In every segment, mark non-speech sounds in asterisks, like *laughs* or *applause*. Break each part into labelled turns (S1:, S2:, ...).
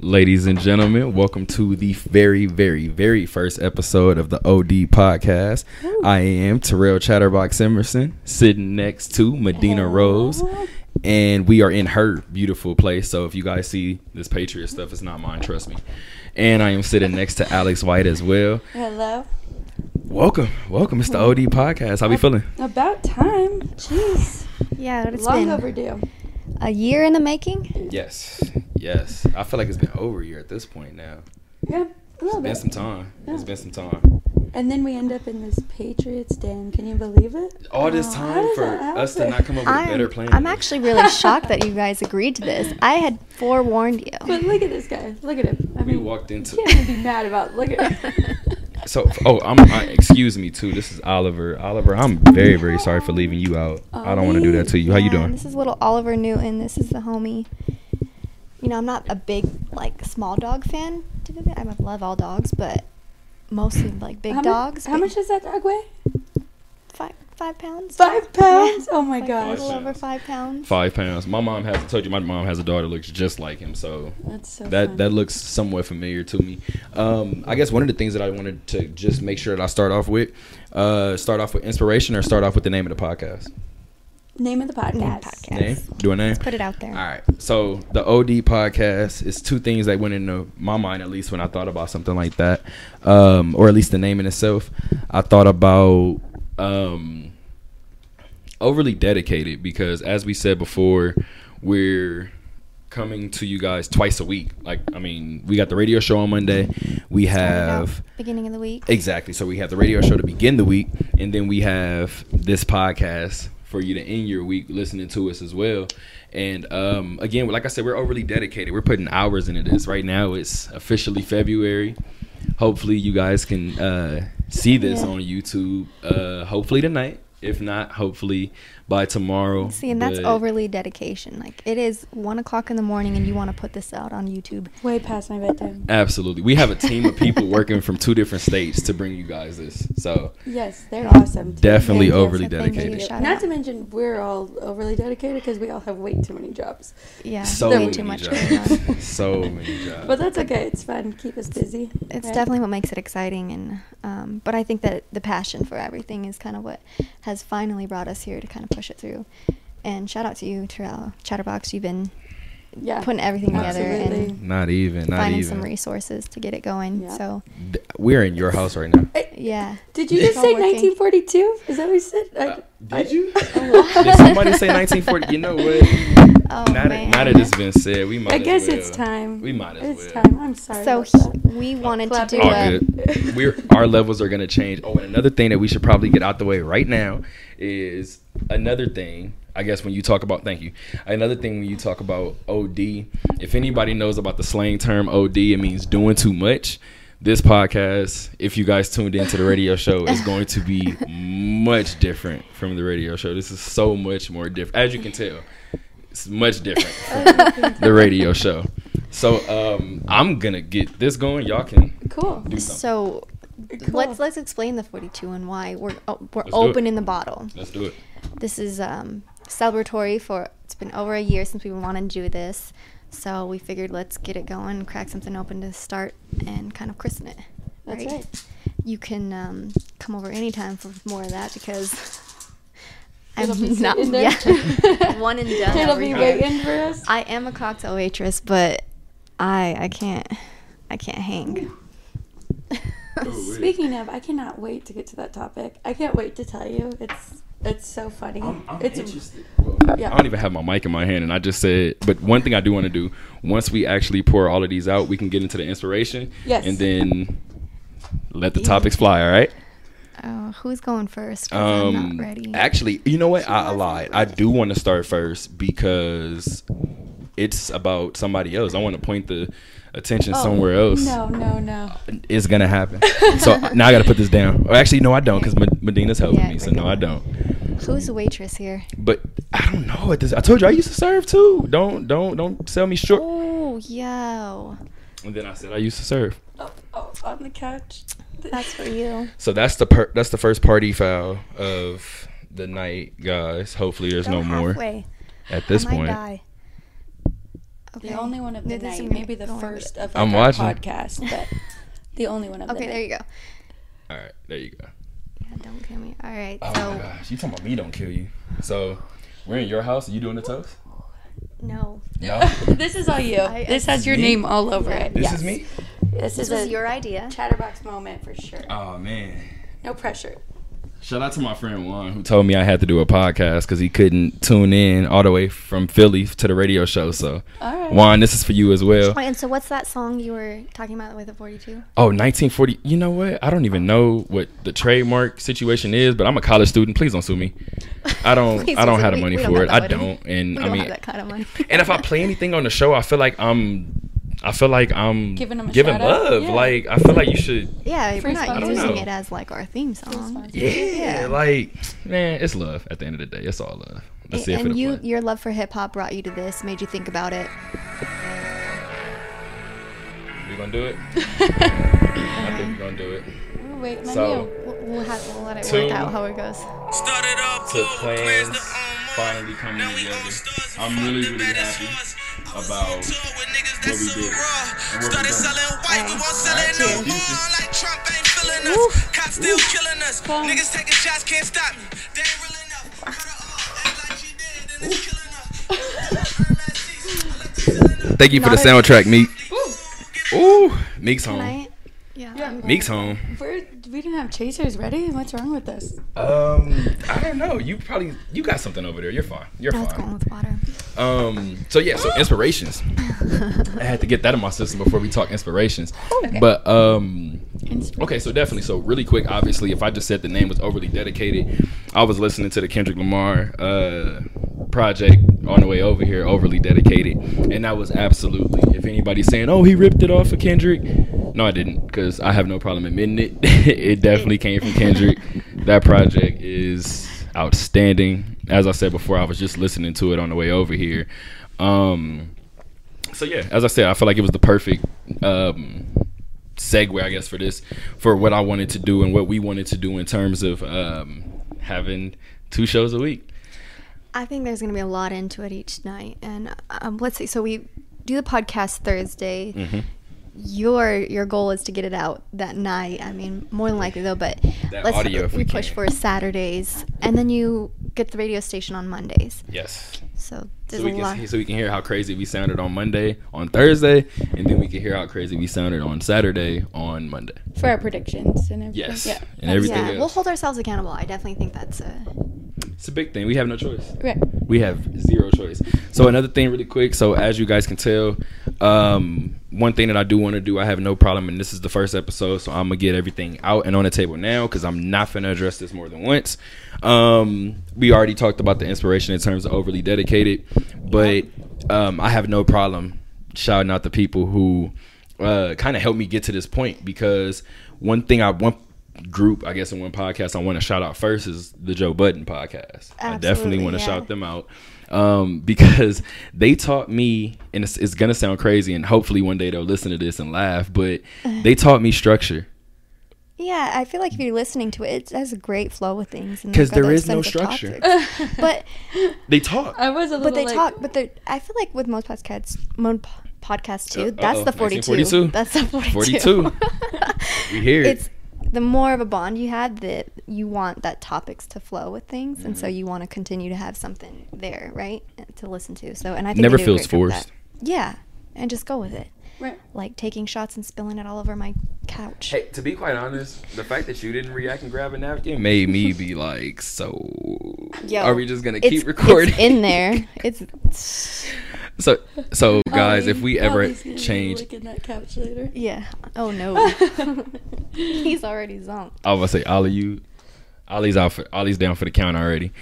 S1: Ladies and gentlemen, welcome to the very, very, very first episode of the OD podcast. I am Terrell Chatterbox Emerson, sitting next to Medina Rose, and we are in her beautiful place. So if you guys see this Patriot stuff, it's not mine, trust me. And I am sitting next to Alex White as well.
S2: Hello.
S1: Welcome, welcome. It's the OD podcast. How we feeling?
S2: About time. Jeez.
S3: Yeah, it's
S2: Long
S3: been
S2: overdue.
S3: a year in the making.
S1: Yes, yes. I feel like it's been over a year at this point now.
S2: Yeah, a
S1: It's
S2: little
S1: been
S2: bit.
S1: some time. It's been some time.
S2: And then we end up in this Patriots den. Can you believe it?
S1: all this
S2: Oh,
S1: time
S2: how did
S1: for
S2: that
S1: us to
S2: happen?
S1: not come up with a better
S3: I'm,
S1: plan.
S3: I'm actually really shocked that you guys agreed to this. I had forewarned you.
S2: But look at this guy. Look at him. I
S1: we
S2: mean,
S1: walked into.
S2: you can't even be mad about. Look at him.
S1: *laughs* So oh, I'm. I, excuse me too. This is Oliver. Oliver, I'm very very sorry for leaving you out.
S2: Oh,
S1: I don't want to do that to you. How you
S3: Yeah,
S1: doing?
S3: This is little Oliver Newton. This is the homie. You know, I'm not a big like small dog fan. Typically, I love all dogs, but mostly like big
S2: how mu-
S3: dogs.
S2: how
S3: big-
S2: much does that dog
S3: *laughs*
S2: weigh?
S3: Five, five pounds.
S2: Five pounds. Oh my
S3: Like a
S2: gosh.
S3: little over
S1: pounds.
S3: five pounds.
S1: Five pounds. My mom has. I told you my mom has a daughter that looks just like him. So
S2: That's so.
S1: that
S2: fun.
S1: that looks somewhat familiar to me. Um, I guess one of the things that I wanted to just make sure that I start off with, uh, start off with inspiration or start off with the name of the podcast.
S2: Name of the podcast.
S3: Name of the podcast.
S1: Name.
S3: Yes.
S1: Do a name.
S3: Put it out there.
S1: All right. So the OD podcast is two things that went into my mind at least when I thought about something like that, um, or at least the name in itself. I thought about um, overly dedicated because, as we said before, we're coming to you guys twice a week. Like, I mean, we got the radio show on Monday. We
S3: Started out
S1: have.
S3: beginning of the week.
S1: Exactly. So we have the radio show to begin the week, and then we have this podcast for you to end your week listening to us as well. And um, again, like I said, we're overly dedicated. We're putting hours into this. Right now, it's officially February. Hopefully, you guys can uh, see this
S3: Yeah.
S1: on YouTube. Uh, hopefully tonight. If not, hopefully by tomorrow.
S3: See, and that's
S1: But
S3: overly dedication. Like it is one o'clock in the morning, and you want to put this out on YouTube.
S2: Way past my bedtime.
S1: Absolutely, we have a team of
S3: *laughs*
S1: people working from two different states to bring you guys this. So
S2: Yes, they're awesome. too.
S1: definitely
S3: Yeah, yeah,
S1: overly
S3: so thank you.
S1: dedicated.
S3: Shout
S2: Not
S3: out.
S2: to mention, we're all overly dedicated because we all have way too many jobs.
S3: Yeah,
S1: so
S3: way
S1: many
S3: too much
S1: jobs.
S3: going
S1: *laughs*
S3: on.
S1: so many jobs.
S2: But that's okay. It's fun. Keep us busy.
S3: It's
S2: right?
S3: definitely what makes it exciting, and um, but I think that the passion for everything is kind of what has finally brought us here to kind of push it through. And shout out to you, Terrell Chatterbox. You've been
S2: yeah.
S3: putting everything together
S2: Absolutely.
S3: and
S1: Not even. Not
S3: finding some
S1: even.
S3: resources to get it going.
S2: Yeah.
S3: So
S1: Th- We're in your house right now.
S3: yeah,
S2: Did you
S3: It's
S2: just say
S3: all working.
S2: 1942? Is that what you said? I, I-
S1: Uh,
S2: *laughs* Oh,
S3: *laughs*
S1: Did somebody say 1940? You know what? Now
S3: Oh
S1: that
S3: man.
S1: now that it's been said, we might.
S2: I
S1: as
S2: guess
S1: well.
S2: it's time.
S1: We might as
S2: it's
S1: well.
S2: time. I'm sorry.
S3: so
S2: about
S3: he- we wanted to
S2: Clap
S3: do
S2: it
S1: All
S2: up.
S3: a
S1: Oh, good. We're our levels are gonna change. Oh, and another thing that we should probably get out the way right now is another thing. I guess when you talk about thank you, another thing when you talk about OD, if anybody knows about the slang term OD, it means doing too much. This podcast, if you guys tuned into the radio show, is going to be much different from the radio show. This is so much more different, as you can tell. It's much
S2: *laughs*
S1: different from the
S3: *laughs*
S1: radio show. So um, I'm gonna get this going. Y'all can
S2: that. Cool.
S1: do something.
S3: so.
S2: Cool.
S3: Let's let's explain the 42 and why we're oh, we're
S1: Let's do it.
S3: opening the bottle.
S1: Let's do it.
S3: This is um, celebratory for it's been over a year since we wanted to do this, so we figured let's get it going, crack something open to start, and kind of christen it.
S2: That's right.
S3: You can um, come over anytime for more of that because
S2: It'll be
S3: *laughs* I'm
S2: sitting
S3: not
S2: in there.
S3: *laughs* yeah, one and done.
S2: It'll
S3: every
S2: be
S3: time.
S2: waiting for us.
S3: I am a cocktail waitress, but I I can't I can't hang.
S1: wait.
S2: Speaking of, I cannot wait to get to that topic. I can't wait to tell you. It's it's so funny. it's
S1: I don't even have my mic in my hand, and I just said. But one thing I do want to do once we actually pour all of these out, we can get into the inspiration.
S2: Yes.
S1: And then let the topics fly. All right.
S3: *laughs* oh, who's going first? 'Cause I'm
S1: Um.
S3: not ready.
S1: Actually, you know what? I, I lied. I do want to start first because it's about somebody else. I want to point the attention
S3: Oh,
S1: somewhere else.
S2: No, no, no.
S1: It's gonna happen.
S3: *laughs*
S1: so *laughs* now I gotta put this down. Or actually, no, I don't, because Medina's helping
S3: Yeah,
S1: me. So
S3: bring
S1: no,
S3: it
S1: I
S3: on.
S1: don't.
S3: Who's the waitress here?
S1: But I don't know what this. I told you I used to serve too. Don't don't don't sell me short.
S3: Oh, yo.
S1: And then I said I used to serve.
S2: Oh, oh, on the couch.
S3: That's for you.
S1: So that's the per- that's the first party foul of the night, guys. Hopefully there's no more
S3: Halfway.
S1: at this
S3: I might
S1: point.
S3: die. Okay.
S2: The only one of the
S3: Yeah, this is
S2: night,
S3: weird.
S2: maybe the
S3: Don't worry about
S2: first
S3: it. *laughs*
S2: of
S1: I'm
S2: like, our
S1: watching.
S2: podcast, but the only one of the
S3: Okay,
S2: night.
S3: there you go.
S1: All right, there you go.
S3: Yeah, don't kill me. All right.
S1: Oh
S3: so
S1: my gosh, you talking about me? Don't kill you. So we're in your house. you doing the toast?
S3: no,
S1: No.
S2: *laughs* this is all you.
S3: I-
S2: this has your
S1: Me?
S2: name all over it.
S1: *laughs* This
S2: yes.
S1: is me.
S2: This,
S3: this
S2: is,
S3: was
S2: a
S3: your idea.
S2: chatterbox moment for sure.
S1: Oh man.
S2: No pressure.
S1: Shout out to my friend Juan who told me I had to do a podcast because he couldn't tune in all the way from Philly to the radio show. So
S2: All right.
S1: Juan, this is for you as well.
S3: Oh, and so what's that song you were talking about with the 42?
S1: Oh, 1940. You know what? I don't even know what the trademark situation is, but I'm a college student. Please don't sue me. I don't.
S3: Please
S1: I don't
S3: listen,
S1: have the
S3: we-
S1: money
S3: we
S1: for it. I
S3: have that money.
S1: don't. And
S3: We
S1: I
S3: don't
S1: mean,
S3: have that kind of money.
S1: and if I play anything on the show, I feel like I'm. I feel like I'm
S2: Giving 'em a
S1: giving
S2: shout out?
S1: love.
S2: Yeah.
S1: Like I feel like you should.
S3: *laughs* yeah, we're
S2: Free
S3: not
S2: sponsors.
S1: I don't
S3: using
S1: know.
S3: it as like our theme song.
S2: sponsors.
S1: Yeah, Like man, it's love. At the end of the day, it's all love. That's it for
S3: and
S1: the
S3: you,
S1: plug.
S3: your love for hip hop brought you to this, made you think about it.
S1: We gonna do it. I think we're gonna do it.
S2: We're waiting on
S1: So
S2: you.
S3: We'll, we'll, have, we'll let it
S1: Two.
S3: work out how it goes.
S4: Started off
S1: to
S4: to
S1: plans
S4: plans
S1: finally coming together. I'm really, really happy about
S4: about
S1: what
S4: what we
S1: we did
S4: did.
S1: and what we done.
S4: selling white, we won't sell it
S1: Alright,
S4: no
S1: cheers.
S4: more. Like Trump ain't feeling us. Cops still killing us. Niggas taking shots, can't stop me. They ain't real enough. Cut her off, act like she dead, and it's killing us. Hermes season, I like to sell it up.
S1: Thank you for the
S3: Not a-
S1: soundtrack, Meek. Ooh, Meek's
S3: Can
S1: home.
S3: I? Yeah.
S1: Meek's home.
S2: We're, we didn't have chasers ready. What's wrong with us?
S1: Um, I don't know. You probably you got something over there. You're fine. You're
S3: That's
S1: fine.
S3: going with water.
S1: Um, so yeah, so inspirations. I had to get that in my system before we talk inspirations. But um,
S2: Inspir-
S1: okay, so definitely. So really quick, obviously, if I just said the name was overly dedicated, I was listening to the Kendrick Lamar uh project on the way over here, overly dedicated, and that was absolutely. If anybody's saying, "Oh, he ripped it off of Kendrick," no, I didn't, because I have no problem admitting it. *laughs* it definitely came from Kendrick. that project is outstanding. As I said before, I was just listening to it on the way over here. Um, so yeah, as I said, I feel like it was the perfect um, segue, I guess, for this, for what I wanted to do and what we wanted to do in terms of um, having two shows a week.
S3: I think there's going to be a lot into it each night. And um, let's see. So we do the podcast Thursday.
S1: Mm-hmm.
S3: Your your goal is to get it out that night. I mean, more than likely though, but
S1: That audio, if we
S3: push
S1: can.
S3: for Saturdays, and then you get the radio station on Mondays.
S1: Yes.
S3: So there's
S1: So we,
S3: a lot.
S1: can, so we can hear how crazy we sounded on Monday, on Thursday, and then we can hear how crazy we sounded on Saturday, on Monday.
S2: For our predictions and everything.
S1: Yes.
S2: Yeah.
S1: And everything
S3: yeah,
S1: else.
S3: we'll hold ourselves accountable. I definitely think that's a
S1: it's a big thing. We have no choice.
S2: Right.
S1: we have zero choice. So another thing, really quick. So as you guys can tell, um, one thing that I do want to do, I have no problem, and this is the first episode, so I'm gonna get everything out and on the table now because I'm not gonna address this more than once. Um, we already talked about the inspiration in terms of overly dedicated, but um, I have no problem shouting out the people who uh, kind of helped me get to this point because one thing I one group I guess in one podcast I want to shout out first is the Joe Budden podcast. I definitely
S3: Absolutely,
S1: want to
S3: yeah.
S1: shout them out um, *laughs* because they taught me, and it's, it's gonna sound crazy, and hopefully one day they'll listen to this and laugh.
S3: *laughs*
S1: But they taught me structure
S3: yeah. I feel like if you're listening to it, it has a great flow with things. and
S1: because
S3: they've got
S1: there
S3: those
S1: is no
S3: sense of
S1: structure.
S3: topics.
S1: *laughs*
S3: but
S1: They taught.
S3: Uh,
S2: I was a little
S3: but they
S2: like,
S3: talk but they i feel like with most podcasts most po- podcasts too
S1: Uh,
S3: that's
S1: uh-oh,
S3: the 42
S1: 1942.
S3: that's the 42, *laughs*
S1: 42. We hear it.
S3: it's the more of a bond you have that you want that topics to flow with things and
S1: Mm-hmm.
S3: so you want to continue to have something there right to listen to so and i think
S1: Never
S3: they do a
S1: feels
S3: great job with
S1: forced.
S3: that. yeah and just go with it
S2: Right.
S3: like taking shots and spilling it all over my couch
S1: Hey, to be quite honest, the fact that you didn't react and grab a napkin made me
S3: *laughs*
S1: be like, so
S3: Yo,
S1: are we just gonna
S3: it's-
S1: keep recording?
S3: it's in
S1: *laughs*
S3: there it's
S1: So, so guys, if
S2: Ollie-
S1: we ever
S2: Ollie's Oh, gonna be
S1: change,
S2: licking that couch later.
S3: *laughs* yeah
S2: *laughs*
S3: oh *laughs* no he's already zonked
S1: I was gonna say Ollie, you, Ollie's out for Ollie's down for the count already.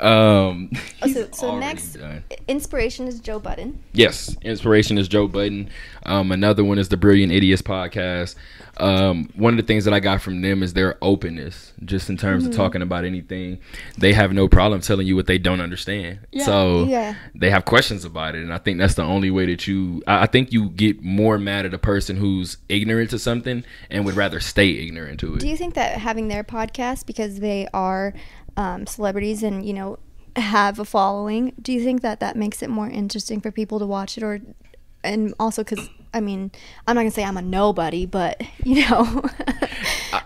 S1: Um,
S3: Oh, so,
S1: he's
S3: so
S1: *laughs* already
S3: next
S1: done.
S3: inspiration is joe budden
S1: Yes, inspiration is Joe Budden. Um, another one is the Brilliant Idiots podcast. Um, one of the things that I got from them is their openness, just in terms
S3: Mm-hmm.
S1: of talking about anything. They have no problem telling you what they don't understand. so
S3: yeah.
S1: they have questions about it, and I think that's the only way that you. I, I think you get more mad at a person who's ignorant to something and would rather stay ignorant to it.
S3: Do you think that having their podcast because they are um, celebrities and you know have a following, do you think that that makes it more interesting for people to watch it or and also because I mean, I'm not gonna say I'm a nobody, but *laughs* you know,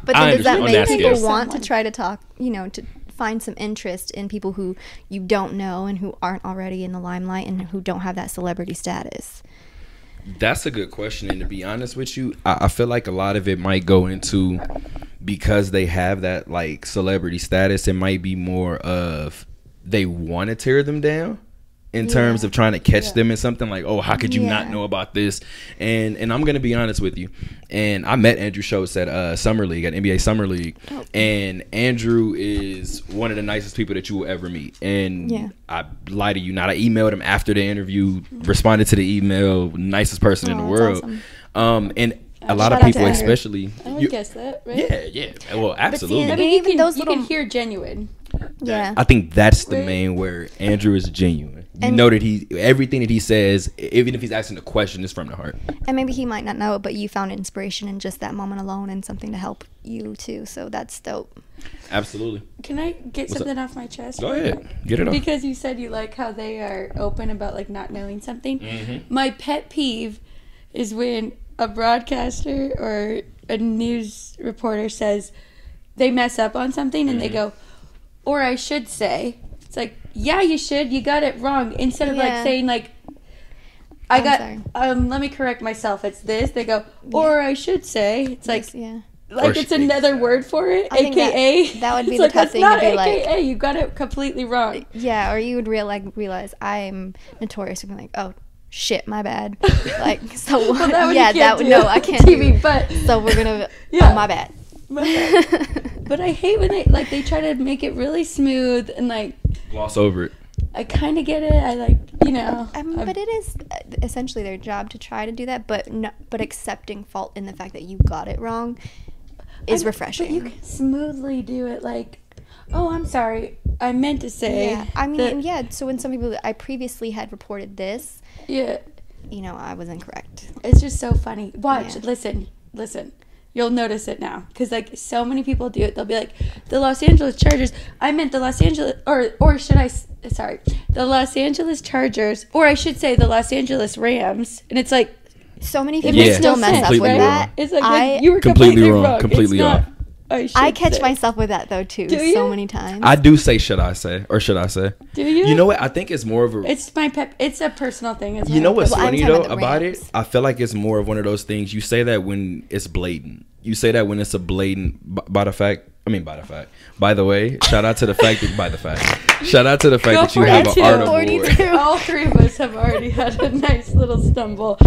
S3: but
S1: I
S3: then does
S1: understand.
S3: that
S1: On
S3: make
S1: that
S3: people
S1: scale.
S3: want to
S2: Someone.
S3: try to talk? You know, to find some interest in people who you don't know and who aren't already in the limelight and who don't have that celebrity status.
S1: That's a good question. And to be honest with you, I, I feel like a lot of it might go into because they have that like celebrity status, it might be more of they want to tear them down in terms of trying to catch them in something like, oh, how could you not
S3: Yeah.
S1: know about this? And and I'm gonna be honest with you. And I met Andrew Schultz at uh, Summer League at NBA Summer League,
S3: Oh.
S1: and Andrew is one of the nicest people that you will ever meet. And
S3: Yeah. Mm-hmm.
S1: I lie to you not. I emailed him after the interview, responded to the email, nicest person in
S3: Oh,
S1: the
S3: that's
S1: world.
S3: awesome. Oh,
S1: Um, and a lot of
S3: shout out to
S1: people,
S3: Andrew.
S1: especially
S2: I would
S1: you-
S2: guess that, right?
S1: yeah, yeah, well,
S3: I
S2: I
S1: absolutely.
S3: mean,
S2: mean,
S3: even
S2: you can,
S3: those
S2: you
S3: little-
S2: can hear genuine.
S3: Yeah.
S1: I think that's the
S2: Right.
S1: main where Andrew is genuine. You
S3: And-
S1: know that he everything that he says, e-, even if he's asking a question, is from the heart.
S3: and maybe he might not know it, but you found inspiration in just that moment alone and something to help you too. So that's dope.
S1: Absolutely.
S2: Can I get
S1: What's up?
S2: something off my chest?
S1: Go
S2: real
S1: ahead,
S2: quick?
S1: get it off.
S2: Because you said you like how they are open about like not knowing something.
S1: Mm-hmm.
S2: My pet peeve is when a broadcaster or a news reporter says they mess up on something and they
S1: Mm-hmm.
S2: go, or I should say, it's like, yeah, you should. You got it wrong. Instead of
S3: Yeah.
S2: like saying like, I
S3: I'm
S2: got.
S3: sorry.
S2: Um, let me correct myself. It's this. They go, or I should say. It's like,
S3: yeah.
S1: Or
S2: like it's
S1: should-
S2: another word for it,
S3: I think that-
S2: aka.
S3: that would be
S2: It's
S3: the
S2: like,
S3: tough
S2: that's
S3: thing to
S2: not
S3: be like-
S2: AKA, you got it completely
S3: *laughs*
S2: wrong.
S3: Yeah, or you would real, like, realize I'm notorious for being like, oh, shit, my
S2: *laughs*
S3: bad. Like, so
S2: Well,
S3: what?
S2: that one you
S3: yeah, that
S2: can't
S3: would,
S2: do
S3: no, I can't.
S2: TV,
S3: do. *laughs*
S2: but
S3: So we're
S2: *laughs*
S3: gonna,
S2: Yeah.
S3: oh, my bad.
S2: but, but I hate when they like they try to make it really smooth and like
S1: Gloss over it.
S2: I kind of get it. I like you know.
S3: I mean, but it is uh, essentially their job to try to do that, but no, but accepting fault in the fact that you got it wrong is
S2: I- But you
S3: refreshing.
S2: can smoothly do it like, oh, I'm sorry, I meant to say.
S3: Yeah, I mean,
S2: that-
S3: and yeah. So when some people, I previously had reported this,
S2: yeah.
S3: you know, I was incorrect.
S2: It's just so funny. Watch,
S3: Yeah.
S2: listen, listen. You'll notice it now because like so many people do it. They'll be like, the Los Angeles Chargers. I meant the Los Angeles, or or should I? s- Sorry, the Los Angeles Chargers, or I should say the Los Angeles Rams. And it's like
S3: So many
S2: it
S3: people
S1: makes
S3: still
S1: no
S3: mess up with
S1: Completely wrong.
S3: that.
S2: It's like
S3: I,
S2: you were
S1: Completely
S2: completely,
S1: wrong,
S2: wrong.
S1: completely
S2: It's not,
S1: wrong.
S2: I, should
S3: I catch
S2: say."
S3: myself with that though too,
S2: Do
S3: so
S2: you?
S3: many times.
S1: I do say, should I say, or should I say?
S2: Do you?
S1: You know what? I think it's more of a
S2: It's my pep. It's a personal thing. As
S1: You know what's
S3: Well, I'm
S1: funny
S3: talking
S1: though
S3: about the
S1: about it?
S3: Rams.
S1: I feel like it's more of one of those things. You say that when it's blatant. You say that when it's a blatant. b- By the fact, I mean by the fact. By the way, shout out to the fact that by the fact. Shout out to the fact
S2: Go
S1: that you
S2: for
S1: have
S2: it,
S1: an art
S2: too.
S1: award.
S3: 42.
S2: All three of us have already had a nice little stumble.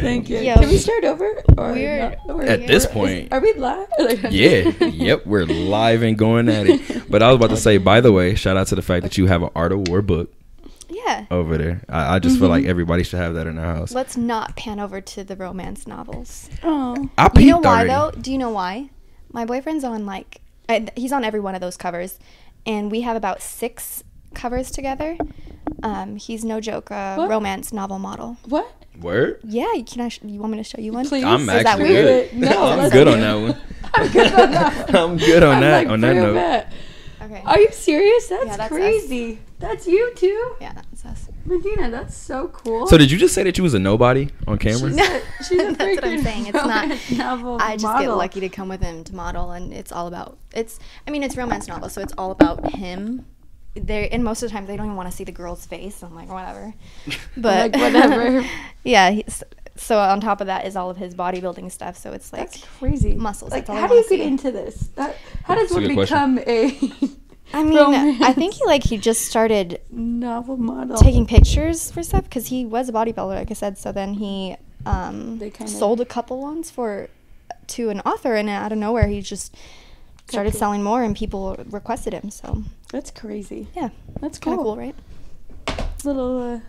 S2: Thank you.
S3: Yo.
S2: Can we start over? Or
S3: We're-
S2: not? Or-
S1: At this
S2: or- is-
S1: point.
S2: are we live? *laughs*
S1: Yeah, *laughs* yep, we're live and going at
S2: *laughs*
S1: it. But I was about to say, by the way, shout out to the fact that you have an art award book
S3: yeah.
S1: over there. I, I just
S3: Mm-hmm.
S1: feel like everybody should have that in their house.
S3: Let's not pan over to the romance novels.
S2: Oh,
S1: I peeped
S3: You know why
S1: already.
S3: though? Do you know why? My boyfriend's on like I, he's on every one of those covers, and we have about six covers together. Um, he's no joke, a
S2: What?
S3: romance novel model.
S2: what?
S1: Word.
S3: Yeah, you can. I sh- you want me to show you one?
S2: Please.
S1: I'm
S3: Is that
S1: actually
S2: weird?
S1: good.
S2: No,
S1: *laughs* I'm
S2: that's
S1: good on
S2: weird.
S1: that one.
S2: I'm good on
S1: *laughs*
S2: that.
S1: I'm good on
S2: I'm
S1: that.
S2: like,
S1: on that
S2: prove
S1: note.
S2: it.
S3: Okay.
S2: Are you serious? That's,
S3: Yeah, that's us.
S2: crazy. That's you too,
S3: yeah, that's us.
S2: Medina. That's so cool.
S1: So did you just say that you was a nobody on camera?
S2: She's a- *laughs* she's a
S3: That's what
S2: *laughs*
S3: I'm
S2: freaking
S3: saying. It's not.
S2: romance novel
S3: I just get
S2: model.
S3: lucky to come with him to model, and it's all about. It's. I mean, it's romance novel, so it's all about him. They and most of the time they don't even want to see the girl's face. I'm
S2: *laughs*
S3: like whatever, but
S2: Like, whatever.
S3: *laughs* yeah. He's, so on top of that is all of his bodybuilding stuff. So it's like
S2: That's crazy.
S3: muscles,
S2: Like,
S3: that's all I
S2: how do you
S3: wanna
S2: get
S3: see.
S2: into this? That, how does
S1: That's a
S2: one
S1: good question.
S2: become a *laughs*
S3: I mean,
S2: romance *laughs*
S3: I think he like he just started
S2: novel model?
S3: taking pictures for stuff because he was a bodybuilder, like I said. So then he um,
S2: They kinda-
S3: sold a couple ones for to an author, and out of nowhere he just started
S2: Okay.
S3: selling more, and people requested him. So
S2: That's crazy.
S3: yeah,
S2: That's
S3: kind
S2: cool.
S3: of cool, right?
S2: Little. Uh,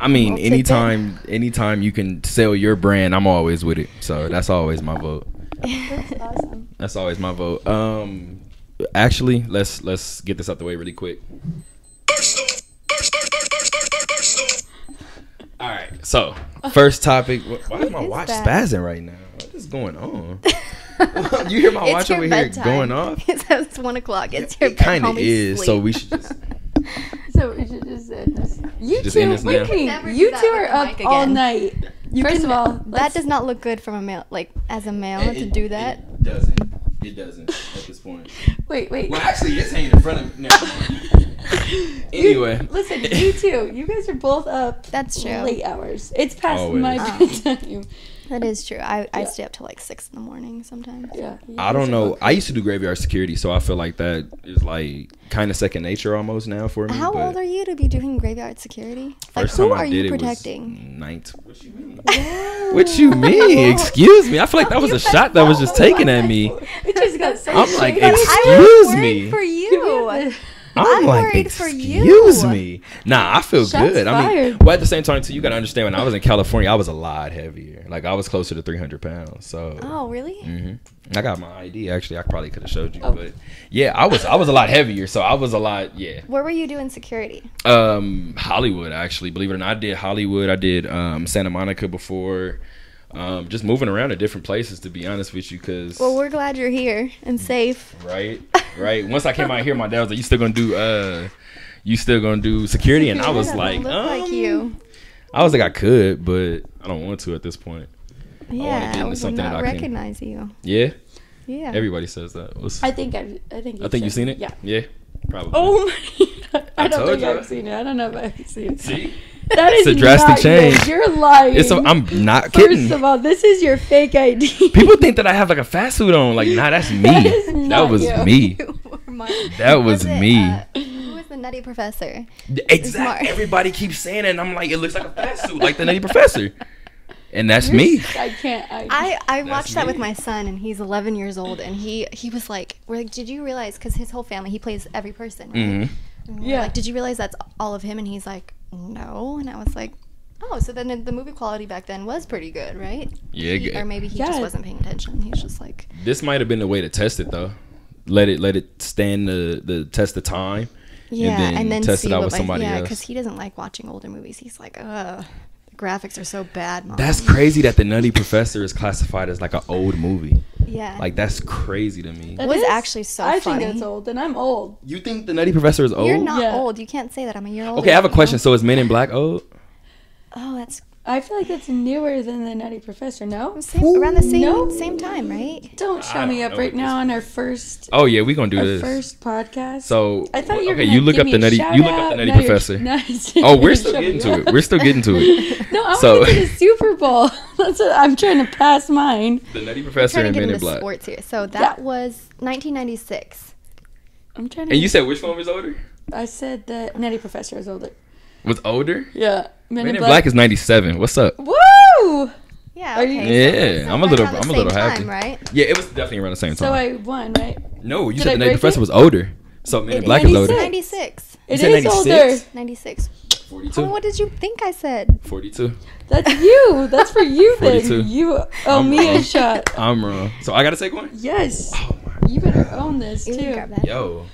S1: I mean,
S3: I'll take
S1: anytime, anytime you can sell your brand, I'm always with it. So that's always my vote.
S3: *laughs*
S2: that's awesome.
S1: That's always my vote. Um, actually, let's let's get this out the way really quick. All right.
S3: *laughs*
S1: So first topic. wh- Why is my
S3: is
S1: watch
S3: that?
S1: spazzing right now? What is going
S3: *laughs*
S1: on? *laughs* you hear my
S3: It's
S1: watch
S3: your
S1: over
S3: bedtime.
S1: here going
S3: *laughs*
S1: off?
S3: it's one o'clock. It's your
S1: It kind of
S3: homie
S1: is. So
S3: *laughs* sleep.
S1: we should just
S2: So we should just end this. You
S1: Just
S2: two,
S1: end this
S2: we
S1: now.
S2: can-
S3: uh, Never do
S2: you
S3: that
S2: two
S3: with
S2: are
S3: the
S2: up
S3: mic
S2: all
S3: again.
S2: night.
S3: *laughs*
S2: You
S3: First
S2: can,
S3: of all, that
S2: let's-
S3: does not look good from a male, like as a male
S1: It-
S3: to
S1: it-
S3: do that.
S1: It doesn't. It doesn't at this point.
S2: Wait, wait.
S1: Well, actually, it's hanging in front of me. No. Anyway.
S2: *laughs* You, listen, you two, you guys are both up
S3: That's true. Oh.
S2: late hours. It's past
S1: Always.
S2: my bedtime. *laughs*
S3: That is true. I I
S2: Yeah.
S3: stay up till like six in the morning sometimes.
S2: Yeah. you
S1: I
S2: guys
S1: don't
S2: are
S1: know.
S2: both-
S1: I used to do graveyard security, so I feel like that is like kind of second nature almost now for me.
S3: How
S1: but
S3: old are you to be doing graveyard security? Like
S1: first
S3: who
S1: time I
S3: are you
S1: did it was *laughs*
S3: protecting?
S1: ninth. What you mean?
S3: *laughs*
S1: What you mean? Excuse me. I feel like that was a shot that was just taken at me.
S2: It
S3: *laughs*
S2: just got so
S1: I'm like,
S2: shady.
S3: was
S1: excuse
S3: worried
S1: me.
S2: *laughs*
S3: For you.
S1: I'm
S3: I'm
S1: like,
S3: worried for you.
S1: excuse me. Nah, I feel
S2: Shots
S1: good. I mean,
S2: fired.
S1: well, at the same time, too, you gotta understand when I was in California, I was a lot heavier. Like I was closer to 300 pounds. So.
S3: Oh really?
S1: hmm I got my ID actually. I probably could have showed
S3: Oh.
S1: you, but yeah, I was I was a lot heavier, so I was a lot yeah.
S3: Where were you doing security?
S1: Um, Hollywood actually, believe it or not, I did Hollywood. I did um Santa Monica before. Um, just moving around to different places to be honest with you, cause
S3: Well, we're glad you're here
S1: Mm.
S3: and safe.
S1: right, right. Once I came out here, my dad was like, "You still gonna do uh, you still gonna do security?" And I was
S3: doesn't
S1: like,
S3: look
S1: um,
S3: like you.
S1: I was like, I could, but I don't want to at this point.
S3: Yeah,
S1: get
S3: I
S1: into
S3: would
S1: something that
S3: not
S1: I can-
S3: recognize you.
S1: Yeah,
S3: Yeah.
S1: everybody says that. What's-
S2: I think I've, I think.
S1: I think you've seen it.
S2: Yeah.
S1: yeah, probably.
S2: Oh my! God.
S1: *laughs*
S2: I,
S1: I
S2: don't
S1: told
S2: think
S1: you.
S2: I've seen it. I don't know if I've seen it.
S1: see,
S2: That is
S1: It's a drastic
S2: not you.
S1: change.
S2: You're lying.
S1: it's a, I'm not
S2: First
S1: kidding.
S2: of all, this is your fake ID.
S1: People think that I have like a fast food on. Like, nah, that's me.
S2: *laughs* That
S1: That,
S2: is not
S1: was
S2: you.
S3: *laughs*
S1: me. That was
S3: it,
S1: me.
S3: uh, who was
S1: *laughs*
S3: the nutty professor? Smart.
S1: Exactly. Everybody keeps saying it, and I'm like, it looks like a fast suit, like the Nutty Professor. And that's
S2: *laughs*
S1: me.
S2: I can't. I,
S3: I, I watched that with
S1: me.
S3: my son, and he's 11 years old, and he he was like, "We're like, did you realize? Because his whole family, he plays every person. Right?
S1: Mhm.
S3: And we're
S2: Yeah.
S3: Like, did you realize that's all of him? And he's like, no. And I was like, oh, so then the movie quality back then was pretty good, right?
S1: Yeah,
S3: He- or
S1: g-
S3: maybe he
S2: Yeah.
S3: just wasn't paying attention. He's just like,
S1: this might have been the way to test it though. Let it let it stand the the test of time.
S3: yeah,
S1: then
S3: and then,
S1: test it
S3: see
S1: out
S3: what
S1: with
S3: my-
S1: somebody
S3: yeah,
S1: else.
S3: because he doesn't like watching older movies. He's like, ugh, the graphics are so bad. Mom.
S1: That's crazy that the Nutty Professor is classified as like an old movie.
S3: yeah.
S1: Like that's crazy to me.
S2: That
S3: was
S2: is-
S3: actually so
S2: I
S3: funny.
S2: think that's old, and I'm old.
S1: You think the Nutty Professor is old?
S3: you're not
S2: Yeah.
S3: old. You can't say that. I'm a year old.
S1: okay, I have a question. So is Men in Black old?
S3: Oh, that's
S2: I feel like that's newer than the Nutty Professor. No,
S3: same, around the same
S2: No.
S3: same time, right?
S2: don't show
S1: I
S2: me
S1: don't
S2: up
S1: know
S2: right
S1: at this
S2: now on our first
S1: Oh yeah, we gonna do
S2: our
S1: this.
S2: first podcast.
S1: So
S2: I thought you were
S1: okay,
S2: gonna
S1: you look
S2: give
S1: up
S2: me
S1: the
S2: a
S1: Nutty.
S2: shout
S1: You look up
S2: out.
S1: the Nutty
S2: Now you're- *laughs*
S1: Professor.
S2: now you're-
S1: Oh, we're
S2: *laughs* shut
S1: still getting
S2: me
S1: to
S2: up.
S1: it. We're still getting to
S2: *laughs*
S1: it.
S2: No, I
S1: So-
S2: want to get to the Super Bowl. *laughs* That's what I'm trying to pass mine.
S1: The Nutty
S3: We're
S1: Professor
S3: trying
S1: and
S3: to get
S1: Men in
S3: into
S1: Black.
S3: sports here. So that was 1996.
S2: I'm trying to.
S1: And you said which one was older?
S2: I said that Nutty Professor is older.
S1: Was older?
S2: Yeah, Men,
S1: Men in Black is ninety seven. What's up?
S2: Woo!
S3: Yeah.
S2: Are you-
S3: Okay.
S1: Yeah, I'm a little, I'm a little happy.
S3: Time, right?
S1: Yeah, it was definitely around the same
S2: So
S1: time.
S2: I won, right?
S1: no, you
S2: Did
S1: said
S2: I
S1: the Nutty
S2: break
S1: Professor
S2: it?
S1: was older. So Men in
S2: It-
S1: Black is
S2: 96.
S1: older.
S3: 96.
S2: It
S1: said
S2: is
S1: 96?
S2: older.
S3: 96.
S1: 42.
S3: Oh, what did you think I said? *laughs*
S1: 42.
S2: That's you. That's for you
S1: Forty-two.
S2: then. You owe
S1: I'm
S2: me
S1: wrong.
S2: a shot.
S1: I'm wrong. So I gotta take one.
S2: Yes.
S1: Oh my.
S2: You better own this
S3: You can
S2: too.
S3: grab that.
S1: Yo.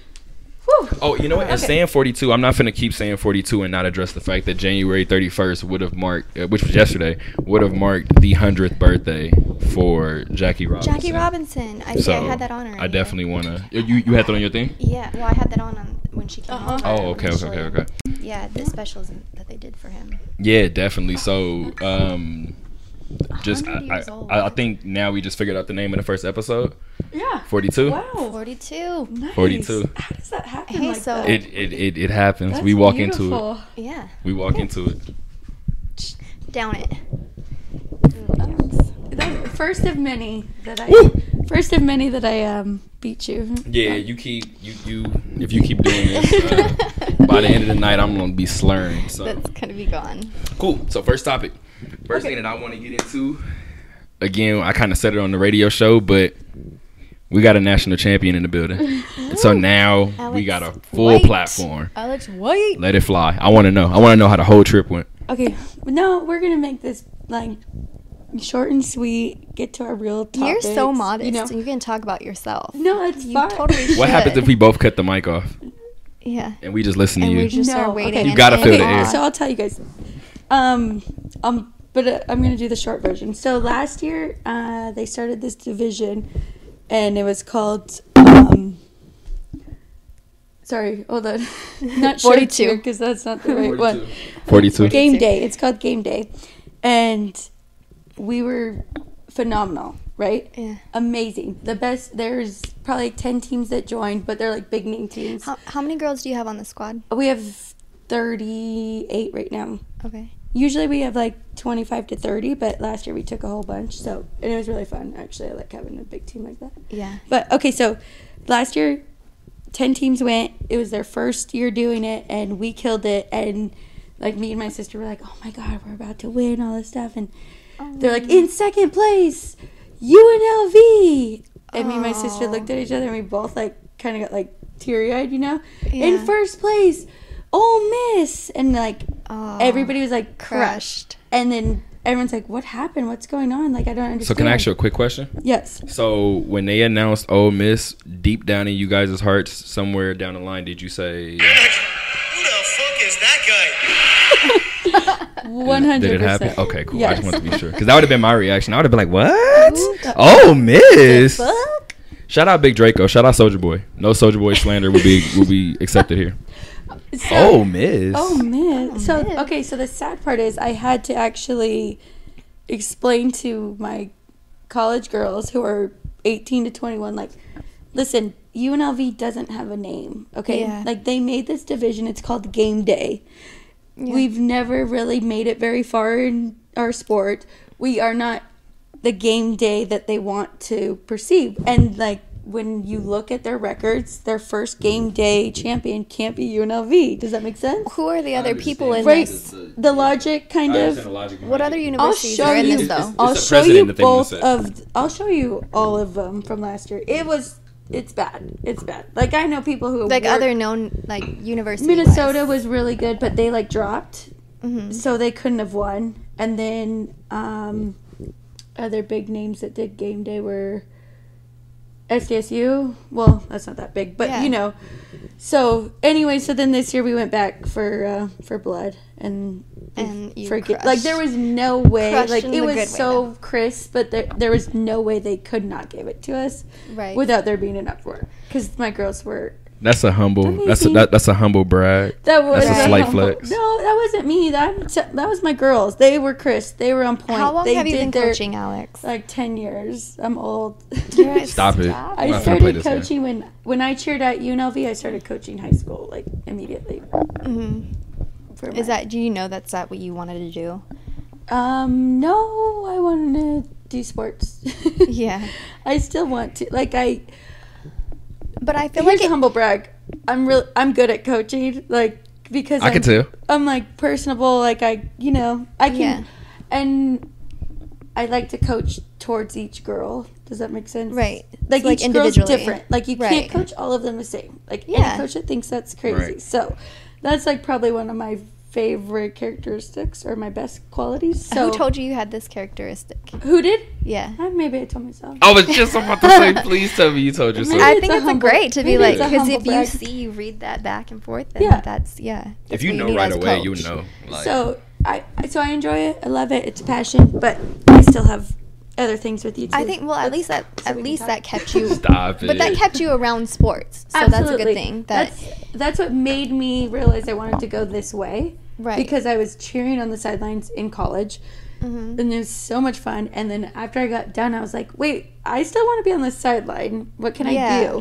S2: Whew.
S1: Oh, you know what? And
S2: Okay.
S1: saying 42, I'm not finna keep saying 42 and not address the fact that January 31st would have marked, uh, which was yesterday, would have marked the 100th birthday for Jackie Robinson.
S3: Jackie Robinson. I,
S1: So
S3: think I had that on already.
S1: I definitely wanna. You you had that on your thing?
S3: Yeah. Well, I had that on, on when she came
S2: Uh-huh.
S3: on.
S1: Oh, okay, okay, okay, okay.
S3: Yeah, the specials that they did for him.
S1: Yeah, definitely. So, um, just I,
S3: 100 years old.
S1: I, I think now we just figured out the name of the first episode.
S2: Yeah.
S1: Forty-two.
S2: Wow.
S3: 42.
S2: Nice.
S1: 42.
S2: How does that happen?
S3: Hey,
S2: like
S3: so-
S2: that?
S1: It, it it it happens.
S2: That's
S1: we walk into it.
S2: beautiful.
S3: Yeah.
S1: We walk into it.
S3: Down it.
S2: That- first of many that I. First of many that I um beat you.
S1: Yeah, you keep you you if you keep doing this, uh,
S3: *laughs*
S1: by the end of the night I'm gonna be slurring. So
S3: That's gonna be gone.
S1: cool. So first topic, first thing that I want to get into. Again, I kind of said it on the radio show, but we got a national champion in the
S3: *laughs*
S1: building. so now we
S3: Alex
S1: got a full
S3: White.
S1: platform.
S3: Alex White.
S1: Let it fly. I want to know. I want to know how the whole trip went.
S2: Okay. No, we're gonna make this like short and sweet. Get to our real topics.
S3: You're so modest.
S2: You
S3: You,
S2: know.
S3: can talk about yourself.
S2: No, it's
S3: You
S2: fine. *laughs*
S3: totally
S1: What
S3: should.
S1: happens if we both cut the mic off
S3: Yeah.
S1: and we just listen to
S3: And we
S1: you?
S3: just
S2: No,
S3: are waiting.
S2: okay. You
S3: and
S1: gotta
S3: hanging
S1: feel the air.
S3: on.
S2: So I'll tell you guys. Um, um, but uh, I'm gonna do the short version. So last year, uh, they started this division, and it was called um, Sorry, hold on. *laughs* Not
S3: 42.
S2: Shakespeare because that's not the right one.
S1: 42.
S2: Game day. It's called game day, and we were phenomenal, right?
S3: Yeah.
S2: Amazing. The best. There's probably ten teams that joined, but they're like big name teams.
S3: How, how many girls do you have on the squad?
S2: We have thirty-eight right now.
S3: Okay.
S2: Usually we have like twenty-five to thirty, but last year we took a whole bunch. So and it was really fun. Actually, I like having a big team like that.
S3: Yeah.
S2: But okay, so last year, 10 teams went. It was their first year doing it, and we killed it. And like me and my sister were like, oh my God, we're about to win all this stuff. And
S3: Oh,
S2: they're like, in second place, UNLV. And me and my sister
S3: Aw.
S2: looked at each other, and we both like kind of got like teary eyed, you know?
S3: Yeah.
S2: In first place, Ole Miss. And like
S3: Aw,
S2: everybody was like crushed.
S3: crushed.
S2: And then everyone's like, what happened? What's going on? Like, I don't understand.
S1: So can I ask you a quick question?
S2: Yes.
S1: So when they announced Ole Miss, deep down in you guys' hearts, somewhere down the line, did you say
S4: Who the fuck is that guy?
S2: 100%.
S1: did it happen? Okay, cool. I
S2: Yes.
S1: just wanted to be sure because that would have been my reaction. I would have been like, "What?
S2: Ooh, the-
S1: Oh, Miss!
S2: Fuck.
S1: Shout out Big Draco. Shout out Soldier Boy. No Soldier Boy slander will be will be accepted here.
S2: So-
S1: Oh, Miss!
S2: Oh man. so
S3: man.
S2: okay, so the sad part is I had to actually explain to my college girls who are 18 to 21 like listen, UNLV doesn't have a name, okay?
S3: Yeah.
S2: Like they made this division, it's called game day. We've never really made it very far in our sport. We are not the game day that they want to perceive. And like when you look at their records, their first game day champion can't be UNLV. Does that make sense?
S3: Who are the other people in
S2: Right.
S3: this?
S2: The logic kind of.
S3: What other
S2: I'll
S3: universities
S2: show
S3: are in
S2: you.
S3: this though?
S1: It's-
S2: I'll
S1: the
S2: show
S1: president
S2: you
S1: that they want
S2: both
S1: to say.
S2: of. I'll show you all of them from last year. It was. It's bad. It's bad. Like I know people who
S3: Like
S2: were-
S3: other known like universities.
S2: Minnesota was really good, but they like dropped,
S3: Mhm.
S2: so they couldn't have won. And then um, other big names that did game day were SDSU. Well, that's not that big, but
S3: Yeah.
S2: you know. So anyway, so then this year we went back for uh, for blood and
S3: And you
S2: forget like
S3: crushed.
S2: there was no way
S3: Crushed
S2: like it
S3: in the good way,
S2: was so crisp, but there there was no way they could not give it to us
S3: Right.
S2: without there being an uproar because my girls were
S1: That's a humble. That's a, that, that's a humble brag.
S2: that was
S1: That's
S3: a
S2: a
S3: slight
S1: flex.
S2: No, that wasn't me. That that was my girls. They were crisp. They were on point.
S3: How long
S2: they
S3: have you
S2: did
S3: been
S2: their-
S3: coaching, Alex? *laughs*
S2: Like ten years. I'm old. *laughs*
S1: Stop it. I'm
S2: I
S1: not gonna play
S2: started
S1: this game.
S2: coaching when when I cheered at UNLV. I started coaching high school like immediately.
S3: Mhm.
S2: for
S3: Is
S2: my-
S3: that do you know that's that what you wanted to do?
S2: um no? I wanted to do sports. *laughs*
S3: Yeah.
S2: I still want to. Like I
S3: But I feel
S2: here's
S3: like
S2: a
S3: it,
S2: humble brag. I'm real. I'm good at coaching. Like because
S1: I
S2: I'm-
S1: can tell.
S2: I'm like personable. Like I, you know, I can,
S3: Yeah.
S2: and I like to coach towards each girl. Does that make sense?
S3: right.
S2: Like,
S3: So,
S2: each
S3: like,
S2: girl's
S3: individually.
S2: different. Like you
S3: Right.
S2: can't coach all of them the same. Like
S3: Yeah.
S2: any coach that thinks that's crazy.
S1: Right.
S2: So that's like probably one of my favorite characteristics or my best qualities. So
S3: Who told you you had this characteristic?
S2: Who did?
S3: Yeah.
S2: Uh, maybe I told myself.
S1: I was just about to say, please tell me you told yourself.
S2: Maybe
S3: I
S2: it's
S3: think
S2: a
S3: it's a
S2: humble-
S3: great to be
S2: maybe
S3: like
S2: it's a
S3: because
S2: humble
S3: if you
S2: brag.
S3: see you read that back and forth, then
S2: Yeah.
S3: that's yeah.
S1: if
S3: that's
S1: you
S3: what
S1: know
S3: need
S1: right
S3: as a
S1: away,
S3: coach.
S1: you know. Like,
S2: So I I- so I enjoy it. I love it. It's a passion, but I still have other things with you too.
S3: I think well at least that
S2: so
S3: at
S2: we can
S3: least
S2: talk.
S3: that kept you
S1: *laughs* stop it.
S3: but that kept you around sports. So that's a good thing. That
S2: that's that's what made me realize I wanted to go this way
S3: right.
S2: because I was cheering on the sidelines in college,
S3: Mhm.
S2: and it was so much fun. And then after I got done, I was like, "Wait, I still want to be on the sideline. What can
S3: Yeah.
S2: I do?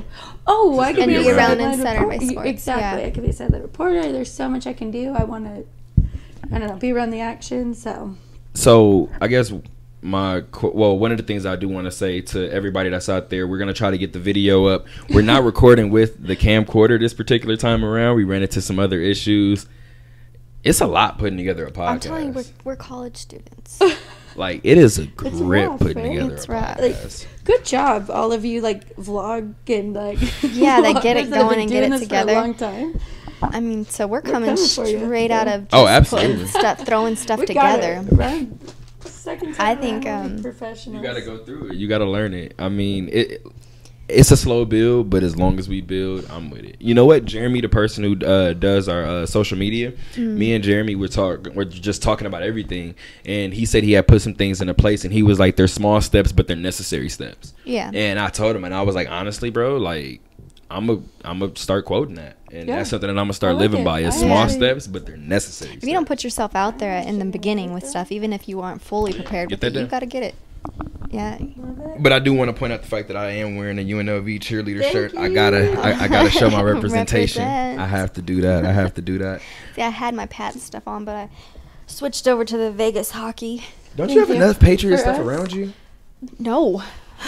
S2: Oh, I can
S1: And
S2: be,
S1: be
S2: a
S1: around
S2: sideline
S3: and centered by
S2: reporter.
S3: sports,
S2: Exactly,
S3: yeah.
S2: I could be a sideline reporter. There's so much I can do. I want to." I don't know, be around the action. So,
S1: So I guess my qu- well, one of the things I do want to say to everybody that's out there, we're gonna try to get the video up. We're not recording with the camcorder this particular time around. We ran into some other issues. It's a lot putting together a
S3: I'm telling you, we're,
S1: podcast.
S3: we're college *laughs* students.
S1: Like it is a grip
S2: rough,
S1: putting
S2: right?
S1: together
S3: It's
S1: a
S3: rough.
S1: podcast.
S2: good job, all of you. Like vlog and like *laughs*
S3: Yeah, they get it
S2: vloggers that have
S3: going
S2: been
S3: and get
S2: doing
S3: it
S2: this
S3: together.
S2: For a long time.
S3: I mean, so we're coming,
S2: coming for you.
S3: straight out of
S1: Oh,
S3: just putting
S1: absolutely.
S3: stuff, throwing stuff
S2: We got
S3: together.
S2: it, right? Second
S3: I
S2: time
S3: think,
S2: around, we're
S3: um,
S2: professionals.
S1: You gotta go through it. You gotta learn it. I mean, it. It's a slow build, but as long as we build, I'm with it. You know what, Jeremy, the person who uh, does our uh, social media, me and Jeremy were talk, we're just talking about everything, and he said he had put some things into place, and he was like, "They're small steps, but they're necessary steps."
S3: Yeah.
S1: And I told him, and I was like, honestly, bro, like I'm a I'm gonna start quoting that, and
S2: Yeah.
S1: that's something that I'm gonna start
S2: like
S1: living
S2: it.
S1: by.
S2: I
S1: It's small
S3: agree.
S1: steps, but they're necessary.
S3: If you don't put yourself out there in the beginning with stuff, even if you aren't fully prepared
S1: Get
S3: with
S1: that
S3: it, you
S1: down.
S3: got to get it. Yeah.
S1: But I do want to point out the fact that I am wearing a UNLV cheerleader
S2: Thank
S1: shirt. I
S2: you.
S1: gotta, I, I gotta
S3: *laughs*
S1: show my representation.
S3: Represent.
S1: I have to do that. I have to do that.
S3: See, I had my Pat stuff on, but I switched over to the Vegas hockey.
S1: *laughs* Don't
S2: Thank
S1: you have
S2: you.
S1: enough Patriot
S2: For
S1: stuff
S2: us?
S1: around you?
S3: No.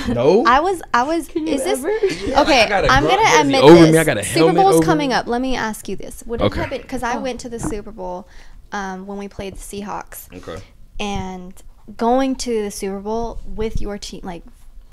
S1: No.
S3: *laughs* I was, I was,
S2: Can you
S3: is
S1: *laughs*
S3: this,
S2: ever? *laughs*
S3: okay,
S1: I got a
S3: I'm
S1: Bronco
S3: going
S1: jersey
S3: to admit
S1: over
S3: this.
S1: me, I got a
S3: Super
S1: helmet
S3: Bowl's
S1: over
S3: coming
S1: me.
S3: up. Let me ask you this. Would
S1: Okay.
S3: it have been, because
S2: Oh.
S3: I went to the Super Bowl um, when we played the Seahawks.
S1: okay.
S3: and going to the Super Bowl with your team, like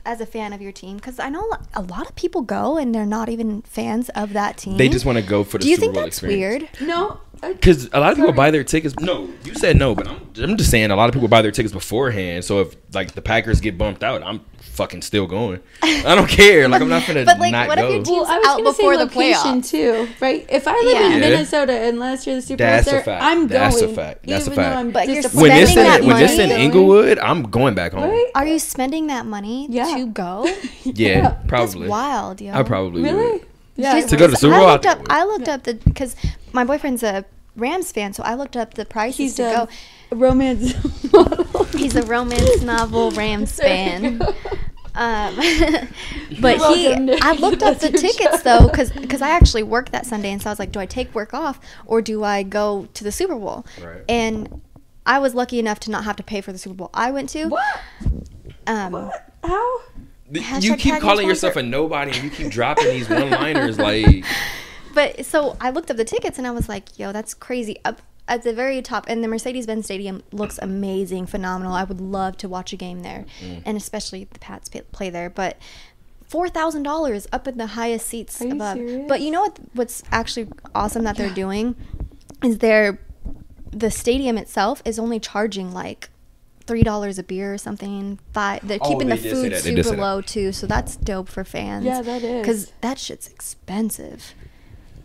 S3: as a fan of your team, because I know a lot of people go and they're not even fans of that team.
S1: They just want to go for the
S3: Do you
S1: Super
S3: think
S1: Bowl
S3: that's
S1: experience.
S3: weird?
S2: No. I-
S1: Because a lot of people
S2: Sorry.
S1: buy their tickets. No, you said no, but I'm, I'm just saying a lot of people buy their tickets beforehand. So if like the Packers get bumped out, I'm fucking still going. I don't care. Like I'm not gonna
S3: *laughs* But, like,
S1: not
S3: what if
S1: go.
S3: your team-
S2: Well, I was
S3: out
S2: gonna
S3: before
S2: say
S3: the
S2: location
S3: playoffs.
S2: too, right? If I live
S3: Yeah.
S2: in
S1: Yeah.
S2: Minnesota, unless you're the Super
S1: That's a
S2: Bowl, there,
S1: fact.
S2: I'm going.
S1: That's a fact. That's a
S2: even though
S1: fact.
S2: I'm
S3: But you're
S2: disappointed.
S1: when it's
S3: spending
S1: in
S3: that
S1: when it's in
S3: money-
S1: Inglewood, I'm going back home.
S2: Right?
S3: Are you spending that money
S2: Yeah.
S3: to go?
S1: Yeah,
S2: *laughs* Yeah.
S3: That's
S1: probably.
S3: wild, yo.
S1: I probably
S2: Really?
S1: would.
S2: Yeah.
S3: Just-
S1: To go to the Super Bowl, I
S3: I looked
S1: think
S3: up.
S1: it would.
S3: I looked up the because my boyfriend's a Rams fan, so I looked up the prices
S2: He's
S3: to
S2: a
S3: go.
S2: romance model.
S3: He's
S2: *laughs*
S3: a romance novel Rams
S2: There you
S3: fan.
S2: go. *laughs*
S3: Um, *laughs* but
S2: You're
S3: he,
S2: welcome, Nick. *laughs*
S3: I looked up
S2: That's
S3: the
S2: your job.
S3: tickets though, because I actually worked that Sunday, and so I was like, do I take work off or do I go to the Super Bowl?
S1: Right.
S3: And I was lucky enough to not have to pay for the Super Bowl I went to.
S2: What?
S3: Um,
S2: How?
S1: Th-
S3: Hashtag
S1: You keep
S3: tag
S1: calling
S3: and
S1: yourself a
S3: sponsor.
S1: nobody, and you keep dropping
S3: *laughs*
S1: these one-liners. Like
S3: but so I looked up the tickets, and I was like, yo, that's crazy. Up at the very top, and the Mercedes-Benz Stadium looks amazing, phenomenal. I would love to watch a game there,
S1: Mm.
S3: and especially the Pats pa- play there, but. Four thousand dollars up in the highest seats
S2: Are you
S3: above.
S2: serious?
S3: But you know what? What's actually awesome that they're doing is they're the stadium itself is only charging like three dollars a beer or something. Five. They're
S1: Oh,
S3: keeping
S1: they
S3: the
S1: did say
S3: food
S1: that. They did
S3: super
S1: say that.
S3: low too, so that's dope for fans.
S2: Yeah, that is.
S3: Because that shit's expensive.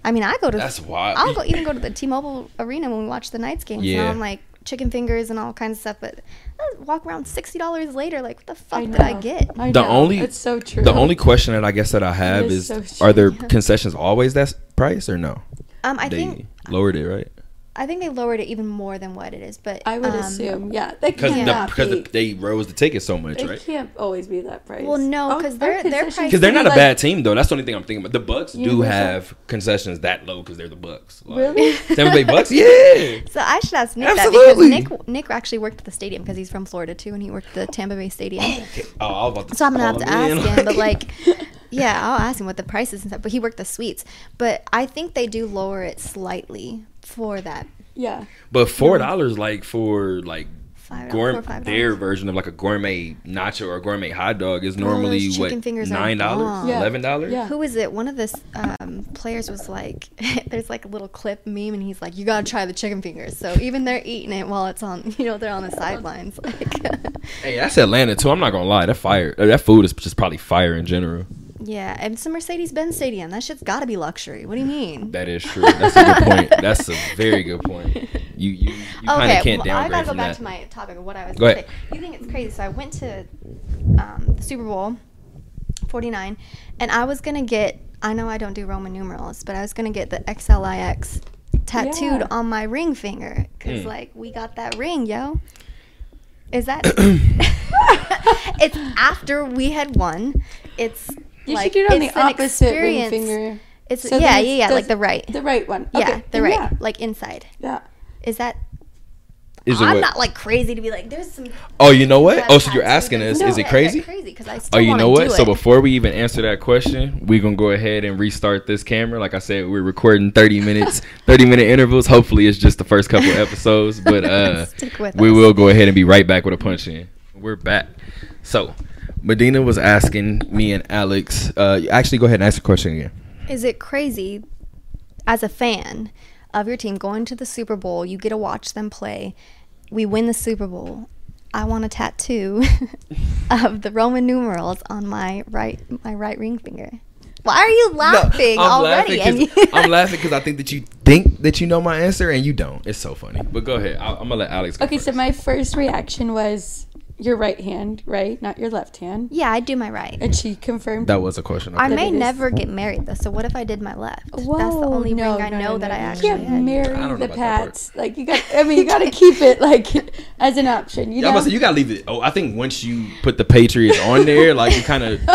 S3: I mean, I go to
S1: That's wild.
S3: I'll go even go to the T-Mobile Arena when we watch the Knights games.
S1: Yeah.
S3: And I'm like chicken fingers and all kinds of stuff, but I walk around sixty dollars later. Like, what the fuck did I
S2: know.
S3: get?
S2: I
S1: The
S2: know.
S1: only-
S2: It's so
S1: *laughs*
S2: true.
S1: the only question that I guess that I have
S2: It
S1: is:
S2: is so
S1: Are there
S3: true.
S1: concessions always that price or no?
S3: Um, I
S1: they
S3: think
S1: lowered it, right?
S3: I think they lowered it even more than what it is, but
S2: I would
S3: um,
S2: assume, yeah, they
S1: Because
S2: cannot
S1: because they
S2: be.
S1: rose the ticket so much,
S2: it
S1: right?
S2: can't always be that price. Oh,
S3: Well, no,
S2: Our-
S3: 'cause
S2: our
S3: their- their
S2: concessions
S3: price-
S1: Because they're
S2: fee,
S1: not a
S2: like-
S1: bad team though. That's the only thing I'm thinking about. The Bucks do
S2: Universal.
S1: have concessions that low because they're the Bucks. Like,
S2: Really?
S1: Tampa
S3: *laughs*
S1: Bay Bucks, yeah.
S3: So I should ask Nick
S1: Absolutely.
S3: that because Nick Nick actually worked at the stadium because he's from Florida too, and he worked at the Tampa Bay Stadium.
S1: Oh, I was about to
S3: So I'm gonna have
S1: call
S3: to
S1: him
S3: ask
S1: in, *laughs*
S3: him, but like, yeah, I'll ask him what the price is and stuff. But he worked the suites, but I think they do lower it slightly for that.
S2: Yeah.
S1: but four dollars, like for like
S3: Five, four or
S1: gourmet,
S3: five
S1: their
S3: dollars.
S1: version of like a gourmet nacho or gourmet hot dog is normally
S3: those chicken
S1: what
S3: fingers are
S1: nine dollars,
S3: bomb.
S2: Yeah.
S1: eleven dollars.
S2: Yeah.
S3: Who is it? One of the um, players was like, *laughs* "There's like a little clip meme, and he's like, you gotta try the chicken fingers.' So even they're eating it while it's on, *laughs* you know, they're on the sidelines. Like, *laughs*
S1: Hey, that's Atlanta too. I'm not gonna lie. That fire, uh, that food is just probably fire in general.
S3: yeah, and it's a Mercedes-Benz Stadium. That shit's gotta be luxury. What do you mean?
S1: That is true. That's a good point. *laughs* That's a very good point.
S3: *laughs*
S1: You you, you kind of can't
S3: well, I
S1: downgrade
S3: gotta go
S1: from
S3: back
S1: that.
S3: to my topic of what I was
S1: Go
S3: going to
S1: ahead.
S3: say. You think it's crazy? So I went to um, the Super Bowl 49, and I was gonna get. I know I don't do Roman numerals, but I was gonna get the XLIX tattooed
S2: Yeah.
S3: on my ring finger because,
S1: Mm.
S3: like, we got that ring, yo. Is
S1: *coughs*
S3: that? *laughs* it's after we had won. It's
S2: You should
S3: like,
S2: get on
S3: it's
S2: the
S3: an
S2: opposite ring
S3: experience.
S2: finger.
S3: It's
S2: So
S3: yeah,
S2: then
S3: yeah,
S2: it
S3: yeah, like
S2: doesn't-
S3: the right.
S2: The right one.
S3: yeah,
S2: Okay,
S3: the right,
S2: Yeah.
S3: like inside.
S2: yeah.
S3: Is that?
S1: Is it
S3: I'm
S1: what-
S3: not like crazy to be like. There's some
S1: Oh, you know what?
S3: Websites
S1: Oh, so you're asking
S3: even
S1: us,
S3: do
S1: is it
S3: They're
S1: crazy?
S3: Crazy, 'cause I
S1: Oh,
S3: still
S1: you
S3: wanna
S1: know
S3: do
S1: what? So
S3: it.
S1: before we even answer that question, we're gonna go ahead and restart this camera. Like I said, we're recording
S3: *laughs*
S1: 30 minutes, 30 minute intervals. Hopefully, it's just the first couple episodes,
S3: *laughs*
S1: but uh,
S3: Stick with
S1: we
S3: us.
S1: will go ahead and be right back with a punch in. We're back. So, Medina was asking me and Alex. Uh, actually, go ahead and ask the question again.
S3: is it crazy as a fan of your team going to the Super Bowl? You get to watch them play. We win the Super Bowl. I want a tattoo *laughs* of the Roman numerals on my right my right ring finger. Why are you laughing
S1: Laughing
S3: already?
S1: 'cause-
S3: And you-
S1: *laughs* I'm laughing because I think that you think that you know my answer and you don't. It's so funny. But go ahead. I, I'm gonna let Alex. Go
S2: Okay, so
S1: first.
S2: my first reaction was your right hand, right? Not your left hand.
S3: *laughs* Yeah, I do my right.
S2: And she confirmed.
S1: That was a question.
S3: I
S1: Okay.
S3: may
S2: it is-
S3: never get married though. So what if I did my left?
S2: Whoa,
S3: That's the only
S2: no,
S3: ring I
S2: no,
S3: know
S2: no,
S3: that
S2: no,
S3: I
S2: no.
S3: actually
S2: You
S3: had.
S2: can't marry
S1: I don't know
S2: the
S1: about that part.
S2: pats. Like you got.
S3: *laughs*
S2: I mean, you got to keep it like as an option. You
S1: Yeah, I'm
S2: know.
S1: about to say, you gotta leave it. Oh, I think once you put the Patriots on there, like you kind of you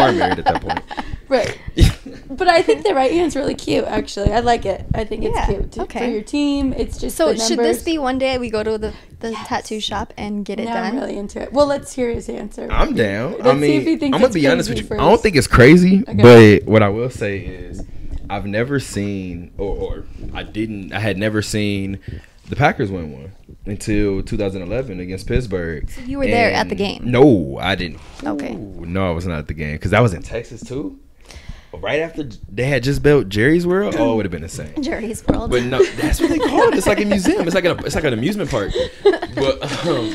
S1: are married at that
S3: *laughs*
S1: point.
S2: right. *laughs* But I think the right hand's really cute. Actually, I like it. I think it's
S3: Yeah,
S2: cute to, for
S3: okay.
S2: your team. It's just
S3: So
S2: the
S3: should this
S2: numbers.
S3: be one day we go to the, the tattoo shop and get it
S2: Now
S3: done?
S2: I'm really into it. Well, let's hear his answer.
S1: *laughs* I'm down. I
S2: Let's see if
S1: mean,
S2: he thinks
S1: I'm gonna
S2: it's
S1: be honest with
S2: crazy
S1: you. I don't
S2: first.
S1: think it's crazy,
S2: Okay.
S1: but what I will say is, I've never seen, or, or I didn't, I had never seen the Packers win one until 2011 against Pittsburgh. So
S3: you were there at the game?
S1: Mm, No, I didn't.
S3: Okay.
S1: Ooh, no, I was not at the game because I was in Texas too. Right after they had just built Jerry's World, oh, it would have been the same.
S3: Jury's world.
S1: But no, that's what they call it. It's like a museum. It's like an it's like an amusement park. But um,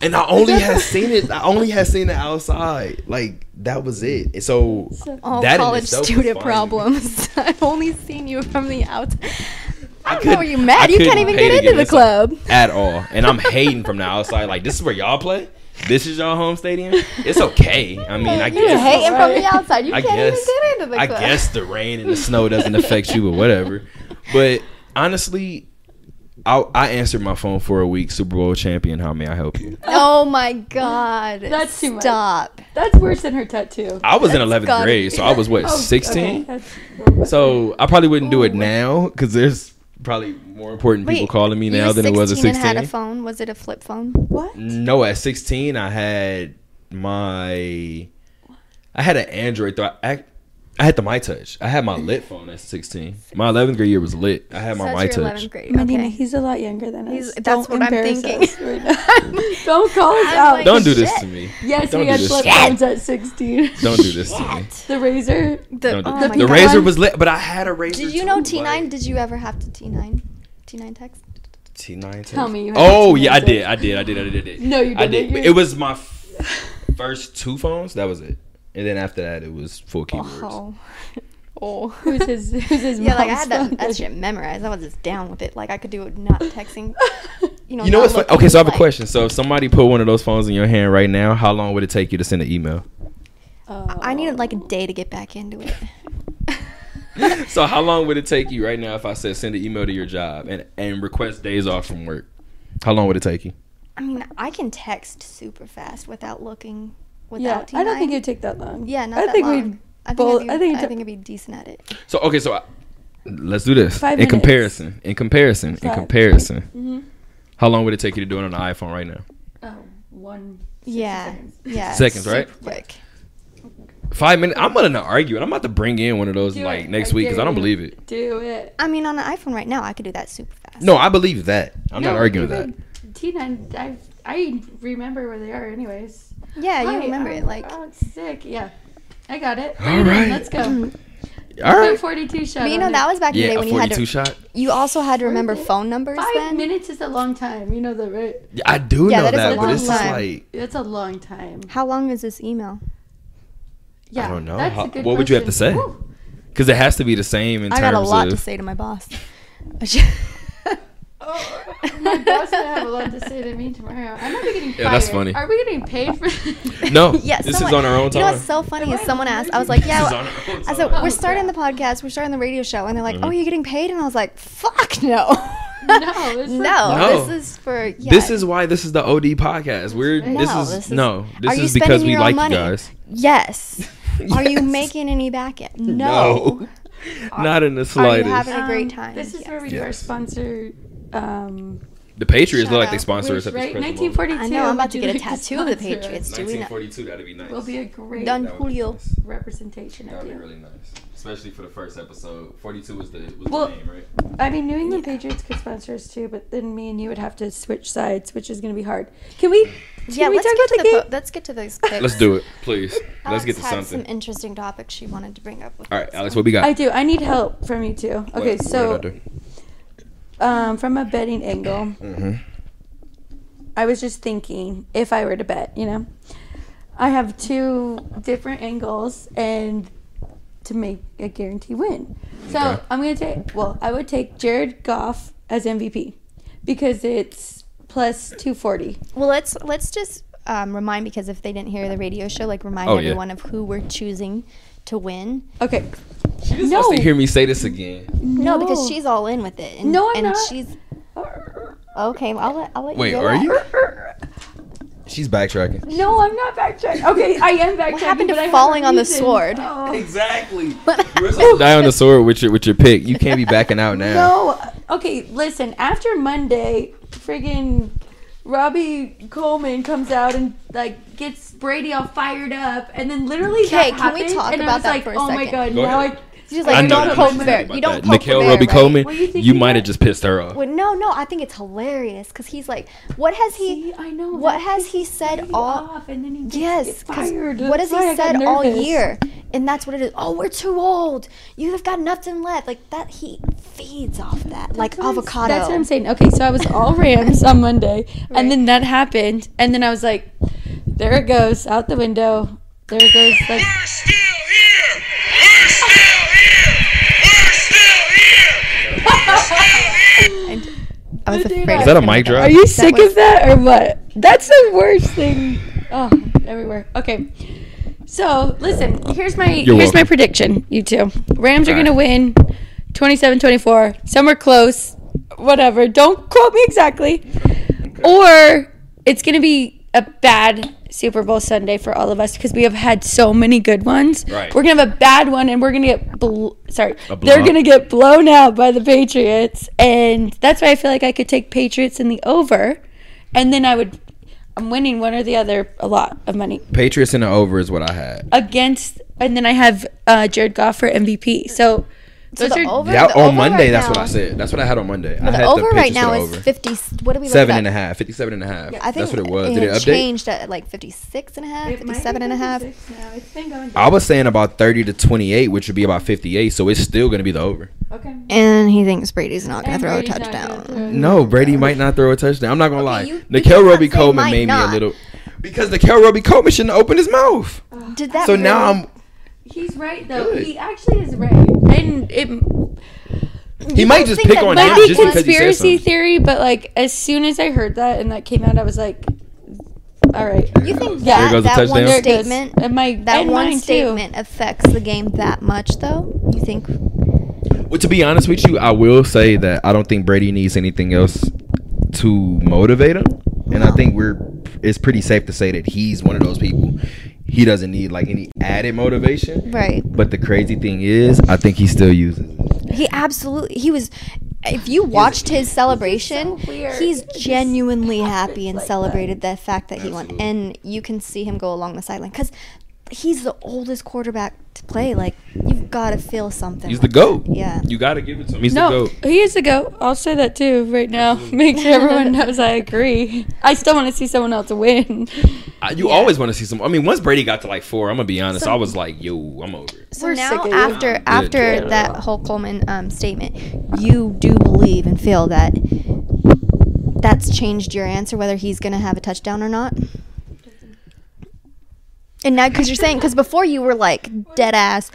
S1: and I only had seen it. I only had seen it outside. Like that was it. And so
S3: *laughs* all
S1: that in
S3: college
S1: itself is
S3: student
S1: fine.
S3: problems. *laughs* I've only seen you from the outside. I don't
S1: could-
S3: know where you met.
S1: I
S3: You can't
S1: couldn't
S3: even
S1: pay
S3: get
S1: to
S3: into the
S1: inside
S3: club.
S1: at all. And I'm hating from the outside. Like this is where y'all play. This is y'all home stadium. It's okay. I mean, I
S3: *laughs* *laughs* You're
S1: guess.
S3: hating from the
S2: Right.
S3: outside. You
S1: I
S3: can't
S1: guess.
S3: even get into the
S1: I
S3: club.
S1: guess the rain and the snow doesn't affect you, but whatever. But honestly. I, I answered my phone for a week. Super Bowl champion, how may I help you?
S3: *laughs* Oh my god.
S2: That's too much.
S3: Stop.
S2: That's worse than her tattoo.
S1: I was in
S3: That's
S1: 11th
S3: gotta
S1: grade,
S3: be- *laughs*
S1: so I was what
S2: Oh,
S1: 16.
S2: okay, that's-
S1: So I probably wouldn't do it now because there's probably more important people
S3: Wait,
S1: calling me
S3: you
S1: now
S3: were
S1: than it was at
S3: 16 and
S1: 16.
S3: had a phone. Was it a flip phone?
S2: what?
S1: No, at 16 I had my I had an Android. Though I, I had the My Touch. I had my lit phone at 16. My 11th grade year was lit. I had my
S3: That's
S1: My
S3: your
S1: Touch.
S3: 11th grade.
S2: Medina,
S3: Okay.
S2: he's a lot younger than us.
S3: He's-
S2: Don't
S3: that's what I'm
S2: embarrass
S3: thinking.
S2: us
S3: *laughs*
S2: right now. Don't call us
S3: I'm
S2: out.
S3: like-
S1: Don't do this
S3: Shit.
S1: to me.
S2: yes,
S1: Don't
S2: we
S1: do
S2: had
S1: this
S2: flip
S1: to me.
S2: phones at 16.
S1: Don't
S2: *laughs*
S1: do this to me.
S2: The razor.
S3: The,
S1: Don't do-
S3: oh
S2: The-
S3: my
S1: the
S3: God.
S1: razor
S2: one-
S1: was lit, but I had a razor.
S3: Did you know
S1: too,
S3: T9?
S1: like-
S3: Did you ever have to T9? T9 text?
S1: T9
S2: Tell me you had
S1: Oh
S2: a T9
S1: yeah, I
S2: text.
S1: did. I did. I did. I did. I did.
S2: No, you
S1: I
S2: didn't.
S1: did.
S2: You-
S1: It was my f-
S2: *laughs*
S1: first two phones. That was it. And then after that, it was full keywords.
S3: Oh. *laughs* Oh.
S2: Who's his? Who's his?
S3: Yeah, like I
S2: mom's
S3: had
S2: phone?
S3: that, that shit memorized. I was just down with it. Like I could do it
S2: *laughs*
S3: not texting. You know,
S1: You know
S3: not
S1: what's funny?
S3: looking,
S1: Okay, so I have a
S3: like-
S1: question. So if somebody put one of those phones in your hand right now, how long would it take you to send an
S2: *laughs*
S1: email?
S3: I needed like a day to get back into it.
S1: *laughs* So how
S2: *laughs*
S1: long would it take you right now if I said send an email to your job and, and request days off from work? How long would it take you?
S3: I mean, I can text super fast without looking.
S2: Yeah,
S3: Without
S2: I don't think
S3: T9.
S2: it'd take that long.
S3: Yeah, not
S2: I
S3: that
S2: think
S3: long.
S2: we'd.
S3: I think
S2: both-
S3: I'd be,
S2: I think it
S3: I
S2: took-
S3: think I'd be decent at it.
S1: So okay, so I, let's do this.
S2: Five
S1: in
S2: minutes.
S1: comparison, in comparison, in
S2: Five.
S1: comparison,
S2: Mm-hmm.
S1: how long would it take you to do it on an iPhone right now?
S2: Oh, one.
S3: Yeah, yeah.
S1: Seconds, right?
S3: super Quick.
S1: Five minutes. I'm gonna not argue it. I'm about to bring in one of those
S2: *laughs* Do
S1: like
S2: it.
S1: next
S2: I
S1: week because I
S2: dare
S1: don't
S2: you.
S1: believe it.
S2: Do it.
S3: I mean, on an iPhone right now, I could do that super fast.
S1: No, I believe that. I'm not
S2: No,
S1: arguing
S2: you
S1: with that.
S2: would- T9, I, I remember where they are, anyways.
S3: Yeah,
S2: Hi,
S3: you remember
S2: I'm-
S3: it like.
S2: Oh, it's sick. Yeah. I got it.
S1: All
S2: Bring it in.
S1: right.
S2: Let's go.
S1: All
S2: Put
S1: right.
S2: 42 shot.
S3: But you
S2: on
S3: know
S2: it.
S3: that was back in the day
S1: Yeah, a
S3: when you had
S1: 42
S3: to.
S1: shot.
S3: You also had to remember phone numbers
S2: Five
S3: then.
S2: minutes is a long time. You know the right?
S1: Yeah, I do
S3: Yeah,
S1: know that,
S3: that is a
S1: but
S3: long
S1: this
S3: time.
S1: is like
S2: That's a long time.
S3: How long is this email?
S2: Yeah.
S1: I don't know.
S2: That's
S1: How-
S2: a good
S1: what would you have to
S2: question.
S1: say?
S2: Woo.
S1: because it has to be the same in
S3: I got
S1: terms
S3: a lot
S1: of.
S3: to say to my boss.
S1: *laughs*
S3: Oh,
S2: *laughs* Oh, My boss might have a lot to say to me tomorrow. I might be getting fired.
S1: Yeah, that's funny.
S2: Are we getting paid
S1: *laughs*
S2: for this? *laughs*
S3: *laughs*
S1: No,
S3: yes,
S1: this is on our own
S3: You know
S1: time.
S3: what's so funny is
S2: Wait,
S3: someone
S2: where
S3: asked.
S2: did
S3: I was
S2: you-
S3: like, "Yeah."
S1: This is
S3: well-
S1: on our own
S3: I said,
S1: time. Mm-hmm.
S3: "We're starting the podcast. We're starting the radio show," and they're like, "Oh, you're getting paid?" And I was like, "Fuck no,
S2: No,
S3: *laughs*
S2: this is-
S3: no,
S1: No.
S3: this is for yeah.
S1: This is why this is the OD podcast. We're
S2: right.
S1: this
S3: No,
S1: is
S3: this is-
S1: no,
S3: Are
S1: this
S3: you
S1: is because
S3: spending
S1: we
S3: your own
S1: like
S3: money?
S1: you guys.
S3: yes.
S1: *laughs*
S3: Are you
S1: Yes.
S3: making any back end? No.
S1: *laughs* No, not in the
S3: Are you
S1: slightest.
S3: having a great
S2: Um,
S3: time?
S2: This is
S3: Yes.
S2: where we do our
S1: Yes.
S2: sponsor. Um,
S1: the Patriots
S3: Shut
S1: look like they
S3: up.
S1: sponsor us
S2: right?
S1: at this present moment.
S2: 1942.
S3: I know. I'm about to
S2: would you
S3: get a
S2: like
S3: tattoo of the
S2: sponsor us?
S3: Patriots. Do we not?
S1: 1942. That'd be nice.
S2: Will be a great
S3: Done.
S1: That would be
S3: Julio.
S1: nice.
S2: representation
S1: That
S2: of
S1: would be
S2: you.
S1: really nice, especially for the first episode. 42 was the was
S2: Well-
S1: the name, right?
S2: I mean, New England Patriots could sponsor us too, but then me and you would have to switch sides, which is going to be hard. Can we? Can
S3: Yeah,
S2: we
S3: let's
S2: talk
S3: get,
S2: about the
S3: to the
S2: game?
S3: po- let's get to *laughs* those picks.
S1: Let's do it, please. Let's
S3: Alex
S1: get to
S3: had
S1: something.
S3: some interesting topics she wanted to bring up. With
S1: All right,
S3: us.
S1: Alex, what we got?
S2: I do. I need help from you too.
S1: What-
S2: Okay,
S1: what
S2: so
S1: did I do?
S2: um, from a betting angle,
S1: Mm-hmm.
S2: I was just thinking if I were to bet, you know, I have two different angles and to make a guarantee win. So
S1: Okay.
S2: I'm going to take, well, I would take Jared Goff as MVP because it's plus 240.
S3: Well, let's let's just um, remind because if they didn't hear the radio show, like remind
S1: Oh, yeah.
S3: everyone of who we're choosing to win.
S2: Okay.
S1: She just
S2: No.
S1: wants to hear me say this again.
S3: No, because she's all in with it. And,
S2: No, I'm
S3: and
S2: not.
S3: she's okay. I'll let I'll let
S1: Wait,
S3: you. do
S1: are
S3: that.
S1: you? She's backtracking.
S2: No, I'm not backtracking. Okay, I am backtracking. What
S3: happened to falling on the sword?
S2: Oh.
S1: Exactly. *laughs*
S3: *laughs*
S1: You're supposed to die on the sword with your with your pick. You can't be backing out now.
S2: No. Okay, listen. After Monday, friggin' Robbie Coleman comes out and like gets Brady all fired up, and then literally.
S3: Okay,
S2: that
S3: can we
S2: happened,
S3: talk
S2: and I
S3: about
S2: was
S3: that
S2: like,
S3: for a
S2: Oh my
S3: second?
S2: god!
S1: Go
S2: now
S1: ahead.
S2: I.
S3: She's just like
S1: I
S3: you
S1: know
S3: don't
S1: that
S3: poke
S1: she's
S3: the
S1: mad
S3: bear.
S1: about
S3: You don't
S1: that.
S3: poke
S1: Nikhail
S3: the bear,
S1: Roby
S3: right?
S1: Coleman,
S2: What do you think
S1: you
S2: he
S1: might have
S2: did?
S1: just pissed her off.
S3: Well, no, no. I think it's hilarious because he's like, what has he?
S2: See, I know.
S3: What
S2: that
S3: has
S2: pissed
S3: he said
S2: me
S3: all?
S2: off, and then he gets
S3: Yes, 'cause
S2: fired.
S3: what has
S2: That's why
S3: he
S2: I got
S3: said all
S2: nervous.
S3: year? And that's what it is. Oh, we're too old. You have got nothing left. Like that, he feeds off that, like
S2: That's what I'm-
S3: avocado.
S2: That's what I'm saying. Okay, so I was all Rams on Monday,
S3: Right.
S2: and then that happened, and then I was like, "There it goes out the window. There it goes." Like,
S4: We're still here. We're still here. We're still here.
S3: I was
S2: Dude,
S3: afraid.
S2: I-
S3: it
S2: Is
S1: that a
S3: was gonna
S1: mic
S3: go.
S1: drop?
S2: are you
S3: That
S2: sick
S3: was-
S2: of that or what? That's the worst thing. Oh, everywhere. Okay. So listen, here's my here's my
S1: welcome.
S2: prediction. You two, Rams are
S1: All right.
S2: gonna win, 27-24, somewhere close, whatever. Don't quote me exactly. Or it's going to be a bad Super Bowl Sunday for all of us because we have had so many good ones.
S1: Right.
S2: We're going to have a bad one and we're going to get bl- sorry. They're
S1: blowout.
S2: going to get blown out by the Patriots and that's why I feel like I could take Patriots in the over and then I would I'm winning one or the other a lot of money
S1: Patriots in the over is what I had.
S2: against and then I have uh, Jared Goff for MVP. So
S3: So
S2: those
S3: the
S2: are
S3: over,
S1: That,
S3: the over
S1: on Monday,
S3: right
S1: that's what
S3: now-
S1: I said. That's what I had on Monday. I had
S3: The over
S1: the
S3: right
S1: Patriots
S3: now
S1: to the
S3: is
S1: over.
S3: fifty. What do we? look
S1: Seven
S3: up?
S1: and a half, 57 and a half.
S3: I think
S1: that's what it was. Did
S3: It
S1: it
S3: had
S1: update?
S3: changed at like 56 and a half, 57 and a half.
S2: It's been going
S1: I was saying about 30 to 28, which would be about 58, so it's still going to be the over.
S2: Okay.
S3: And he thinks Brady's not going to throw a
S2: Brady's not gonna
S3: touchdown.
S2: throw.
S1: No, Brady might not throw a touchdown. I'm not going to lie.
S3: you- you
S1: Nikhil
S3: cannot
S1: Roby
S3: say might
S1: Coleman made me
S3: not.
S1: a little. Because Nikhil Roby Coleman shouldn't open his mouth.
S3: Did that
S1: So now
S3: really-
S1: I'm.
S2: He's right though.
S1: Good.
S2: He actually is right, and it
S1: He might
S3: don't
S1: just
S3: think
S1: pick
S3: that
S1: on
S2: might
S1: him
S3: Matt-
S2: be
S1: just because he said
S2: conspiracy
S1: something.
S2: theory. But like, as soon as I heard that and that came out, I was like, "All right."
S3: You think
S2: There
S3: that,
S1: goes the
S3: that one
S1: touchdown.
S2: There it goes.
S3: statement,
S2: And my
S3: that
S2: and mine,
S3: one
S2: too.
S3: statement affects the game that much, though? You think?
S1: Well, to be honest with you, I will say that I don't think Brady needs anything else to motivate him, and I
S3: No.
S1: think we're it's pretty safe to say that he's one of those people. He doesn't need like any added motivation.
S3: Right.
S1: But the crazy thing is, I think he still uses it.
S3: He absolutely. He was. If you watched his celebration,
S2: weird.
S3: he's
S2: It just
S3: genuinely happy and
S2: like that.
S3: celebrated the fact that he won. And you can see him go along the sideline because he's the oldest quarterback to play. Like, you've got to feel something.
S1: He's the goat.
S3: Yeah.
S1: You got to give it to him. He's the
S2: No,
S1: goat.
S2: he is a goat. I'll say that too right now. *laughs* Make sure everyone knows I agree. I still want to see someone else win.
S1: I- you always want to see some. I mean, once Brady got to like four, I'm gonna be honest. I was like, yo, I'm over. it.
S3: So
S2: We're sick
S3: now,
S2: of you.
S3: after
S1: Good.
S3: after
S1: Yeah.
S3: that whole Coleman um, statement, you do believe and feel that that's changed your answer whether he's going to have a touchdown or not. And now, because you're saying, because before you were like dead ass,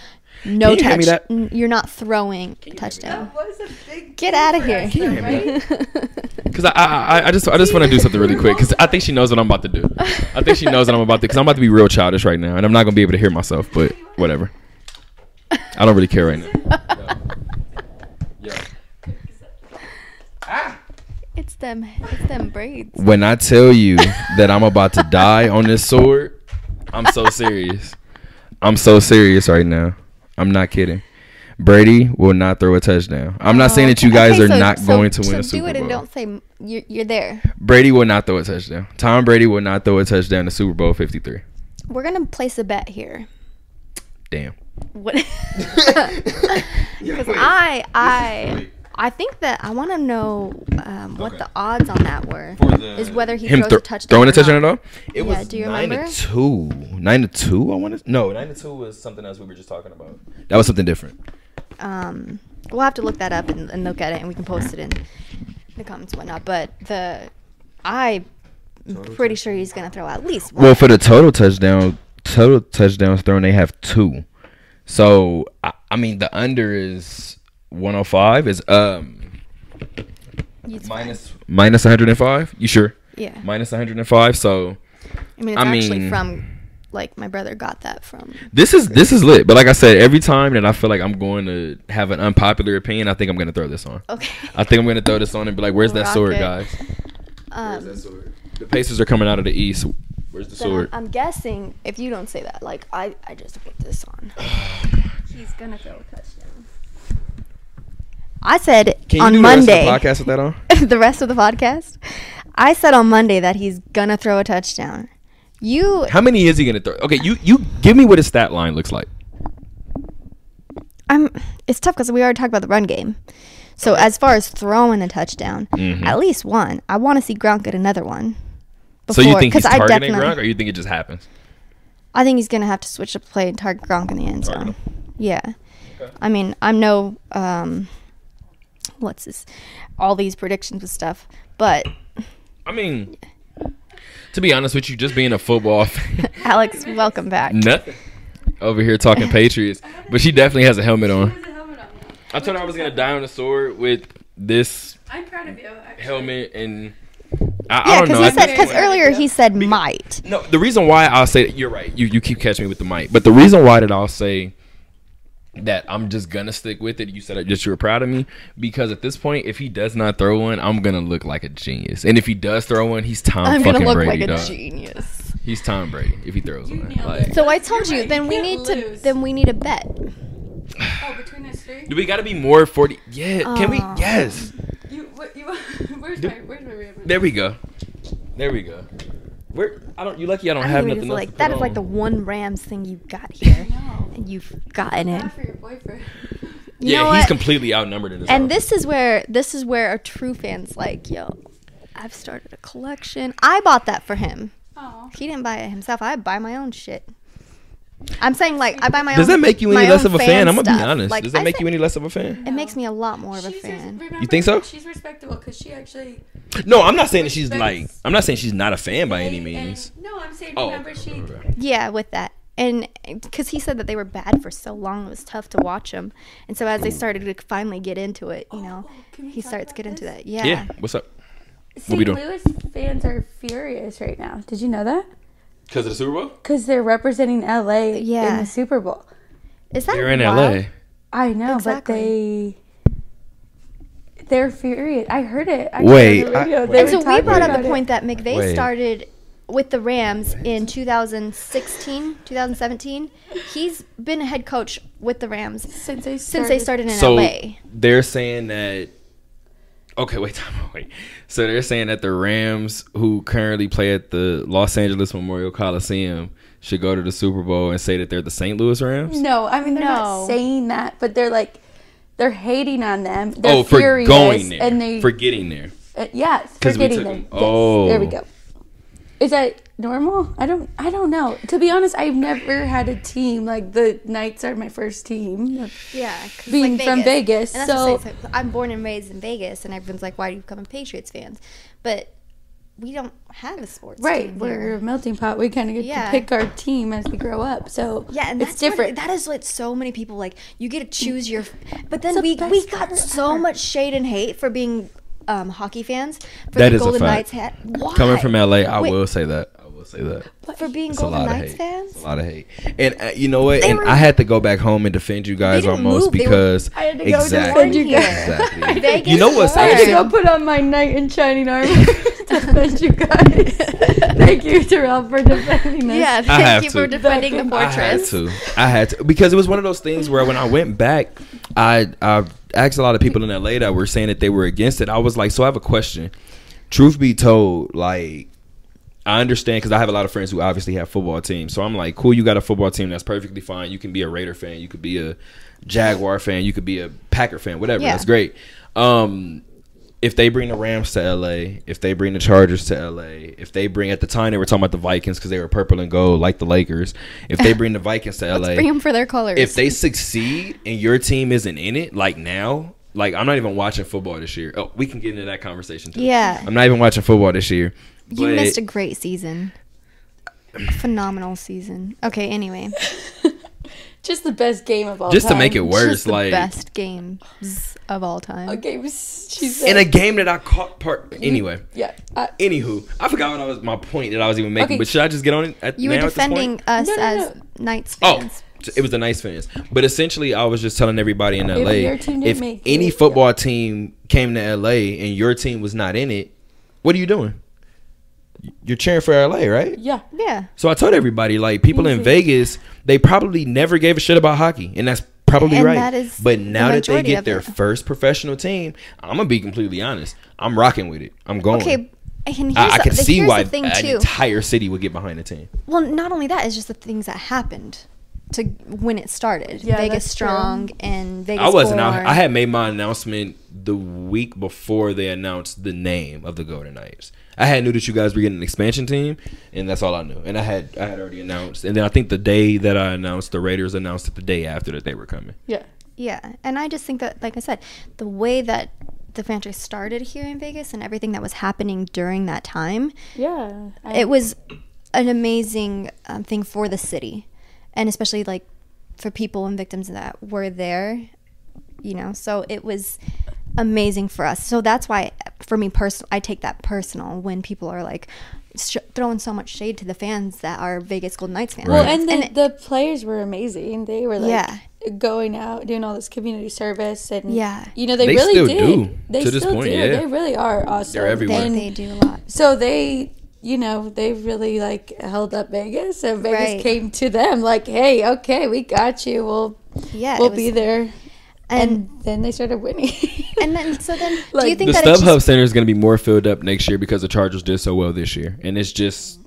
S3: no
S1: Can you hand me
S3: touch,
S1: that?
S3: n- you're not throwing a touchdown.
S2: was a big
S3: Get out of here!
S1: you hand me Cause I, I I- I just I just want to do something really quick. Cause I think she knows what I'm about to do. I think she knows what I'm about to. Cause I'm about to be real childish right now, and I'm not gonna be able to hear myself. But whatever. I don't really care right now.
S3: *laughs* it's them, it's them braids.
S1: When I tell you that I'm about to die on this sword, I'm so serious. I'm so serious right now. I'm not kidding. Brady will not throw a touchdown. I'm not saying that you guys
S3: Oh, Okay,
S1: are
S3: so-
S1: not
S3: so-
S1: going to win
S3: so
S1: a Super
S3: do it
S1: Bowl.
S3: and don't say m- you're, you're there.
S1: Brady will not throw a touchdown. Tom Brady will not throw a touchdown to Super Bowl 53.
S3: We're gonna place a bet here. *laughs*
S1: Damn.
S3: What? Because I, I, I think that I want to know um, what the odds on that were. is whether he
S1: him
S3: throws
S1: thro-
S3: a touchdown
S1: throwing
S3: or
S1: a touchdown
S3: not.
S1: at all. It
S3: Yeah,
S1: was
S3: do you
S1: nine
S3: remember?
S1: to two. Nine to two. I want to. No, nine to two was something else we were just talking about. That was something different.
S3: Um, we'll have to look that up and, and look at it, and we can post it in the comments and whatnot. But the, I'm pretty sure he's gonna throw at least one.
S1: Well, for the total touchdown, total touchdowns thrown, they have two. So I, I mean, the under is one hundred five. Is um
S3: He's fine.
S1: minus minus one hundred and five. You sure?
S3: Yeah.
S1: Minus one hundred and five. So
S3: I mean, it's
S1: I
S3: actually
S1: mean-
S3: from like my brother got that from.
S1: This is this is lit. But like I said, every time that I feel like I'm going to have an unpopular opinion, I think I'm gonna throw this on.
S3: Okay.
S1: I think I'm gonna throw this on and be like, "Where's that sword,
S3: Oh. Rocket.
S1: guys?
S3: Um,
S1: sword? The Pacers are coming out of the East. Where's the
S3: then
S1: sword?"
S3: I'm guessing if you don't say that, like I, I just put this on.
S2: He's gonna throw a touchdown.
S3: I said
S1: Can you
S3: on
S1: do the
S3: Monday.
S1: rest of the podcast with that on?
S3: *laughs* the rest of the podcast. I said on Monday that he's gonna throw a touchdown. You,
S1: How many is he gonna throw? Okay, you you give me what his stat line looks like.
S3: I'm. It's tough because we already talked about the run game. So as far as throwing a touchdown,
S1: Mhm.
S3: at least one. I want to see Gronk get another one.
S1: so you
S3: before-
S1: think he's
S3: 'cause I
S1: targeting
S3: definitely-
S1: Gronk, or you think it just happens?
S3: I think he's gonna have to switch up play and target Gronk in the end
S1: Target
S3: zone.
S1: him.
S3: Yeah, I mean, I'm no um, what's this? All these predictions and stuff, but *laughs*
S1: I mean, to be honest with you, just being a football *laughs* fan,
S3: Alex, welcome back.
S1: nothing over here talking Patriots, but she definitely has a helmet on. I told her I was gonna die on the sword with this
S2: I'm proud of you. Actually.
S1: helmet, and I, I
S3: Yeah,
S1: don't know.
S3: because he
S1: I
S3: said
S1: think-
S3: because earlier he said might.
S1: No, the reason why I'll say you're right. You you keep catching me with the mic, but the reason why that I'll say that I'm just gonna stick with it. You said it just you were proud of me because at this point, if he does not throw one, I'm gonna look like a genius. And if he does throw one, he's Tom
S3: I'm
S1: fucking
S3: gonna look
S1: Brady.
S3: like a
S1: dog.
S3: genius.
S1: He's Tom Brady if he throws
S2: You
S1: one.
S2: nailed
S1: Like,
S2: it.
S3: So I told
S2: You're
S3: you.
S2: right,
S3: Then
S2: you
S3: we
S2: can't
S3: need to.
S2: lose.
S3: Then we need a bet.
S2: Oh, between us three?
S1: do we got to be more forty? Yeah. Can we? Yes.
S2: You, what, you, *laughs* where's
S1: Do-
S2: my, where's my ribbon?
S1: There we go. There we go. Where I don't. You lucky I don't
S3: I
S1: have
S3: mean,
S1: nothing
S3: it's
S1: else
S3: like
S1: to
S3: that
S1: put
S3: is like the
S1: on.
S3: one Rams thing you've got here,
S2: No.
S3: and you've gotten it.
S2: Not for your *laughs* boyfriend.
S3: You
S1: yeah,
S3: know
S1: he's
S3: what?
S1: completely outnumbered in this.
S3: And
S1: house.
S3: this is where this is where a true fan's like, yo, I've started a collection. I bought that for him.
S2: Oh.
S3: He didn't buy it himself. I buy my own shit. I'm saying like I buy my
S1: Does that
S3: own.
S1: make you any
S3: my
S1: less
S3: own
S1: of a fan? I'm gonna be
S3: stuff.
S1: honest.
S3: Like,
S1: Does that
S3: I
S1: make
S3: said-
S1: you any less of a fan?
S3: It makes me a lot more of a fan.
S1: You think so?
S2: She's respectable because she actually.
S1: No, I'm not saying that she's
S2: But
S1: like.
S2: it's-
S1: I'm not saying she's not a fan by any
S2: and-
S1: means.
S2: no, I'm saying
S1: Oh,
S2: remember she.
S3: Yeah, with that. And because he said that they were bad for so long, it was tough to watch them. And so as they started to finally get into it, you know,
S2: oh, can we
S3: he
S2: talk
S3: starts
S2: about
S3: get into
S2: this?
S3: that. Yeah.
S1: yeah. What's up?
S2: St.
S1: we doing?
S2: Louis fans are furious right now. Did you know that?
S1: Because of the Super Bowl?
S2: Because they're representing LA in
S3: Yeah.
S2: the Super Bowl.
S3: Is that
S1: You're in
S3: wild?
S1: LA.
S2: I know,
S3: Exactly.
S2: but they they're furious. I heard it. I
S1: Wait,
S2: heard it on the
S1: I-
S2: radio.
S1: And
S2: They
S3: And
S2: were
S3: so we
S2: talking
S3: brought up
S2: about
S3: the
S2: it.
S3: point that McVay
S1: Wait.
S3: started with the Rams in 2016, 2017. He's been a head coach with the Rams since
S2: since they started.
S3: they started in
S1: So
S3: LA.
S1: they're saying that. Okay, wait, *laughs* time out, wait. So they're saying that the Rams, who currently play at the Los Angeles Memorial Coliseum, should go to the Super Bowl and say that they're the St. Louis Rams.
S2: No, I mean they're
S3: No.
S2: not saying that, but they're like they're hating on them. They're
S1: oh, for
S2: furious,
S1: going there,
S2: and they
S1: for getting there.
S2: uh, yes,
S1: 'Cause
S2: for
S1: we
S2: getting
S1: took
S2: them.
S1: them.
S2: Yes, there we
S1: Oh.
S2: go. Is that normal? I don't. I don't know. To be honest, I've never had a team like the Knights are my first team.
S3: Yeah, 'cause,
S2: Being from Vegas,
S3: And that's what I'm
S2: so-
S3: saying, so I'm born and raised in Vegas, and everyone's like, "Why do you become a Patriots fans?" But we don't have a sports
S2: Right,
S3: team
S2: we're
S3: here.
S2: a melting pot. We kind of get
S3: Yeah.
S2: to pick our team as we grow up. So
S3: Yeah, and that's
S2: it's different.
S3: What, that is what so many people like. You get to choose your, but then
S2: the
S3: we
S2: best
S3: we got
S2: part
S3: so
S2: ever.
S3: much shade and hate for being um, hockey fans. For
S1: That
S3: the
S1: is a
S3: Golden
S1: fact.
S3: Knights hat. Why?
S1: Coming from LA, I
S3: Wait.
S1: will say that. I will say that.
S3: for being
S1: It's a
S3: Golden
S1: lot of
S3: Knights
S1: hate. It's
S3: *laughs* fans.
S1: a lot of hate. And uh, you know what?
S3: They
S1: and
S3: were-
S1: I had to go back home and defend you guys
S3: didn't
S1: almost
S3: move. They were-
S1: because
S2: I had to go
S1: exactly,
S2: defend you guys.
S1: exactly.
S3: *laughs* Vegas
S1: you know what's
S3: won.
S2: I had to
S1: actually
S2: go put on my knight in shining armor *laughs* to defend you guys. Thank you, Terrell, for defending us.
S3: Yeah,
S1: I have
S3: thank you for
S1: to.
S3: defending the
S2: I
S1: I had
S3: fortress.
S1: to. I had to because it was one of those things where when I went back, I I asked a lot of people in LA that were saying that they were against it. I was like, so I have a question. Truth be told, like I understand because I have a lot of friends who obviously have football teams. So I'm like, cool, you got a football team. That's perfectly fine. You can be a Raider fan. You could be a Jaguar fan. You could be a Packer fan. Whatever.
S3: Yeah.
S1: That's great. Um, if they bring the Rams to LA, if they bring the Chargers to LA, if they bring at the time they were talking about the Vikings because they were purple and gold like the Lakers. If they bring the Vikings
S3: *laughs*
S1: to LA,
S3: Bring them for their colors.
S1: if they succeed and your team isn't in it, like now, like I'm not even watching football this year. Oh, we can get into that conversation too.
S3: Yeah.
S1: I'm not even watching football this year.
S3: you
S1: but-
S3: missed a great season. A phenomenal season. Okay, anyway.
S2: Just the best game of all
S1: Just to
S2: time.
S1: make it worse,
S3: Just the
S1: like
S3: best games of all time.
S2: A game, she said.
S1: in a game that I caught part anyway.
S2: yeah. Uh, I,
S1: Anywho, I forgot what I was my point that I was even making.
S2: Okay.
S1: But should I just get on it? At,
S3: You
S1: now
S3: were
S1: at this point?
S3: defending us
S2: No, no,
S3: as
S2: no.
S3: Knights
S1: Oh,
S3: fans.
S1: it was a nice finish. But essentially, I was just telling everybody in LA
S2: your team didn't
S1: if
S2: make
S1: any
S2: it,
S1: football team came to LA and your team was not in it, what are you doing? You're cheering for LA, right?
S2: yeah.
S3: Yeah.
S1: So I told everybody, like people in
S2: Easy.
S1: Vegas, they probably never gave a shit about hockey, and that's probably
S3: And
S1: right.
S3: that is
S1: but
S3: the
S1: now that they
S3: majority
S1: get
S3: of
S1: their
S3: it.
S1: first professional team, I'm gonna be completely honest. I'm rocking with it. I'm going.
S3: Okay. And here's
S1: I, I
S3: the-
S1: can
S3: the,
S1: see
S3: here's
S1: why
S3: the thing
S1: an
S3: too.
S1: entire city would get behind the team.
S3: Well, not only that, it's just the things that happened to when it started.
S2: Yeah,
S3: Vegas
S2: that's
S3: Strong and Vegas.
S1: I wasn't.
S3: Born.
S1: I, I had made my announcement the week before they announced the name of the Golden Knights. I had knew that you guys were getting an expansion team, and that's all I knew. And I had I had already announced, and then I think the day that I announced, the Raiders announced it the day after that they were coming.
S2: Yeah.
S3: Yeah, and I just think that, like I said, the way that the fantasy started here in Vegas and everything that was happening during that time,
S2: Yeah. I,
S3: it was an amazing um, thing for the city, and especially like for people and victims that were there, you know. So it was amazing for us. So that's why, for me personal, I take that personal when people are like sh- throwing so much shade to the fans that are Vegas Golden Knights fans.
S1: Well,
S2: Well, and the,
S3: And
S2: the players were amazing. They were like
S3: Yeah.
S2: going out doing all this community service and
S3: Yeah.
S2: you know they,
S1: They
S2: really
S1: still
S2: did.
S1: do,
S2: They
S1: to this
S2: still
S1: point,
S2: do.
S1: yeah.
S2: They really are awesome.
S1: They're everywhere.
S2: And
S3: they do a lot.
S2: so they, you know, they really like held up Vegas, and Vegas
S3: Right.
S2: came to them like, "Hey, okay, we got you. We'll
S3: Yeah, Uh, it
S2: we'll
S3: was-
S2: be there."
S3: and
S2: And then they started winning.
S3: and then so then do you
S2: Like-
S3: think
S1: The
S3: that it's
S1: StubHub Center is going to be more filled up next year because the Chargers did so well this year, and it's just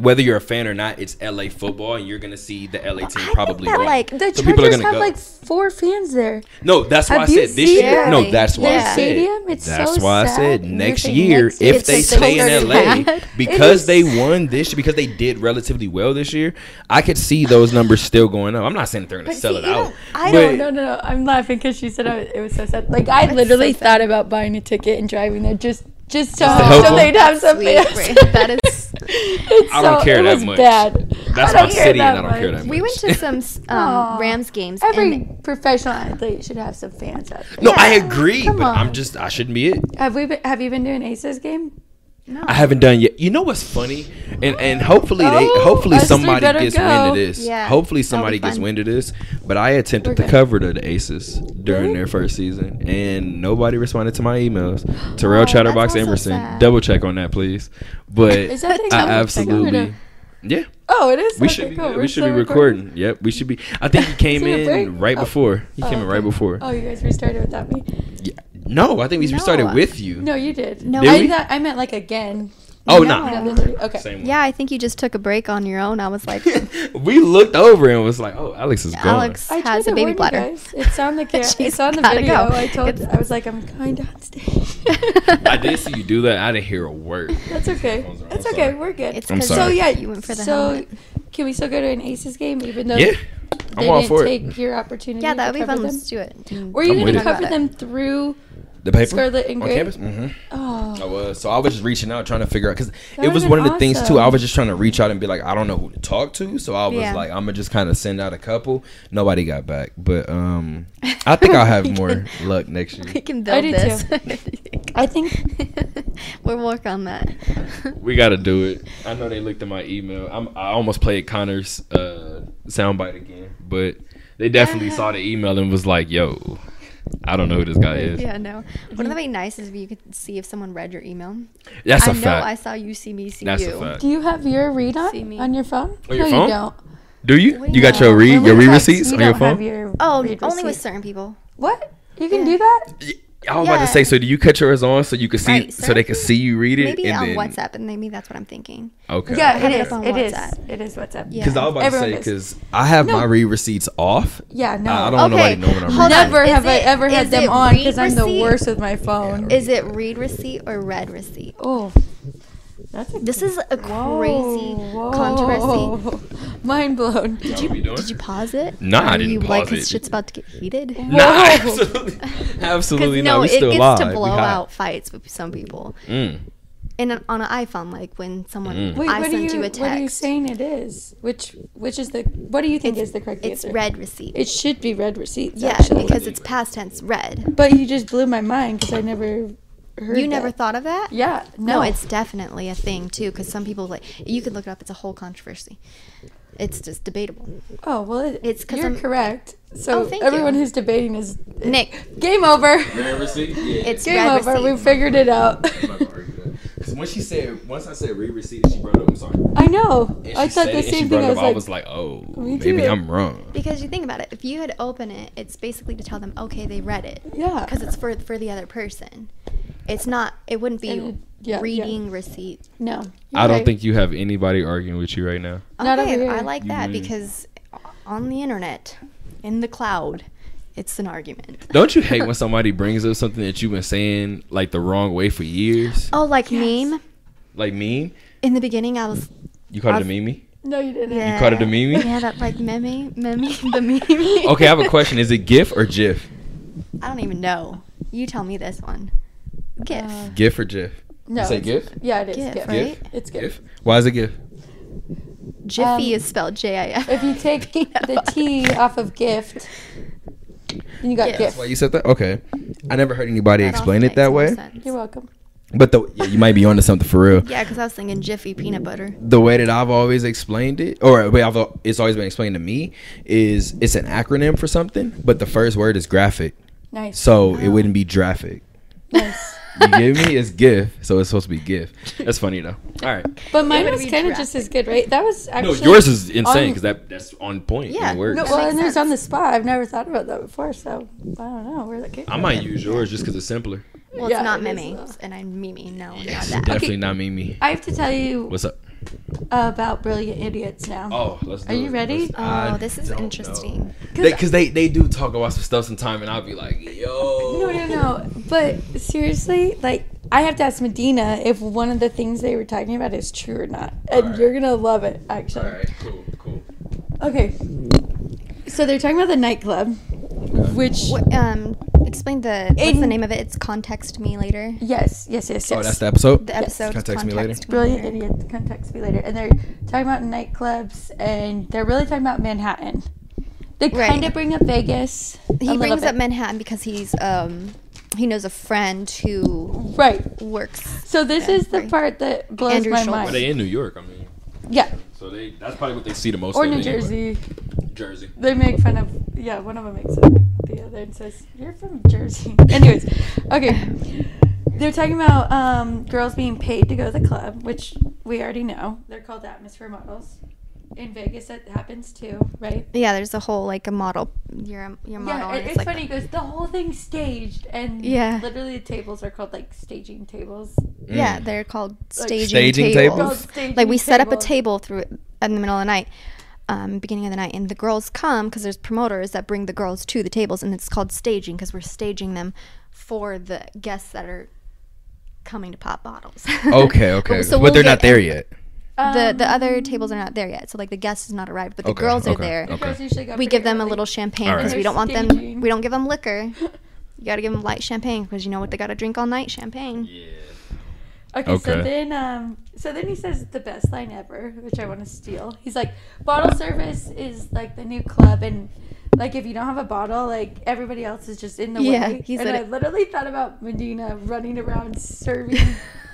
S1: whether you're a fan or not, it's LA football, and you're going to see the LA team
S3: think
S1: probably
S3: that,
S1: win.
S3: like,
S2: the
S1: So people are
S2: Chargers
S1: gonna
S2: have
S1: go.
S2: like four fans there.
S1: No, that's why I
S2: Have you
S1: said this
S2: seen
S1: year. No,
S3: Really?
S1: that's why
S3: their
S1: I said.
S2: stadium? It's
S1: that's
S2: so
S1: why I
S2: sad.
S1: said
S2: You're
S1: next
S2: thinking
S1: year,
S2: next year
S1: if
S2: it's
S1: they
S2: like
S1: stay
S2: so
S1: in LA,
S3: sad.
S1: because
S2: *laughs* It
S1: they won this year, because they did relatively well this year, I could see those numbers still going up. I'm not saying they're going to sell
S3: see,
S1: it
S3: you
S1: out.
S3: don't- I
S1: but-
S3: don't
S2: No, no, no. I'm laughing because she said I was, it was so sad. Like I literally
S3: so
S2: thought about buying a ticket and driving there just just so,
S1: to help
S2: so
S1: them?
S2: they'd have something.
S3: Sweet, right. That is-
S2: *laughs* It's
S1: I don't
S2: so-
S1: care
S2: it
S1: that
S2: was
S1: much.
S2: Bad.
S1: That's
S2: I
S1: my
S2: don't care
S1: city, and
S2: that
S1: I don't care
S2: much.
S1: that much.
S3: We went to
S2: *laughs*
S3: some s- um,
S2: Aw.
S3: Rams games.
S2: Every
S3: and
S2: professional athlete should have some fans out there.
S1: No, I
S3: Yeah.
S1: agree,
S2: Come
S1: but I'm
S2: on.
S1: just I shouldn't be it.
S2: Have we? Been, have you been doing Aces game?
S1: I haven't done yet. You know what's funny? And and hopefully
S2: Oh,
S1: they hopefully
S2: us three
S1: somebody
S2: better
S1: gets
S2: go.
S1: wind of this.
S3: Yeah,
S1: Hopefully
S3: that'll
S1: somebody
S3: be
S1: gets
S3: fun.
S1: wind of this. But I attempted
S2: We're
S1: the
S2: good.
S1: cover to the Aces during
S2: Really?
S1: their first season and nobody responded to my
S2: *gasps*
S1: emails.
S2: Oh,
S1: Terrell
S3: that's
S1: Chatterbox
S3: also
S1: Emerson.
S3: sad.
S1: Double check on that please. But
S2: Is
S3: Uh,
S2: that the
S1: I
S2: Double check
S1: absolutely
S2: order?
S1: Yeah.
S2: Oh, it is.
S1: We
S2: Okay,
S1: should be
S2: cool. We're
S1: we should
S2: still
S1: be recording. Yep, we should be I think he came
S2: *laughs* Is it a break?
S1: in right
S2: Oh.
S1: before. He
S2: Oh,
S1: came in right
S2: okay.
S1: before.
S2: Oh, you guys restarted without me.
S1: Yeah. No, I think we
S3: No.
S1: started with you.
S2: No, you did.
S3: No,
S1: Did
S2: I,
S1: we?
S2: thought- I meant like again.
S1: Oh
S3: No.
S1: no.
S2: Another- Okay.
S1: Same one.
S3: *laughs* yeah, I think you just took a break on your own. I
S2: *laughs*
S3: was like,
S1: *laughs* we looked over and was like, "Oh, Alex is gone."
S3: Alex
S2: I
S3: has
S2: tried
S3: a
S2: to
S3: baby
S2: warn you
S3: bladder.
S2: guys. It's
S3: *laughs*
S2: on the camera.
S3: She's
S2: It's on the
S3: gotta
S2: video.
S3: go.
S2: I told.
S3: It's-
S2: I was like, I'm kind of on
S3: *laughs*
S2: stage.
S1: I did see you do that. I didn't hear a
S2: *laughs*
S1: word.
S2: That's okay.
S1: Phones are on.
S2: That's
S1: I'm
S2: okay.
S1: sorry.
S2: We're good.
S3: It's
S1: I'm
S3: 'cause
S1: sorry.
S2: So yeah,
S3: you went for the
S2: so
S3: helmet.
S2: can we still go to an Aces game even though
S1: Yeah,
S2: they
S1: I'm all
S2: didn't
S1: for
S2: take
S1: it.
S2: your opportunity?
S3: Yeah,
S2: to
S3: that would be
S2: cover
S3: fun.
S2: Them?
S3: Let's do it.
S2: Were you
S1: I'm
S2: going
S1: with
S2: to
S1: it.
S2: cover
S3: About it.
S2: them through?
S1: The paper
S2: Scarlet and
S1: on
S2: Gray?
S1: campus. Mm-hmm. I
S2: Oh,
S1: was so I was just reaching out trying to figure out because it
S2: would've
S1: was
S2: been
S1: one of the things too. I
S2: awesome.
S1: was just trying to reach out and be like, I don't know who to talk to, so I was
S3: Yeah.
S1: like, I'm gonna just kind of send out a couple. Nobody got back, but um, I think I'll
S2: *laughs*
S3: *laughs*
S1: have more luck next
S3: We
S1: year.
S3: can
S2: I
S3: build
S2: do
S3: this. *laughs*
S2: I think
S3: we'll work on that.
S1: *laughs* We gotta do it. I know they looked at my email. I'm, I almost played Connor's uh, soundbite again, but they definitely saw the email and was like, "Yo, I don't know who this guy is."
S3: yeah, no.
S2: Mm-hmm.
S3: Wouldn't that be nice is if you could see if someone read your email?
S1: That's a
S3: I know
S1: fact.
S3: I saw you see me see
S1: That's
S3: you.
S1: a fact.
S2: do you have your read
S3: See
S2: on
S3: me.
S2: on your phone?
S1: On your
S2: no,
S1: phone?
S2: you don't.
S1: Do you?
S3: Wait,
S1: You got
S3: no.
S1: your read
S2: When we
S1: your read
S2: text,
S1: receipts
S2: you
S1: on your
S2: don't have
S1: phone?
S2: your
S3: Oh,
S2: read
S3: only with
S2: receipt.
S3: certain people.
S2: what? You can
S3: Yeah.
S2: do that?
S1: Y- I was about to say,
S3: Yeah.
S1: so do you cut yours on so you can see,
S3: Right,
S1: so
S3: sir.
S1: they can see you read it?
S3: Maybe
S1: and
S3: on
S1: then-
S3: WhatsApp, and maybe that's what I'm thinking.
S1: Okay.
S2: Yeah,
S3: Have
S2: it
S3: it
S2: is.
S3: up on
S2: It is.
S3: WhatsApp.
S2: It is WhatsApp.
S3: Yeah.
S1: Because I was about
S2: Everyone
S1: to say,
S2: does.
S1: because I have my
S2: No.
S1: read receipts off.
S2: Yeah, no.
S1: I- I don't want
S3: Okay,
S1: nobody knowing I'm
S3: Oh, hold
S1: reading.
S3: on.
S2: Never
S3: Is
S2: have I
S3: it-
S2: ever
S3: is
S2: had them
S3: it
S2: on
S3: read
S2: because I'm the
S3: receipt?
S2: worst with my phone.
S1: Yeah.
S3: Is it read receipt or red receipt?
S2: Oh, that's a
S3: This is a crazy
S2: Oh, Whoa.
S3: controversy.
S2: *laughs* Mind blown.
S1: Did you,
S3: Did you pause it?
S1: Nah, I
S3: Are
S1: didn't
S3: you like,
S1: pause
S3: 'cause
S1: it.
S3: shit's about to get heated.
S1: Nah, *laughs*
S2: Whoa.
S3: *laughs*
S1: absolutely, absolutely not.
S3: Because no,
S1: we
S3: it
S1: still
S3: gets
S1: live.
S3: to
S1: We
S3: blow
S1: hot.
S3: out fights with some people.
S1: Mm.
S3: in an, on an iPhone, like when someone
S2: Wait,
S3: I
S2: what are
S3: sent
S2: you,
S3: you, a
S2: what are you
S3: text.
S2: saying it is? Which which is the what do you think is the correct
S3: it's
S2: answer?
S3: red receipt.
S2: It should be red receipts.
S3: yeah,
S2: actually.
S3: because it's past tense red.
S2: But you just blew my mind because I never heard.
S3: You never
S2: that.
S3: thought of that?
S2: Yeah. No.
S3: No, it's definitely a thing too, because some people like you can look it up. It's a whole controversy. It's just debatable.
S2: Oh well, it,
S3: It's
S2: it's
S3: 'cause
S2: you're
S3: I'm-
S2: correct. So
S3: Oh, thank
S2: everyone
S3: you.
S2: who's debating is
S3: Nick,
S2: game over.
S1: Red receipt? Yeah.
S3: it's
S2: *laughs* Game
S3: red
S2: over. We
S3: receipt.
S2: figured it out.
S1: I'm not gonna argue that. 'Cause When she said, once I said re receipt, she brought it up. I'm sorry.
S2: *laughs* I know.
S1: And
S2: I
S1: she
S2: thought
S1: said it,
S2: the
S1: and she
S2: same
S1: brought
S2: thing.
S1: it
S2: I
S1: up.
S2: was like,
S1: oh,
S2: Me
S1: maybe
S2: too.
S1: I'm wrong.
S3: Because you think about it, if you had opened it, it's basically to tell them, okay, they read it, *laughs*
S2: yeah.
S3: because it's for for the other person. It's not. It wouldn't be
S2: And it- yeah, yeah.
S3: reading receipt.
S2: No.
S1: I don't
S2: You're
S1: think you have anybody arguing with you right now.
S2: Not over
S3: okay, I
S2: here.
S3: like
S1: You
S3: that
S1: win.
S3: because on the internet, in the cloud, it's an argument.
S1: Don't you hate when somebody brings up something that you've been saying like the wrong way for years?
S3: Oh, like meme.
S1: Like meme?
S3: In the beginning, I was
S1: You called it a
S2: *laughs*
S3: I've-
S1: meme?
S2: No, you didn't.
S3: yeah.
S1: called it a meme?
S3: Yeah, that like meme, meme, *laughs* the meme.
S1: Okay, I have a question. Is it GIF or GIF?
S3: I don't even know. You tell me this one. GIF.
S2: Uh,
S1: GIF or GIF?
S2: No.
S1: you say
S2: it's-
S1: GIF?
S2: Yeah, it is.
S3: GIF,
S2: GIF.
S3: right?
S2: It's GIF.
S1: Why is it GIF?
S3: Jiffy
S2: um,
S3: is spelled J-I-F.
S2: If you
S3: *laughs*
S2: take the T off of gift, then you got
S3: Yeah.
S1: That's
S2: gift.
S1: why you said that? Okay. I never heard anybody
S3: That
S1: explain
S3: also
S1: it that way.
S3: makes more sense.
S2: You're welcome.
S1: But the, yeah, you might be onto something for real.
S3: Yeah, because I was thinking Jiffy peanut butter.
S1: the way that I've always explained it, or way I've, it's always been explained to me, is it's an acronym for something, but the first word is graphic,
S2: Nice.
S1: so it wouldn't be graphic.
S2: nice.
S1: You give me? It's GIF, so it's supposed to be GIF. That's funny
S2: *laughs*
S1: though. All right.
S2: But mine
S3: would
S2: was
S3: be
S2: kind of just as good, right? That was
S1: No,
S2: actually
S1: yours is insane
S2: on-
S1: because that that's on point.
S3: Yeah,
S1: Yeah. It works.
S2: Um, No,
S3: That
S2: well,
S3: makes
S2: and there's
S3: sense.
S2: on the spot. I've never thought about that before, so I don't know where that came
S1: I
S2: from.
S1: might use yours just because it's simpler.
S3: *laughs* Well,
S2: Yeah,
S3: it's not
S2: it is,
S3: Mimi,
S2: though.
S3: and I'm Mimi. No,
S1: Yes,
S3: not that.
S1: definitely not Mimi.
S2: I have to tell you
S1: What's up?
S2: about Brilliant Idiots now.
S1: Oh, let's. Do
S2: Are you
S1: it.
S2: ready?
S1: Let's-
S3: Oh,
S1: I
S3: this is
S1: don't know.
S3: interesting.
S1: They- Cause they, they do talk about some stuff sometime, and I'll be like, yo.
S2: No, no, no. But seriously, like, I have to ask Medina if one of the things they were talking about is true or not. And
S1: Alright.
S2: you're going to love it, actually.
S1: All right, cool, cool. Oh,
S2: Okay. So they're talking about the nightclub, which.
S3: What, um, explain the what's the
S2: In-
S3: name of it? It's context me later.
S2: Yes, yes, yes, yes.
S1: Oh, that's the episode.
S3: The episode.
S1: Context Me Later.
S2: Brilliant idiots. Contact me later. And they're talking about nightclubs, and they're really talking about Manhattan. They
S3: Right.
S2: kind of bring up Vegas. a
S3: He
S2: little
S3: brings
S2: bit.
S3: up Manhattan because he's um, he knows a friend who
S2: Right.
S3: works.
S2: So this
S3: Yeah,
S2: is the
S3: right.
S2: part that blows
S3: Andrew
S2: my
S3: Schultz.
S1: Are
S2: mind.
S1: they in New York? I mean,
S2: yeah,
S1: so they that's probably what they see the most.
S2: or
S1: of
S2: New
S1: anyway.
S2: Jersey.
S1: Jersey.
S2: They make fun of. Yeah, one of them makes fun of the other and says, "You're from Jersey." *laughs* Anyways, okay. They're talking about um, girls being paid to go to the club, which we already know. They're called atmosphere models. In Vegas, that happens too, right?
S3: Yeah, there's a whole like a model. You're a, you're a model.
S2: Yeah,
S3: and
S2: it, it's
S3: like-
S2: funny because the whole thing's staged, and
S3: Yeah.
S2: literally the tables are called like staging tables.
S3: Yeah, they're called staging,
S1: Mm. Staging
S3: tables.
S1: tables?
S2: Called Oh, staging
S3: like we set up a
S2: tables.
S3: table through in the middle of the night, um, beginning of the night, and the girls come because there's promoters that bring the girls to the tables, and it's called staging because we're staging them for the guests that are coming to pop bottles.
S1: *laughs* Okay,
S2: *laughs*
S1: okay.
S3: so
S1: but
S3: we'll
S1: they're
S3: get
S1: not there
S3: in-
S1: yet.
S3: The
S2: Um,
S3: the other tables are not there yet, so like the guest has not arrived, but the
S1: Okay,
S3: girls are
S1: okay,
S3: there.
S1: okay.
S2: Girls usually go
S3: We
S2: pretty
S3: give them a
S2: early.
S3: little champagne
S1: All
S3: because
S1: right.
S3: we don't want them.
S2: Staging.
S3: We don't give them liquor. You gotta give them light champagne because you know what they gotta drink all night champagne.
S1: Yeah.
S2: Okay,
S1: Okay.
S2: so then um so then he says the best line ever, which I want to steal. He's like, bottle service is like the new club and like if you don't have a bottle, like everybody else is just in the
S3: Yeah,
S2: way.
S3: he
S2: and
S3: said
S2: I
S3: it.
S2: literally thought about Medina running around
S3: *laughs*
S2: serving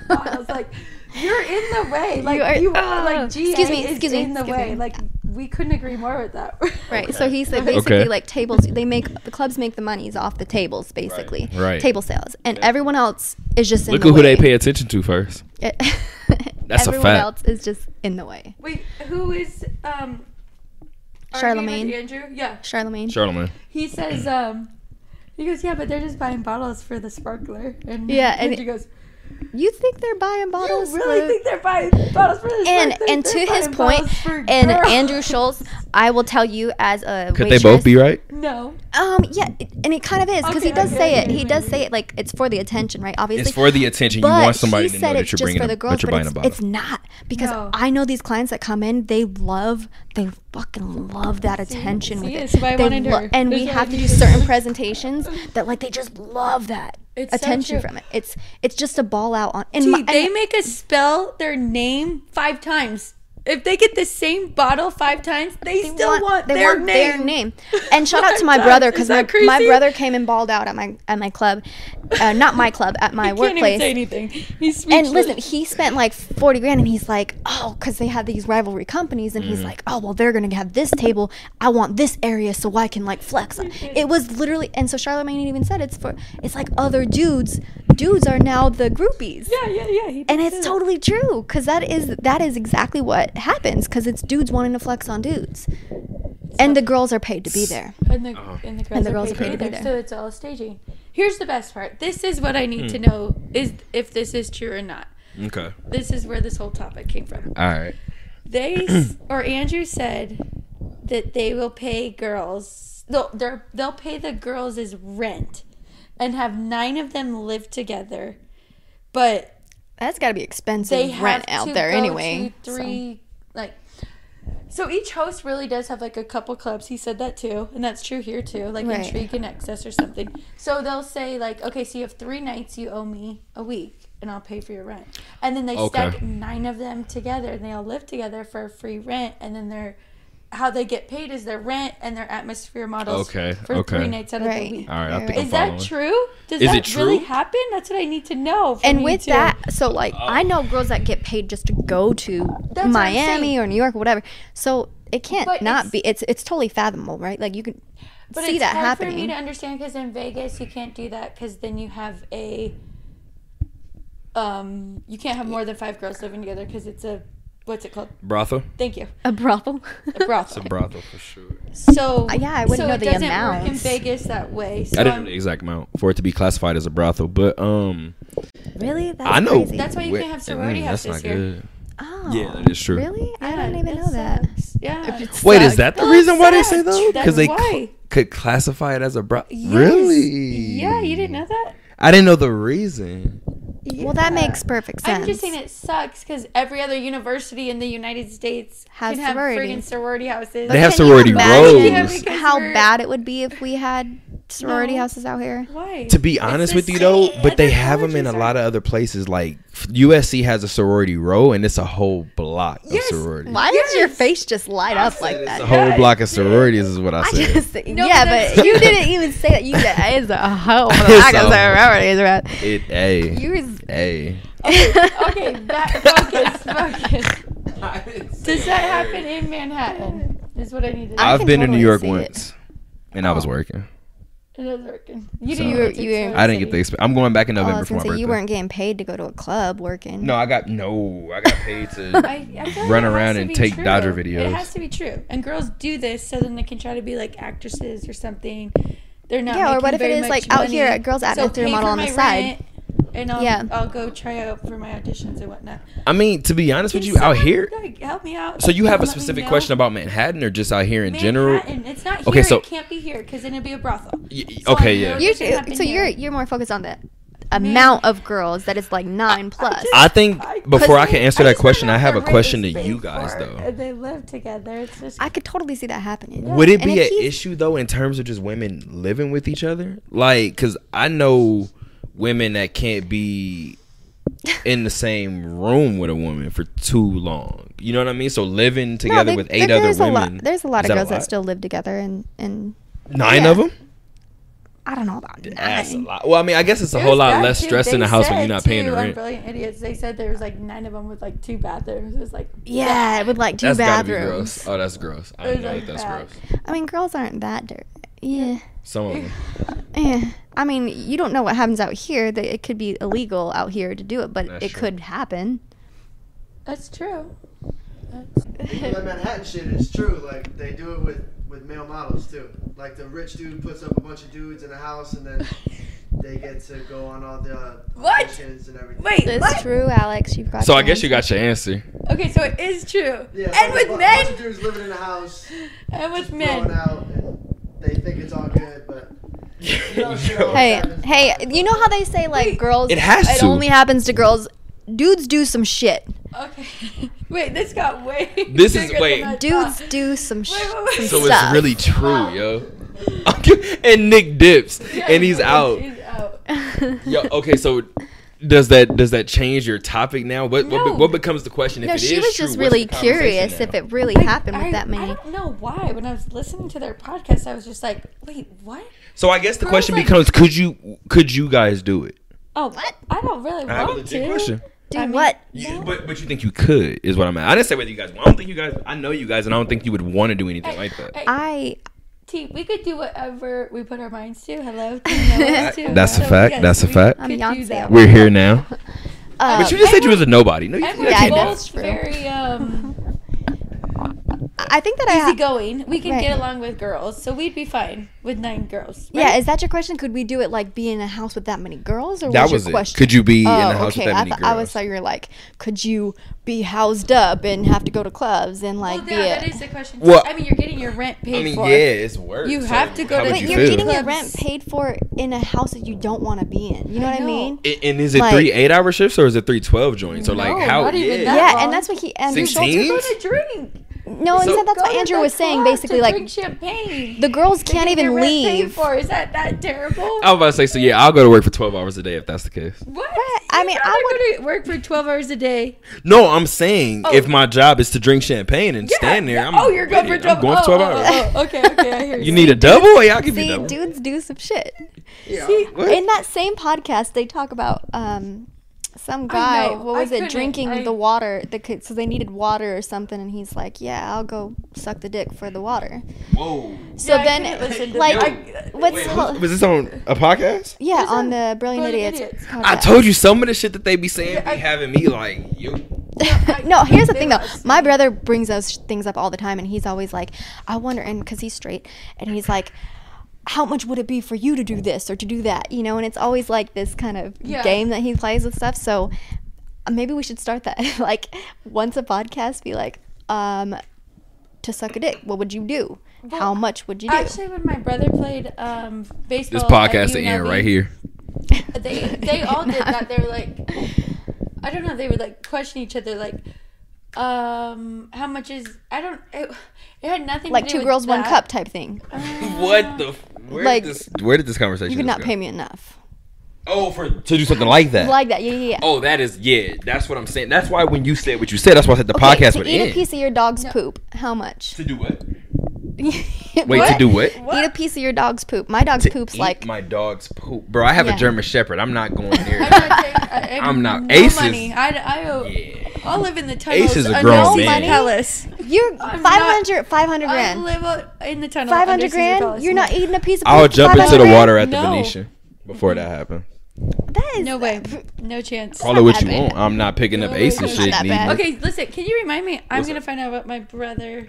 S2: bottles like you're in the way. Like you
S3: are-
S2: are,
S3: Oh.
S2: like GA
S3: Excuse me,
S2: is
S3: excuse me,
S2: in the
S3: excuse
S2: way.
S3: me.
S2: Like we couldn't agree more with that.
S3: Right. So he said basically
S1: Okay.
S3: like tables they make the clubs make the monies off the tables basically.
S1: Right.
S3: Table sales. And everyone else is just in
S1: Look
S3: the
S1: at who
S3: way.
S1: they pay attention to first. That's a
S3: *laughs* everyone
S1: fact.
S3: else is just in the way.
S2: Wait, who is um arguing with
S3: Charlemagne.
S2: Andrew? Yeah.
S3: Charlemagne.
S1: Charlemagne.
S2: he says, um, he goes, yeah, but they're just buying bottles for the sparkler. And
S3: Yeah, and-
S2: Andrew goes,
S3: You think they're buying
S2: you
S3: bottles?
S2: really
S3: for-
S2: think they're buying bottles for the
S3: and
S2: sparkler?
S3: and to
S2: They're
S3: his
S2: buying
S3: point,
S2: bottles for
S3: and
S2: girls." *laughs*
S3: Andrew Schultz, I will tell you as a
S1: Could
S3: waitress,
S1: they both be right?
S2: No,
S3: Um, yeah, it- and it kind of is because he
S2: Okay,
S3: does
S2: okay,
S3: say
S2: okay,
S3: it. He does
S2: maybe.
S3: say it like it's for the attention, right? Obviously,
S1: It's for the attention. You
S3: But
S1: want somebody
S3: he
S1: to
S3: said
S1: know that
S3: it's
S1: you're
S3: just
S1: bringing
S3: for
S1: a,
S3: the girls,
S1: that you're
S3: but
S1: buying a
S3: it's,
S1: bottle.
S3: It's not because
S2: No.
S3: I know these clients that come in, they love, they fucking love that attention
S2: see,
S3: with it.
S2: that's why I
S3: They
S2: wanted her.
S3: and
S2: That's
S3: we
S2: why I
S3: have to do
S2: needed
S3: certain
S2: her.
S3: presentations that like they just love that.
S2: It's so
S3: attention
S2: true.
S3: from it. It's it's just a ball out on. And
S2: Dude,
S3: my- and-
S2: they make us spell their name five times. If they get the same bottle five times, they, still want,
S3: they
S2: their,
S3: want
S2: name.
S3: their
S2: *laughs*
S3: name. And shout out to my
S2: God,
S3: brother
S2: is
S3: because my,
S2: that
S3: my
S2: crazy?
S3: brother came and balled out at my at my club, uh,
S2: *laughs*
S3: not my club at
S2: He
S3: my
S2: can't even
S3: workplace.
S2: say anything. He's *laughs*
S3: and
S2: speechless.
S3: listen, he spent like forty grand, and he's like, oh, because they had these rivalry companies, and
S2: Mm.
S3: he's like, oh, well, they're gonna have this table. I want this area so I can
S2: *laughs*
S3: like flex. It was literally, and so Charlamagne even said it's for it's like other dudes. Dudes are now the groupies.
S2: yeah, yeah, yeah. he
S3: And
S2: did
S3: it's
S2: say that.
S3: totally true because that is that is exactly what happens because it's dudes wanting to flex on dudes, and the girls are paid to be there.
S2: And the, and the girls,
S3: the girls are paid to be there.
S2: So it's all staging. Here's the best part. This is what I need to know is if this is true or not.
S1: Okay.
S2: This is where this whole topic came from.
S1: All right.
S2: They s- or Andrew said that they will pay girls. They'll they're, they'll pay the girls as rent, and have nine of them live together, but
S3: That's got to be expensive
S2: they
S3: rent
S2: have
S3: out
S2: to
S3: there
S2: go
S3: anyway.
S2: to three like so each host really does have like a couple clubs he said that too and that's true here too like
S3: Right.
S2: intrigue and excess or something so they'll say like okay so you have three nights you owe me a week and i'll pay for your rent and then they
S1: Okay.
S2: stack nine of them together and they all live together for free rent and then they're how they get paid is their rent and their atmosphere models
S1: Okay,
S2: for
S1: okay.
S2: three nights out of
S3: Right.
S2: the week
S1: All right. I
S3: Right,
S1: think
S3: right.
S1: I'm
S2: is that
S1: following.
S2: true does
S1: Is
S2: that
S1: it
S2: really
S1: true?
S2: happen that's what i need to know for
S3: And
S2: me,
S3: with
S2: too.
S3: that, so like
S1: Oh.
S3: I know girls that get paid just to go to
S2: That's what I'm
S3: Miami
S2: saying.
S3: or New York, or whatever. So it can't
S2: But
S3: not
S2: it's-
S3: be. It's it's totally fathomable, right? Like you can
S2: But
S3: see
S2: it's
S3: that
S2: hard
S3: happening.
S2: for me to understand because in Vegas you can't do that because then you have a um you can't have more than five girls living together because it's a what's it called?
S1: Brothel.
S2: Thank you,
S3: a brothel.
S2: a brothel.
S1: It's a brothel for sure.
S2: so
S3: Uh, yeah, I wouldn't
S2: so
S3: know
S2: it
S3: the
S2: doesn't Work in
S3: amounts.
S2: Vegas that way. So
S1: I didn't know
S2: I'm-
S1: the exact amount for it to be classified as a brothel, but um,
S3: *laughs* really? That's
S1: I know.
S3: Crazy.
S2: That's why you can't have sorority
S1: that's
S2: houses
S1: not
S2: here.
S1: good.
S3: oh,
S1: Yeah, that is true.
S3: Really? I
S2: Yeah,
S3: didn't even know that.
S2: sucks. Yeah.
S1: Wait, is that the
S2: That
S1: reason why they say
S2: sucks.
S1: though?
S2: That's
S1: Because they
S2: why.
S1: cl- could classify it as a brothel.
S2: Yes.
S1: Really?
S2: Yeah, you didn't know that.
S1: I didn't know the reason.
S3: Well, that
S2: Yeah.
S3: makes perfect sense.
S2: I'm just saying it sucks because every other university in the United States
S3: Has
S2: can have
S3: sorority.
S2: friggin' sorority houses.
S1: They have
S3: Can you
S1: sorority
S3: imagine
S1: rows.
S2: Yeah, because
S3: How
S2: we're-
S3: bad it would be if we had sorority
S2: No.
S3: houses out here.
S2: why?
S1: To be honest with you though, but they have them in a
S2: of.
S1: lot of other places. Like f- USC has a sorority row, and it's a whole block of
S2: Yes,
S1: sororities.
S3: Why does your face just light up like
S1: It's
S3: that?
S1: a whole block of sororities, is what I
S3: I
S1: said.
S3: just,
S2: No,
S3: yeah,
S2: but
S3: but you didn't even say that. You said it's
S1: *laughs*
S3: a whole block
S1: It's a-
S3: of sororities, right?
S1: It a
S3: *laughs* You was
S1: a.
S3: *laughs*
S2: okay, back focus, focus. Does that happen in Manhattan? Is what I need to know.
S3: I
S1: I've
S3: can
S1: been to
S3: totally
S1: New York
S3: see it. Oh.
S1: once, and I was working.
S2: It is working. You
S1: So-
S2: didn't.
S1: You
S3: were-
S2: get to
S3: you were-
S2: experience
S1: I didn't get the.
S2: it.
S1: Exp- I'm going back in
S3: oh, I
S1: November
S3: was
S1: for my
S3: gonna say
S1: birthday.
S3: you weren't getting paid to go to a club working.
S1: No, I got no. I got paid
S3: *laughs*
S1: to.
S2: I, I feel like
S1: Run
S2: it has
S1: around
S2: to
S1: and
S2: be
S1: take
S2: true.
S1: Dodger
S2: It
S1: videos.
S2: has to be true, and girls do this so then they can try to be like actresses or something. They're not.
S3: Yeah, or what
S2: making
S3: if it
S2: very
S3: is, like,
S2: much
S3: out here,
S2: money.
S3: a girl's ad
S2: so
S3: with your
S2: pay
S3: model
S2: for
S3: on the
S2: my
S3: side.
S2: rent, And I'll,
S3: Yeah.
S2: I'll go try out for my auditions and whatnot.
S1: I mean, to be honest with
S2: Can
S1: you, out
S2: someone,
S1: here.
S2: like, help me out.
S1: So you have a
S2: Let me
S1: specific
S2: know.
S1: question about Manhattan, or just out here in general?
S2: Manhattan. It's not here.
S1: Okay, so-
S2: it can't be here because then it'd be a brothel.
S1: Y- y-
S2: So
S1: okay,
S2: I
S1: yeah.
S2: know
S3: You
S2: it doesn't happen
S3: so
S2: here.
S3: you're you're more focused on the amount of girls that is like nine plus.
S1: I think before I can answer that
S2: just
S1: question,
S2: don't
S1: I
S2: know
S1: have a
S2: if they're
S1: question to
S2: raised
S1: you
S2: big
S1: guys
S2: for it.
S1: though.
S2: And They live together. It's just
S3: I could totally see that happening.
S1: Would it
S3: And
S1: be
S3: if
S1: an
S3: he's-
S1: issue though in terms of just women living with each other? Like, cause I know women that can't be in the same room with a woman for too long. You know what I mean? So living
S3: No,
S1: together
S3: they-
S1: with
S3: there-
S1: eight other
S3: there's
S1: women.
S3: A lot, there's a lot
S1: is
S3: of girls that
S1: lot?
S3: still live together, and and
S1: nine
S3: yeah.
S1: of them.
S3: I don't know about
S1: That's a
S3: nine.
S1: lot. Well, I mean, I guess it's a
S2: It
S1: whole
S2: was
S1: lot
S2: bad,
S1: less
S2: too.
S1: stress in
S2: They
S1: the house when you're
S2: said, um,
S1: not paying
S2: too,
S1: the
S2: on
S1: rent.
S2: Brilliant idiots. They said there was like nine of them with like two bathrooms. It was like *laughs*
S3: Yeah, with like 2
S1: That's gotta be
S3: bathrooms.
S1: gross. Oh, that's gross. I
S2: It
S1: didn't
S2: was
S1: know
S2: like
S1: that that's
S2: that.
S1: gross.
S3: I mean, girls aren't that dirty. Yeah.
S1: Some of them.
S3: *laughs* Eh, I mean, you don't know what happens out here. That it could be illegal out here to do it, but
S1: That's
S3: it
S1: true.
S2: *laughs*
S3: could happen.
S2: that's true.
S5: that Manhattan shit is true. Like they do it with with male models too. Like the rich dude puts up a bunch of dudes in a house,
S2: *laughs*
S5: and then they get to go on all the uh,
S2: What?
S5: auditions and everything.
S2: Wait,
S3: It's
S2: what?
S3: true, Alex. You've got.
S1: So I
S3: your
S1: guess you
S3: answer.
S1: got your answer.
S2: Okay, so it is true.
S5: Yeah,
S2: and
S5: like,
S2: with
S5: a bu- bunch of
S2: men,
S5: dudes living in a house,
S2: and with
S5: just blowing
S2: men.
S5: out, and they think it's all good, but
S1: *laughs*
S5: No, shit,
S1: Yo.
S5: I-
S3: Hey, hey, you know how they say like girls?
S1: It has
S3: It
S1: to.
S3: only happens to girls. Dudes do some shit.
S2: Okay, *laughs* wait, this got way.
S1: This is-
S2: bigger than
S1: wait.
S2: I thought. *laughs*
S3: Dudes do some shit.
S2: Wait, wait, wait.
S1: So
S3: Suck.
S1: it's *laughs* really true, yo. and Nick dips, and he's out.
S2: He's out.
S3: *laughs*
S1: Yo, okay, so does that does that change your topic now? What what, be-
S2: No.
S1: what becomes the question if
S3: no,
S1: it is
S3: she was
S1: true,
S3: just
S1: what's the
S3: really
S1: conversation
S3: curious
S1: now?
S3: if it really happened with
S2: I,
S3: that
S2: I
S3: many.
S2: don't know why. When I was listening to their podcast, I was just like, wait, what?
S1: So I guess the
S2: Girls
S1: question
S2: like-
S1: becomes: Could you could you guys do it?
S2: Oh, what? I don't really
S1: I have a
S2: want
S1: legit
S2: to.
S1: question.
S3: Do
S2: I mean-
S3: what?
S1: You-
S2: No.
S1: but but you think you could is what I'm at. I didn't say whether you guys. I don't think you guys. I know you guys, and I don't think you would want to do anything
S2: Hey,
S1: like that.
S2: hey,
S3: I
S2: T, we could do whatever we put our minds to.
S3: *laughs*
S2: Hello, T, no one to.
S1: That's a
S2: So,
S1: fact.
S2: yes,
S1: That's a
S2: we
S1: fact.
S3: I'm
S2: could do
S3: Beyonce.
S2: that.
S1: We're here now.
S3: uh,
S1: But you just said you was a nobody. No, you,
S2: And
S1: you
S2: we're
S3: Yeah, I know.
S1: can't.
S2: both very
S3: *laughs*
S2: um,
S3: I think that I ha-
S2: easygoing. We can
S3: Right.
S2: get along with girls, so we'd be fine with nine girls. right?
S3: Yeah, is that your question? Could we do it like be in a house with that many girls, or
S1: That
S3: was
S1: was
S3: your
S1: it.
S3: question?
S1: Could you be in
S3: oh,
S1: a house
S3: okay.
S1: with that
S3: I,
S1: many
S3: thought-
S1: girls?
S3: I was thought you were like, could you be housed up and have to go to clubs and like
S2: Well,
S3: be?
S2: yeah,
S3: a-
S2: that is the question. too.
S1: Well-
S2: I mean, you're getting your rent paid
S1: I mean,
S2: for.
S1: yeah, it's worse.
S2: You have to go to-
S3: but
S2: you
S3: you're
S2: feel?
S3: getting your
S2: Clubs.
S3: rent paid for in a house that you don't want to be in. You know
S2: I
S3: what I
S2: know.
S3: mean?
S1: And, and is it
S3: Like-
S1: three eight-hour shifts or is it three 12 joints? So like
S2: No,
S1: how?
S2: not even
S1: yeah.
S2: that.
S3: Yeah,
S2: long.
S3: and that's what he Andrew Schultz-
S1: 16?
S2: Go to drink.
S3: No, he
S1: So-
S3: said that's
S2: Go
S3: what
S2: to
S3: Andrew
S2: the
S3: was saying.
S2: club to
S3: Basically,
S2: drink
S3: like
S2: champagne.
S3: the girls
S2: They
S3: can't
S2: get
S3: even
S2: their rent paid
S3: leave.
S2: For. Is that not terrible?
S1: I was about to say so. Yeah, I'll go to work for 12 hours a day if that's the case.
S2: What?
S3: I mean,
S2: You'd
S3: I
S2: rather go to work for 12 hours a day.
S1: No, I'm saying
S2: Oh.
S1: if my job is to drink champagne and
S2: Yeah.
S1: stand there, I'm
S2: oh, you're going for
S1: with it.
S2: 12,
S1: I'm going for 12
S2: oh,
S1: hours.
S2: oh, oh, okay, okay, I hear
S1: *laughs*
S2: you.
S1: You need a double? Yeah, I'll *laughs* give you
S3: See,
S1: double.
S3: dudes do some shit.
S5: Yeah.
S1: What?
S3: In that same podcast, they talk about um, some guy.
S2: know,
S3: What
S2: I
S3: was it?
S2: couldn't,
S3: Drinking
S2: I-
S3: the water. The co- so they needed water or something, and he's like, "Yeah, I'll go suck the dick for the water."
S1: Whoa.
S3: So
S2: I
S3: then,
S2: couldn't listen to
S3: like,
S2: that.
S3: what's
S1: Wait,
S3: hell-
S1: who- was this on a podcast?
S3: yeah
S2: Who's
S3: on
S2: that?
S3: the Brilliant,
S2: Brilliant
S3: Idiots?
S2: Idiots.
S1: I
S3: podcast.
S1: told you some of the shit that they be saying
S2: Yeah, I-
S1: be having me like, yo,
S2: I-
S3: no, here's the
S2: they
S3: thing though.
S2: lost.
S3: My brother brings those sh- things up all the time, and he's always like, "I wonder," and because he's straight, and he's like. How much would it be for you to do this or to do that? You know, and it's always like this kind of
S2: Yeah.
S3: game that he plays with stuff. So uh, maybe we should start that. *laughs* like once a podcast, be like, um, to suck a dick. What would you do? How much would you do?
S2: Actually, when my brother played um, baseball,
S1: this podcast
S2: at
S1: to end
S2: UNLV,
S1: right here.
S2: They they all did that. They were like, I don't know. They would like question each other, like, um, how much is I don't. It, it had nothing
S3: like
S2: to do
S3: two
S2: with
S3: girls, one
S2: that. Uh,
S3: cup type thing.
S1: *laughs* What the? f- Where
S3: Like-
S1: did this? Where did this conversation?
S3: You could
S1: just
S3: not
S1: go?
S3: pay me enough.
S1: Oh, for to do something like that.
S3: Like that, yeah, yeah, yeah.
S1: oh, that is yeah. That's what I'm saying. That's why when you said what you said, that's why I said the
S3: Okay,
S1: podcast
S3: to
S1: would
S3: eat
S1: end.
S3: a piece of your dog's
S2: No.
S3: poop. How much?
S1: to do what?
S3: *laughs* Wait,
S1: Wait, to do what?
S3: Eat a piece of your dog's poop. My dog's
S1: To
S3: poop's
S1: eat
S3: like
S1: my dog's poop, bro. I have
S3: Yeah.
S1: a German Shepherd. I'm not going
S3: *laughs*
S2: I'm
S1: there.
S2: not. Saying, I, I
S1: I'm not-
S2: no
S1: Aces.
S2: Money. I, I owe.
S1: yeah.
S2: I'll live in the tunnels.
S1: Ace is a
S2: under
S1: grown
S2: Caesar
S1: man.
S2: Palace.
S3: you're
S2: I'm
S3: 500, 500
S2: I'll
S3: grand,
S2: live out in the tunnel.
S3: five
S2: under
S3: hundred
S2: Caesar
S3: grand.
S2: Palace.
S3: You're not eating a piece of.
S1: I'll
S3: poop for
S1: jump into the
S3: 500
S1: water at the
S2: No.
S1: Venetian before that happened.
S3: grand? That is
S2: No way.
S3: e-
S2: No chance.
S1: Call it what
S3: that
S1: you
S3: bad.
S1: want. I'm not picking up
S2: No,
S1: Ace and
S2: it's
S1: shit.
S3: not that
S1: neither.
S3: bad.
S2: Okay, listen. Can you remind me? I'm
S1: What's
S2: gonna
S1: that?
S2: find out what my brother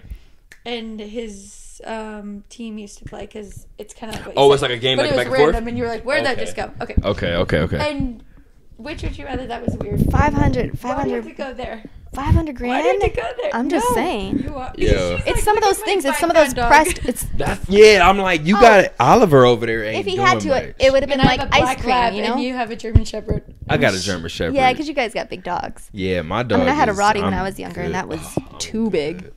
S2: and his um, team used to play because it's kind of like what you
S1: Oh,
S2: said.
S1: it's like a game,
S2: but
S1: like
S2: it was
S1: back and
S2: random,
S1: forth?
S2: and you were like, "Where'd that
S1: Okay.
S2: just go?" Okay.
S1: Okay. Okay. Okay.
S2: And which would you rather? That was weird.
S3: 500,
S2: Why do you have to
S3: 500,
S2: go there?
S3: 500
S2: Why do you have to
S3: grand.
S2: go there?
S3: I'm just
S2: No.
S3: saying.
S2: You are.
S1: Yeah.
S2: She's
S1: It's
S2: like,
S3: It's some of
S2: "Look
S3: those
S2: at my
S3: things. It's some of
S2: five
S3: those
S2: grand *laughs*
S3: pressed.
S2: dog."
S3: It's
S1: That's yeah. I'm like, you
S3: Oh.
S1: got Oliver over there. Ain't
S3: if he had
S1: doing
S3: to, it,
S1: much.
S3: it would have been
S2: And I
S3: like
S2: have a
S3: ice
S2: black lab,
S3: cream, you know.
S2: and you have a German Shepherd.
S1: I got a German Shepherd.
S3: Yeah, because you guys got big dogs.
S1: Yeah, my
S3: I
S1: dog.
S3: mean, I had a
S1: is-
S3: Roddy when
S1: I'm
S3: I was younger,
S1: good.
S3: and that was
S1: I'm
S3: too big.
S1: good.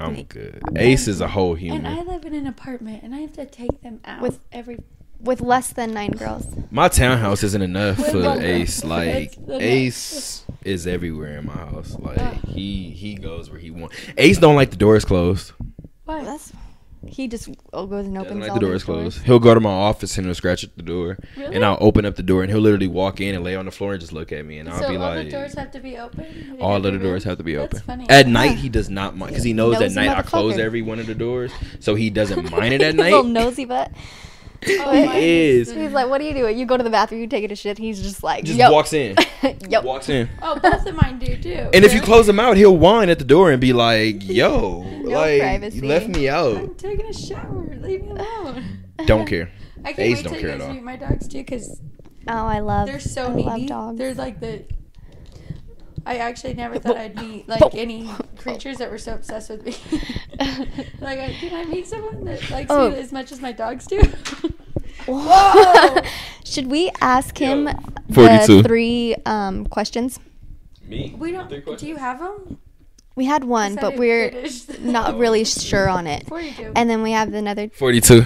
S1: I'm good. Ace is a whole human.
S2: And I live in an apartment, and I have to take them out
S3: With-
S2: with every.
S3: With less than nine
S1: *sighs*
S3: girls.
S1: my townhouse isn't enough
S2: Wait,
S1: for
S2: wait, *laughs*
S1: Ace.
S2: wait.
S1: Like
S2: That's the-
S1: Ace is everywhere in my house. Like
S2: Oh.
S1: he he goes where he wants. Ace don't like the doors closed.
S2: What?
S3: That's he just oh, goes and
S1: Doesn't
S3: opens
S1: like
S3: all
S1: the
S3: these
S1: doors closed. He'll go to my office and he'll scratch at the door,
S2: Really?
S1: and I'll open up the door and he'll literally walk in and lay on the floor and just look at me, and I'll
S2: so
S1: be
S2: all
S1: like.
S2: the doors have to be open.
S1: All of the
S2: Every
S1: doors
S2: room?
S1: have to be
S2: That's
S1: open.
S2: funny.
S1: At night, he does not mind because he knows
S3: Nosy
S1: at night I close
S3: motherfucker.
S1: every one of the doors, so he
S2: *laughs*
S1: doesn't mind
S3: *laughs*
S1: it at
S3: Little
S1: night.
S3: nosy butt.
S2: Oh, mine
S1: is.
S3: He's like, "What do you do? You go to the bathroom, you take it a shit." He's just like,
S1: Just
S3: "Yup."
S1: walks
S2: *laughs*
S1: in,
S3: *laughs* Yup.
S1: walks in,
S2: Oh, both of mine do too.
S1: and if you close him out, he'll whine at the door and be like, "Yo, like
S3: privacy.
S1: you left me out."
S2: I'm taking a shower. Leave me alone.
S1: *laughs* *laughs* Don't care.
S2: I can't
S1: Ace
S2: wait
S1: don't
S2: till you
S1: care at
S2: guys
S1: all.
S2: meet my dogs too, because
S3: Oh, I love.
S2: they're so
S3: I
S2: needy.
S3: Love dogs. *laughs*
S2: They're like the. I actually never thought I'd meet
S3: *laughs* Boom.
S2: like any creatures that were so obsessed with me.
S3: *laughs*
S2: like, I, can I meet someone that likes
S3: Oh.
S2: me as much as my dogs
S3: *laughs*
S2: do?
S3: Whoa. Should we ask him
S1: Yo.
S3: the
S1: 42.
S3: three um, questions?
S1: Me?
S2: we don't. Do you have them?
S3: We had one, but we're *laughs* not really sure on it.
S2: Before you do.
S3: And then we have another.
S1: Forty-two.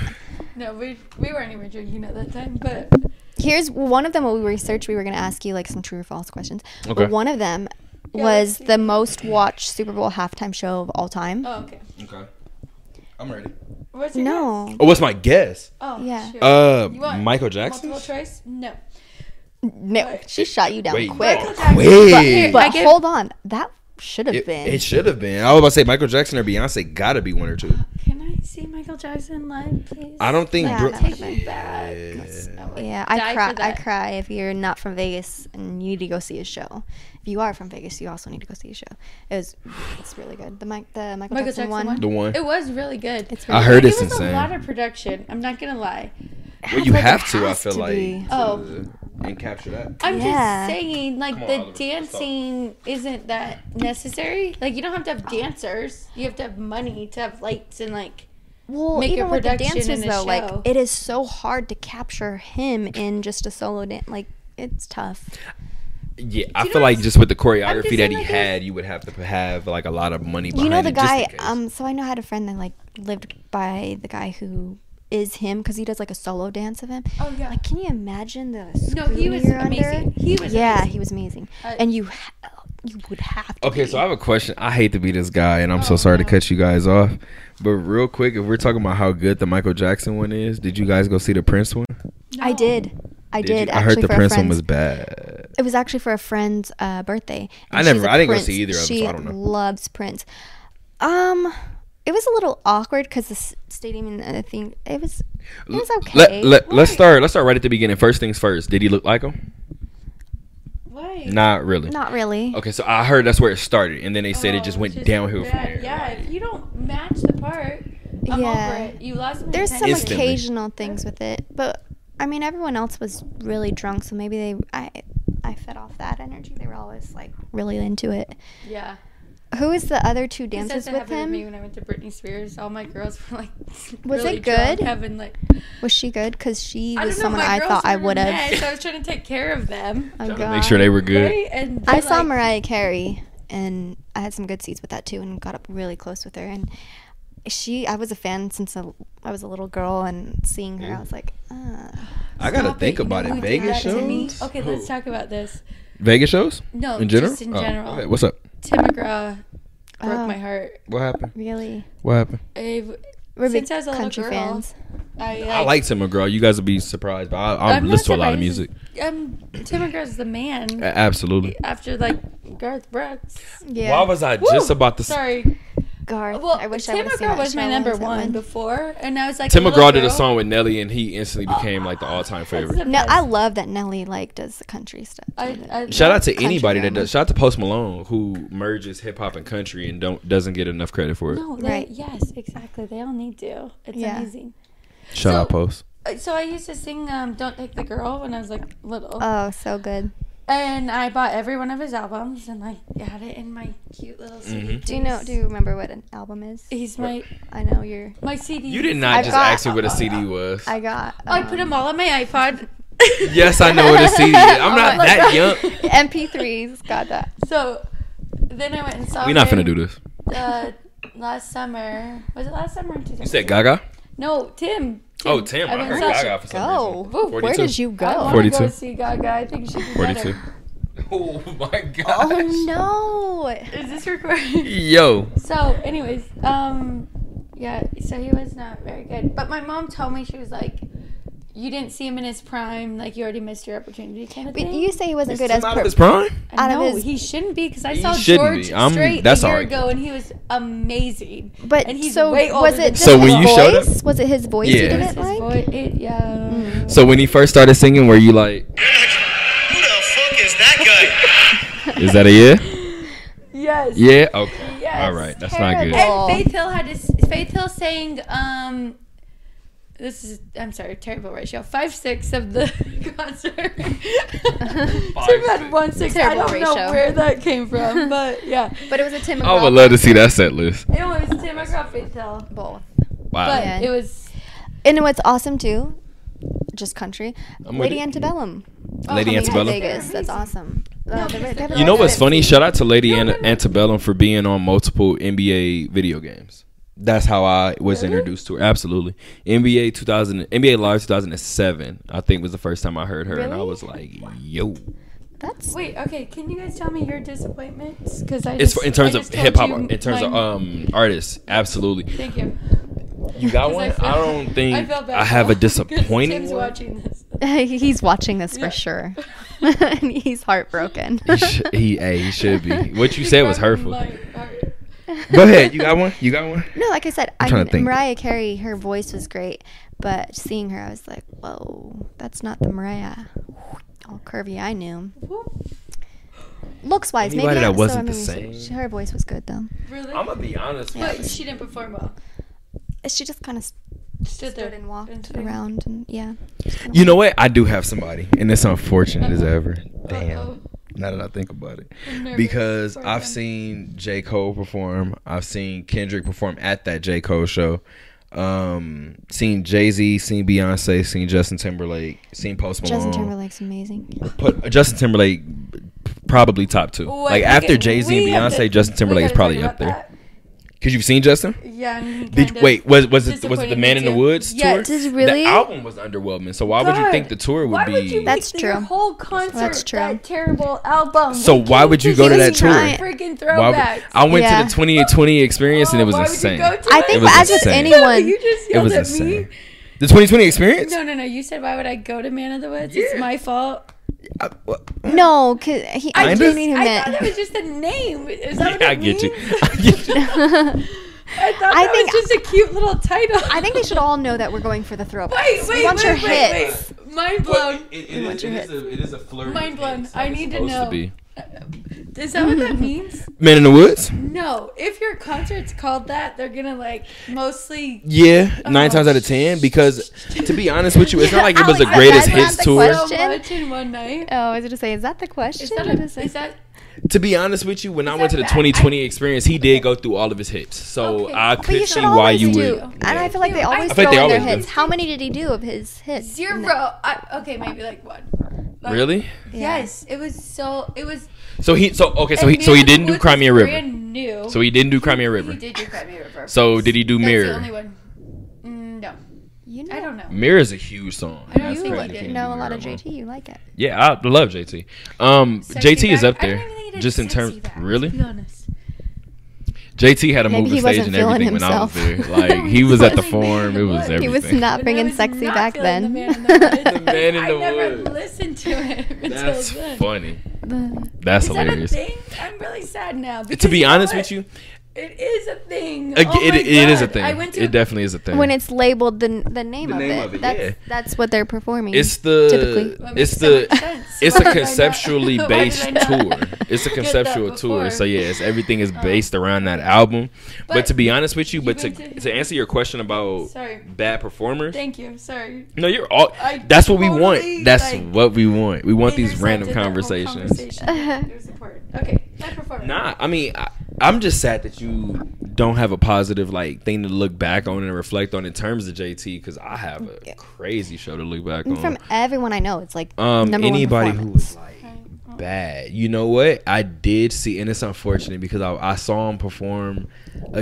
S2: no, we we weren't even drinking at that time, but
S3: here's one of them. What we researched, we were going to ask you like some true or false questions. But
S1: Okay.
S3: one of them
S2: Yeah,
S3: was
S2: let's see.
S3: the most watched Super Bowl halftime show of all time.
S2: Oh, okay.
S1: Okay. I'm ready.
S2: What's your guess?
S3: No,
S1: Oh, what's my guess?
S2: Oh,
S3: Yeah.
S2: sure.
S1: Uh,
S2: You want
S1: Michael Jackson.
S2: Multiple choice? No.
S3: no, she shot you down
S1: Wait,
S3: quick.
S2: Michael Jackson.
S3: But,
S1: Wait.
S3: but
S2: I give-
S3: hold on, that should have
S1: It,
S3: been.
S1: it should have been. I was about to say Michael Jackson or Beyonce. Gotta be one or two.
S2: Can I see Michael Jackson live, please?
S1: I don't think.
S3: Yeah,
S1: Bru-
S3: that
S2: Take me back. I would
S3: yeah, I
S2: die
S3: cry.
S2: for
S3: I
S2: that.
S3: cry if you're not from Vegas and you need to go see a show. If you are from Vegas, you also need to go see a show. It was, it's really good. The Mike, the
S2: Michael
S3: Michael,
S2: Jackson
S3: Jackson, one.
S2: one?
S1: the one.
S2: It was really good.
S3: It's
S1: I
S3: really
S1: heard
S2: It
S1: it's
S2: was
S1: insane.
S2: a lot of production. I'm not gonna lie.
S1: well, you
S3: Like, it
S1: have to. I
S3: has
S1: feel
S3: to
S1: like.
S3: be.
S1: to-
S2: Oh.
S1: And capture that.
S2: I'm
S3: Yeah.
S2: just saying, like
S1: Come on,
S2: the
S1: Oliver, let's talk.
S2: dancing isn't that necessary. Like you don't have to have dancers. You have to have money to have lights and like.
S3: Well,
S2: Make a
S3: even with the
S2: production
S3: dancers
S2: and a
S3: though,
S2: show.
S3: like it is so hard to capture him in just a solo dance. Like it's tough.
S1: Yeah, I
S2: you
S1: feel
S2: know
S1: like
S2: what's-
S1: just with the
S2: I'm
S1: choreography
S2: just
S1: that
S2: saying,
S1: he
S2: like,
S1: had, you would have to have like a lot of money. Behind
S3: you know the
S1: it, just in
S3: guy.
S1: case.
S3: Um, so I know I had a friend that like lived by the guy who is him because he does like a solo dance of him.
S2: Oh yeah.
S3: Like, can you imagine the
S2: no, he was
S3: scrutiny you're
S2: amazing.
S3: under?
S2: He was.
S3: yeah,
S2: amazing. Uh,
S3: he was amazing.
S2: I-
S3: and you, ha- you would have to.
S1: Okay,
S3: be.
S1: so I have a question. I hate to be this guy, and I'm so
S2: Oh,
S1: sorry to
S2: no.
S1: cut you guys off. But real quick, if we're talking about how good the Michael Jackson one is, did you guys go see the Prince one?
S3: I did. I did.
S1: you?
S3: actually
S1: I heard the
S3: for
S1: Prince
S3: a
S1: one
S3: friend's,
S1: was bad.
S3: It was actually for a friend's uh, birthday.
S1: I
S3: and she's
S1: never-
S3: a
S1: I didn't go see
S3: Prince.
S1: either of them, so
S3: She
S1: I don't know.
S3: loves Prince. Um, it was a little awkward because the s- stadium and the thing. It was. It was okay.
S1: Let, let, let's start. Let's start right at the beginning. First things first. Did he look like him?
S2: Why?
S1: Not really.
S3: Not really.
S1: Okay, so I heard that's where it started, and then they said
S2: Oh,
S1: it just went
S2: it's
S1: downhill from
S2: bad.
S1: there.
S2: Yeah,
S1: Like,
S2: if you don't match the part, I'm
S3: Yeah.
S2: over it. You lost. my
S3: There's some
S2: attention.
S1: Instantly.
S3: occasional things with it, but I mean, everyone else was really drunk, so maybe they. I I fed off that energy. They were always like really into it.
S2: Yeah.
S3: Who is the other two
S2: He says
S3: dancers
S2: that
S3: with
S2: happened to me
S3: him?
S2: when I went to Britney Spears, all my girls were like, *laughs*
S3: Was
S2: really
S3: it
S2: drunk,
S3: good?
S2: having like,
S3: Was she good? Because she
S2: I
S3: was
S2: don't know.
S3: someone
S2: My
S3: I
S2: girls
S3: thought I
S2: were
S3: would have.
S2: mad, so I was trying to take care of them.
S3: Oh,
S1: trying to
S3: God.
S1: Make sure they were *laughs* good.
S2: Right? And
S3: I
S2: they're
S3: saw
S2: like-
S3: Mariah Carey, and I had some good seats with that too, and got up really close with her. And she, I was a fan since a, I was a little girl, and seeing
S1: Mm-hmm.
S3: her, I was like, uh.
S1: I gotta
S2: Stop
S1: think
S2: You know
S1: about it.
S2: who did
S1: Vegas
S2: that to me?
S1: shows.
S2: Okay, let's talk about this.
S1: Vegas shows
S2: No,
S1: in general.
S2: just in
S1: Oh,
S2: general.
S1: okay, What's up?
S2: Tim McGraw broke
S3: Oh.
S2: my heart.
S1: What happened?
S3: really.
S1: What happened?
S2: I've,
S3: We're
S2: Since
S3: big
S2: I was a little
S3: country
S2: girl,
S3: fans.
S2: I,
S1: I like Tim McGraw. You guys will be surprised, but I, I
S2: I'm not
S1: listen to a lot of
S2: surprised.
S1: music. Uh,
S2: Um, Tim McGraw's the man.
S1: A- Absolutely.
S2: After like Garth Brooks.
S3: Yeah.
S1: Why was I just
S2: Woo!
S1: about to? Sorry.
S2: Sorry.
S3: Garth?
S2: Well,
S3: I wish I
S2: Tim
S3: would have seen
S2: McGraw
S3: that
S2: was my
S3: show.
S2: number
S3: What was that
S2: one before, and I was like,
S1: Tim
S2: a
S1: McGraw
S2: little
S1: did a
S2: girl.
S1: song with Nelly, and he instantly became like the all-time favorite.
S2: That's the
S3: No,
S2: best.
S3: I love that Nelly like does the country stuff.
S2: I, I
S1: Shout out to
S3: Country
S1: anybody that
S3: drama.
S1: does. Shout out to Post Malone who merges hip hop and country and don't doesn't get enough credit for it.
S2: No, they,
S3: Right.
S2: Yes, exactly. They all need to. It's
S3: Yeah.
S2: amazing.
S1: Shout
S2: So-
S1: out Post.
S2: Uh, So I used to sing um, "Don't Take the Girl" when I was like little,
S3: Oh, so good.
S2: and I bought every one of his albums and like had it in my cute little CD.
S1: Mhm.
S3: Do you know? Do you remember what an album is?
S2: He's my
S3: I know you're.
S2: my CD.
S1: You did not
S3: I
S1: just
S3: got-
S1: ask me what a CD was.
S3: I got. Um,
S2: Oh, I put them all on my iPod.
S1: yes, I know what a CD is. I'm
S3: *laughs* Oh
S1: not
S3: my
S1: that
S3: God.
S1: young.
S3: *laughs* MP3s. Got that.
S2: So then I went and saw.
S1: We're not
S2: him,
S1: finna do this.
S2: Uh, last summer was it last summer? Or
S1: You said Gaga?
S2: No, Tim.
S1: Oh, Tim. I
S2: went
S1: heard
S2: and saw-
S1: Gaga for some
S3: Go.
S1: reason.
S3: Where
S1: 42.
S3: did you
S2: I
S3: go?
S2: wanna
S1: 42.
S2: go see Gaga. I think she did
S1: 42.
S2: better.
S1: Oh my gosh.
S3: Oh no.
S2: Is this recorded?
S1: *laughs* Yo.
S2: So, anyways, um, yeah, so he was not very good. But my mom told me she was like, "You didn't see him in his prime. Like you already missed your opportunity." Kind of
S3: But
S2: thing.
S3: you say he wasn't
S1: Is
S3: good
S1: Tim
S3: as
S1: out
S3: per-
S1: of his prime?
S2: I
S3: out of
S2: know
S3: his-
S2: he shouldn't be because I
S1: He
S2: saw
S1: shouldn't
S2: George
S1: be. I'm-
S2: straight
S1: that's
S2: a
S1: all
S2: year
S1: right.
S2: ago, and he was amazing.
S3: But
S2: And he's
S3: so
S2: way older
S3: was
S2: than
S3: it
S2: Tim
S3: just
S1: So
S3: his
S1: when you
S3: voice?
S1: showed up-
S3: was it Mm. his voice
S1: Yeah.
S3: you
S2: It was his
S3: didn't like?
S2: voice- it- yeah.
S1: So when he first started singing, were you like,
S4: Who the fuck is that guy?
S1: is that a yeah?
S2: Yes.
S1: Yeah? Okay.
S2: Yes.
S1: All right. That's not
S3: Terrible.
S2: And Faith Hill had his Faith Hill sang um this is I'm sorry, terrible ratio. Five six of the *laughs*
S1: *laughs*
S2: concert. Tim had
S1: six.
S2: one six. I
S3: Terrible
S2: don't know
S3: ratio.
S2: where that came
S3: *laughs*
S2: from, but yeah.
S3: But it was a Tim
S1: good. I would love to see that set list.
S2: It was Tim McGraw Faith Hill.
S3: both.
S1: Wow.
S2: But
S3: Yeah.
S2: it was
S3: And what's awesome too, just country.
S1: I'm with
S3: Lady
S1: it.
S3: Antebellum.
S1: Lady
S2: yeah,
S3: Coming to
S1: Antebellum.
S3: Vegas. That's awesome. Uh, they're-
S2: because
S3: they're
S2: they're
S1: You know what's
S3: really
S1: funny? Shout out to Lady
S2: No,
S1: An-
S2: no, no.
S1: Antebellum for being on multiple NBA video games. That's how I was introduced to her. Absolutely. NBA 2000 NBA Live 2007 I think was the first time I heard her and I
S3: Really?
S1: was like, "Yo."
S3: That's
S2: Wait, okay. Can you guys tell me your disappointments? Because I
S1: It's
S2: just,
S1: in terms
S2: I
S1: of
S2: just told
S1: hip hop
S2: you
S1: in terms of
S2: mine.
S1: um artists. Absolutely.
S2: Thank you.
S1: You got
S2: 'Cause
S1: one?
S2: *laughs* I,
S1: I,
S2: feel-
S1: don't think I,
S2: felt bad
S1: have
S2: now,
S1: a
S2: *laughs* 'cause
S1: disappointing
S2: Tim's
S1: one.
S2: watching
S3: *laughs*
S2: this.
S3: *laughs* he's watching this
S2: Yeah.
S3: for sure. *laughs* and he's heartbroken.
S1: He sh- he- hey, he should be. What you
S2: He
S3: *laughs*
S1: said was
S2: broke
S1: hurtful.
S2: my heart.
S1: Go ahead. You got one? You got one?
S3: No, like I said,
S1: I'm
S3: I
S1: trying to
S3: mean,
S1: think.
S3: Mariah Carey, her voice was great, but seeing her, I was like, whoa, that's not the Mariah. All curvy I knew.
S2: *laughs* Whoop,
S3: Looks wise, maybe
S1: Anybody that
S3: I,
S1: wasn't the
S3: so, I mean,
S1: same.
S3: She, her voice was good though.
S2: Really?
S1: I'm going to be honest with
S2: but she didn't perform well.
S3: She just kind of
S2: Stood there
S3: stood and walked
S2: sing.
S3: around, and yeah. just kinda
S1: You know what? I do have somebody, and it's unfortunate as ever. Damn.
S2: *laughs* Uh-oh.
S1: Now that I think about it,
S2: I'm nervous
S1: because
S2: for
S1: I've
S2: them.
S1: seen J Cole perform, I've seen Kendrick perform at that J Cole show, um, seen Jay Z, seen Beyonce, seen Justin Timberlake, seen Post Malone.
S3: Justin Timberlake's amazing.
S1: *coughs*
S3: *coughs*
S1: Put uh, Justin Timberlake probably top two.
S2: Wait,
S1: like
S2: we
S1: after
S2: get-
S1: Jay Z
S2: we
S1: and
S2: have
S1: Beyonce,
S2: to-
S1: Justin
S2: we
S1: Timberlake is
S2: gotta talk
S1: probably up
S2: about
S1: there.
S2: that.
S1: Cause you've seen Justin.
S2: Yeah. and
S1: Did
S2: kind of
S1: wait was was it was it the
S2: disappointed
S1: Man in the
S2: too.
S1: Woods
S2: Yeah,
S1: tour?
S2: it
S3: Did really?
S1: The album was underwhelming, so why would you think
S2: God.
S1: the tour would
S2: Why
S1: be?
S2: Would you
S3: That's
S2: make your
S3: true.
S2: whole concert.
S3: That's true.
S2: That terrible album.
S1: So
S2: Like,
S1: why
S2: can
S1: would you
S2: just
S1: go to
S2: do
S1: that
S2: some
S1: tour?
S2: Freaking
S1: Why would-
S2: throwbacks.
S1: I went
S3: Yeah.
S1: to the 2020 experience and it was
S2: Why would you
S1: insane.
S2: go to
S3: I
S2: it?
S1: It
S3: think
S1: was
S3: as with
S1: insane.
S2: *laughs*
S3: anyone,
S2: You just
S1: It
S2: yelled
S1: was
S2: at me.
S1: insane. The 2020 experience?
S2: No, no, no. You said why would I go to Man of the Woods?
S1: Yeah.
S2: It's my fault.
S1: I, what-
S3: no, cause he, I,
S1: Kinda?
S3: didn't even
S2: I thought that
S3: meant. *laughs*
S2: was just a name. Is that
S1: Yeah,
S2: what it
S1: I get you.
S2: means?
S1: *laughs* I get you.
S2: *laughs* I thought
S3: I
S2: that
S3: think-
S2: was just a cute little title.
S3: I think they should all know that we're going for the throwback.
S2: *laughs* Wait, wait,
S3: we want
S2: wait,
S3: your
S2: wait,
S3: hits.
S2: wait. Mind
S1: Well,
S2: blown.
S1: it- it
S3: We want
S1: is-
S3: your
S1: it is a- it is a flurry of
S2: Mind blown.
S1: hits,
S2: I
S1: like it's
S2: need to
S1: supposed
S2: know. Uh,
S1: be.
S2: Is that what
S3: *laughs*
S2: that means?
S1: Man in the Woods?
S2: No. If your concert's called that, they're gonna like mostly.
S1: Yeah, nine
S2: Oh,
S1: times out of ten. Because to be honest with you, it's not like
S2: *laughs*
S1: it was the
S3: Alex,
S1: greatest
S3: that's not
S1: hits
S3: the
S1: tour.
S3: question.
S2: So much in one night.
S3: Oh, I was gonna say, is that the question?
S2: Is that,
S3: What
S2: a, is that
S1: To be honest with you, when I
S2: Is
S1: went to
S2: that
S1: the
S2: bad?
S1: 2020 experience, he did go through all of his hits. So
S2: Okay.
S1: I
S2: But
S1: could
S3: you
S1: see
S3: should
S1: why
S3: always
S1: you
S3: do.
S1: would.
S3: And I feel like they
S2: I
S3: always
S2: think
S3: throw
S1: they
S3: in their
S1: always do.
S3: hits. How many did he do of his hits?
S2: zero? I, okay, maybe like one. Like-
S1: Really?
S3: Yeah.
S2: Yes, it was so. It was.
S1: So he so okay so
S2: and
S1: he so he
S2: Man
S1: didn't
S2: in the
S1: do
S2: Woods
S1: Crimea
S2: was
S1: River.
S2: Brand new.
S1: So he didn't do Crimea
S2: He
S1: River.
S2: did do Crimea River.
S1: So did he do
S2: That's the
S1: Mirror?
S2: only one. Mm, No,
S3: You know,
S2: I don't know.
S1: Mirror is a huge song.
S2: I don't
S1: That's
S2: think
S1: crazy you
S2: he did.
S1: can't
S3: know
S1: do
S3: a lot
S1: Mirror
S3: of
S1: alone.
S3: JT. You like it?
S1: Yeah, I love JT. Um,
S2: Sexy
S1: JT is
S2: back.
S1: up
S2: I don't
S1: there.
S2: even think he did
S1: Just in
S2: sexy
S1: terms,
S2: back, To
S1: really.
S2: be honest.
S1: JT had a
S3: Maybe
S1: moving
S3: he
S1: stage
S3: wasn't
S1: and everything when
S3: feeling
S1: I was there.
S3: himself.
S2: *laughs*
S1: Like he was at the
S2: He wasn't
S1: forum. It
S2: feeling
S1: was
S2: the
S1: everything.
S3: He was not
S2: And
S3: bringing
S2: I was
S3: sexy
S2: not
S3: back
S2: feeling
S1: *laughs*
S3: then.
S2: The
S1: The Man in the
S2: I
S1: Woods.
S2: never listened
S1: *laughs*
S2: to it until
S1: That's
S2: then.
S1: funny.
S2: Is
S1: That's
S2: that
S1: hilarious.
S2: a thing? I'm really sad now.
S1: To
S2: because
S1: be
S2: you know
S1: honest
S2: what?
S1: with you,
S2: it is a thing.
S1: ag-
S2: Oh
S1: it,
S2: my
S1: it is a
S2: God.
S1: thing.
S2: I went to
S1: It definitely is a thing.
S3: when it's labeled the the name,
S1: The
S3: of,
S1: name
S3: it.
S1: of it,
S3: That's
S1: yeah.
S3: that's what they're performing.
S1: it's the
S3: typically.
S2: Well, it
S1: it's
S2: makes so
S1: the
S2: much sense.
S1: it's
S2: *laughs* Why
S1: a
S2: did I not-
S1: conceptually
S2: *laughs* why did I
S1: based
S2: not
S1: *laughs* tour. It's a
S2: get that
S1: conceptual tour.
S2: before? Oh.
S1: So yeah, it's, everything is based around that album. But,
S2: But
S1: to be honest with you, but to,
S2: went
S1: to,
S2: to-
S1: answer your question about
S2: Sorry.
S1: bad performers,
S2: Thank you. Sorry.
S1: no, you're all.
S2: I
S1: that's what we
S2: totally,
S1: want. That's
S2: like,
S1: what we want. We want these
S2: Intersected
S1: random
S2: that whole
S1: conversations.
S3: *laughs*
S2: conversation. it was important. Okay, bad performance.
S1: Nah, I mean, I, I'm just sad that you don't have a positive like thing to look back on and reflect on in terms of JT because I have a crazy show to look back on.
S3: And from everyone I know, it's like
S1: um,
S3: number
S1: anybody
S3: one
S1: who
S3: performance.
S1: was like bad, you know what? I did see, and it's unfortunate because I, I saw him perform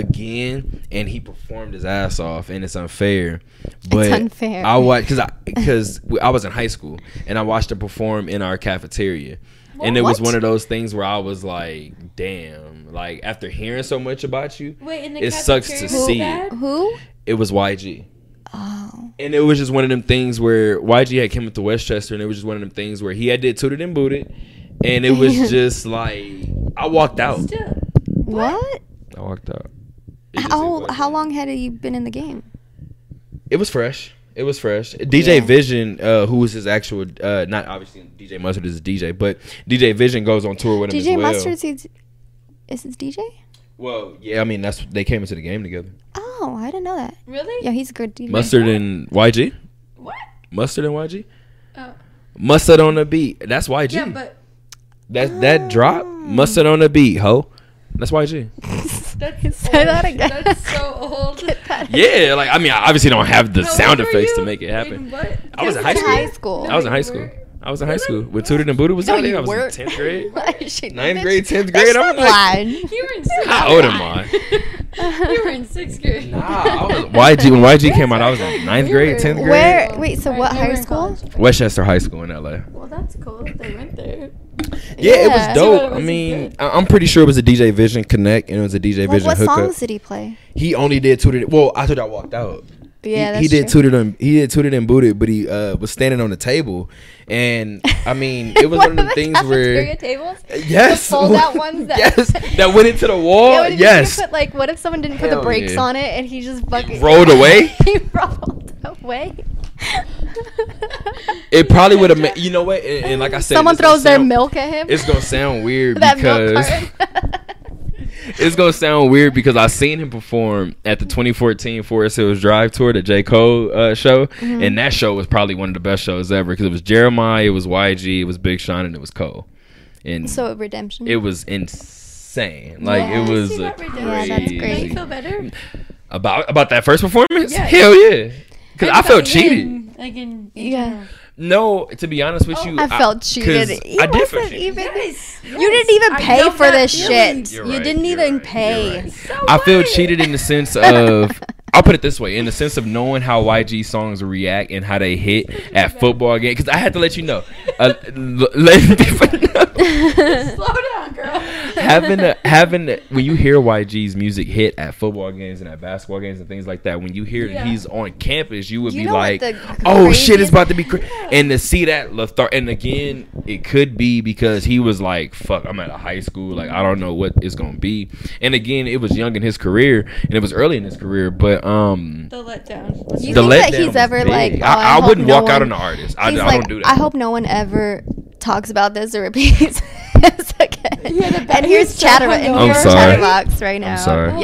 S1: again, and he performed his ass off, and it's unfair. But
S3: unfair.
S1: I watched because I because I was in high school, and I watched him perform in our cafeteria. And it was
S3: What?
S1: one of those things where I was like, "Damn!" Like after hearing so much about you,
S2: Wait, in the
S1: it sucks to
S2: cafeteria was
S1: see
S2: bad?
S1: it.
S3: Who?
S1: It was YG.
S3: Oh,
S1: And it was just one of them things where YG had came up to Westchester, and it was just one of them things where he had did tooted and booted, and it was
S3: *laughs*
S1: just like I walked out.
S2: Still,
S3: what?
S1: I walked out. It just- it
S3: How
S1: wasn't-
S3: how long had he been in the game?
S1: It was fresh. It was fresh. DJ
S3: Yeah.
S1: Vision, uh, who was his actual, uh, not obviously DJ Mustard is a DJ, but DJ Vision goes on tour with him
S3: DJ
S1: as well.
S3: Mustard's he's, is his DJ?
S1: Well, yeah, I mean that's they came into the game together.
S3: Oh, I didn't know that.
S2: really?
S3: Yeah, he's a good DJ. *laughs*
S1: Mustard and YG,
S2: What?
S1: Mustard and YG,
S2: Oh.
S1: Mustard on the beat. That's YG.
S2: Yeah, but
S1: that that drop, Mustard on the beat, ho. That's YG.
S2: that's
S3: *laughs* Say
S2: old.
S3: that again.
S2: That's so
S3: *laughs*
S2: old.
S1: Yeah, like I mean, I obviously don't have the
S2: How
S1: sound
S2: old were
S1: effects to
S2: you
S1: make it happen.
S2: in what?
S1: I was in high
S3: In
S1: school.
S3: high school. *laughs*
S1: I was in high
S2: you
S1: school.
S2: weren't.
S1: I was in high school when Tooted and Booted was out there. I was in
S3: weren't. *laughs*
S1: tenth grade.
S3: Why is she-
S1: Ninth
S3: bitch-
S1: grade, tenth
S3: bitch,
S1: grade, I'm *laughs*
S3: stop
S1: like-
S3: lying.
S2: You were in
S1: How old am I?
S2: *laughs* you were in sixth grade. *laughs*
S1: Nah, I was, YG when YG came out, I was in ninth
S2: We
S1: grade,
S2: were-
S1: tenth grade.
S3: Where- wait, so
S2: Right,
S3: what
S2: we
S3: high
S2: were in
S3: school?
S2: college.
S1: Westchester High School in LA.
S2: Well, that's cool that they went there.
S1: Yeah, it
S3: Yeah.
S1: was
S2: So
S1: dope.
S2: it
S1: I
S2: was
S1: mean,
S2: good.
S1: I- I'm pretty sure it was a DJ Vision Connect and it was a DJ
S3: Well,
S1: Vision
S3: what
S1: hookup.
S3: songs did he play?
S1: He only did tooted. Well, I thought I walked out.
S3: Yeah,
S1: he, he
S3: that's
S1: did
S3: true.
S1: tooted and he did tooted and booted, but he uh, was standing on the table, and I
S3: *laughs*
S1: mean, it was one of the things where Uh,
S3: cafeteria tables.
S1: yes, *laughs*
S3: the fold-out ones that-
S1: yes,
S3: *laughs*
S1: that went into the wall.
S3: Yeah, what if you
S1: yes,
S3: put, like, what if someone didn't put
S1: Hell
S3: the brakes
S1: yeah.
S3: on it and he just fucking
S1: rolled away?
S3: *laughs* he rolled away.
S1: it probably would have.
S3: *laughs*
S1: made You know what? And, and like I said,
S3: someone
S1: it's gonna
S3: throws their
S1: sound-
S3: milk at him.
S1: *laughs* It's gonna
S3: *laughs*
S1: sound weird
S3: that
S1: because
S3: milk
S2: *laughs*
S3: carton.
S1: *laughs* it's gonna sound weird because I seen him perform at the 2014 Forest Hills Drive tour, the J Cole uh, show,
S3: Mm-hmm.
S1: and that show was probably one of the best shows ever because it was Jeremiah, it was YG, it was Big Sean, and it was Cole, and
S3: so redemption.
S1: it was insane. Like
S2: Yeah,
S1: it
S2: I
S1: was
S2: see
S1: a
S2: that
S1: crazy.
S2: redemption.
S3: Yeah, that's
S2: Don't you
S3: great.
S2: feel better?
S1: about about that first performance.
S2: Yeah.
S1: Hell yeah, because I
S2: Like,
S1: felt
S2: in-
S1: cheated.
S2: like in
S3: yeah,
S1: No, to be honest with you,
S3: Oh, I felt cheated.
S1: 'cause
S3: He
S1: I did feel
S3: wasn't
S1: cheated.
S3: even.
S2: Yes,
S3: You didn't even
S2: I
S3: pay
S2: know
S3: for
S2: that
S3: this
S2: feeling.
S3: shit.
S1: You're
S3: you
S1: right,
S3: didn't
S1: you're
S3: even
S1: right, you're
S3: pay.
S1: right.
S2: So
S1: I feel
S2: what?
S1: cheated in the sense of
S3: *laughs*
S1: I'll put it this way, in the sense of knowing how YG songs react and how they hit at football games. Because I had to let you know, uh, l- let people know.
S2: *laughs* Slow down, girl.
S1: *laughs* having a, having a, when you hear YG's music hit at football games and at basketball games and things like that, when you hear that
S2: Yeah.
S1: he's on campus, you would
S3: You
S1: be
S3: know what
S1: like,
S3: the
S1: "Oh shit,
S3: craziest-
S1: it's about to be crazy." And to see that Lethar, and again, it could be because he was like, "Fuck, I'm at a high school, like I don't know what it's gonna be." And again, it was young in his career, and it was early in his career, but um.
S2: *laughs* The letdown. was
S3: You
S1: the
S3: think that
S1: letdown
S3: he's
S1: was
S3: ever,
S1: big.
S3: like, oh, I
S1: I, I
S3: hope
S1: wouldn't
S3: no
S1: walk out
S3: one-
S1: on an artist. I, I
S3: He's
S1: don't
S3: like,
S1: do that.
S3: I hope no one ever talks about this or *laughs* repeats this again.
S2: Yeah, the ba-
S3: and here's
S2: he's so
S3: chatter. And
S2: annoying.
S1: I'm
S3: here's
S1: sorry.
S3: chatterbox right now.
S1: sorry.
S2: Oh
S3: Yo.
S2: my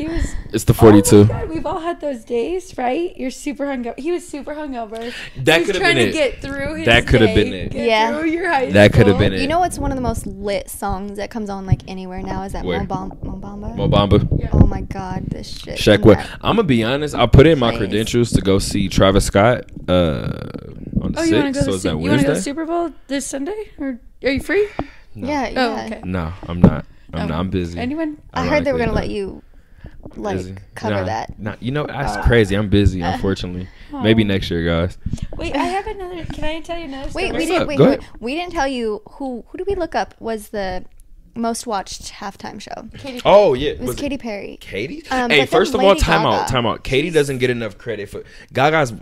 S1: *laughs*
S2: he was-
S1: it's the
S2: Oh
S1: 42.
S2: my God, we've all had those days, right? You're super hungover. He was super hungover.
S1: That
S2: He was
S1: could have
S2: trying
S1: been
S2: to
S1: it.
S2: get through his
S1: That could have
S2: day,
S1: been it.
S2: get
S3: Yeah.
S2: through your high
S1: That could have
S2: school.
S1: been it.
S3: You know what's one of the most lit songs that comes on like anywhere now is that
S1: Where?
S3: Mobamba. Mobamba?
S1: Mobamba.
S2: Yeah.
S3: Oh my god, this shit.
S1: Shaq
S3: What?
S1: West. I'm gonna be honest. I put in my
S3: Please.
S1: credentials to go see Travis Scott uh, on the
S2: Oh, you want to
S1: sixth. So
S2: go, to
S1: is that
S2: Su- you wanna go to
S1: Wednesday?
S2: Super Bowl this Sunday? Or are you free?
S3: Yeah, yeah.
S2: Oh, okay.
S1: No, I'm not. I'm
S2: Oh.
S1: not. I'm busy.
S2: Anyone?
S3: I heard they were
S1: Ironically,
S3: gonna let
S1: no.
S3: you like
S1: Busy.
S3: cover
S1: Nah,
S3: that.
S1: Nah, you know that's
S3: Oh.
S1: crazy. I'm
S3: *laughs*
S1: busy. Unfortunately, maybe next year, guys.
S2: Wait, I have another. Can I tell you another?
S3: Wait,
S2: story?
S3: we
S1: What's
S3: didn't
S1: up?
S3: wait,
S1: Go
S3: wait,
S1: ahead.
S3: we didn't tell you who who did we look up was the most watched halftime show. It
S1: Oh yeah,
S3: was, Katy Perry.
S1: Katie?
S3: Um, but
S1: hey,
S3: then
S1: first of all,
S3: Lady
S1: time out,
S3: Gaga.
S1: time out. Katie doesn't get enough credit for Gaga's.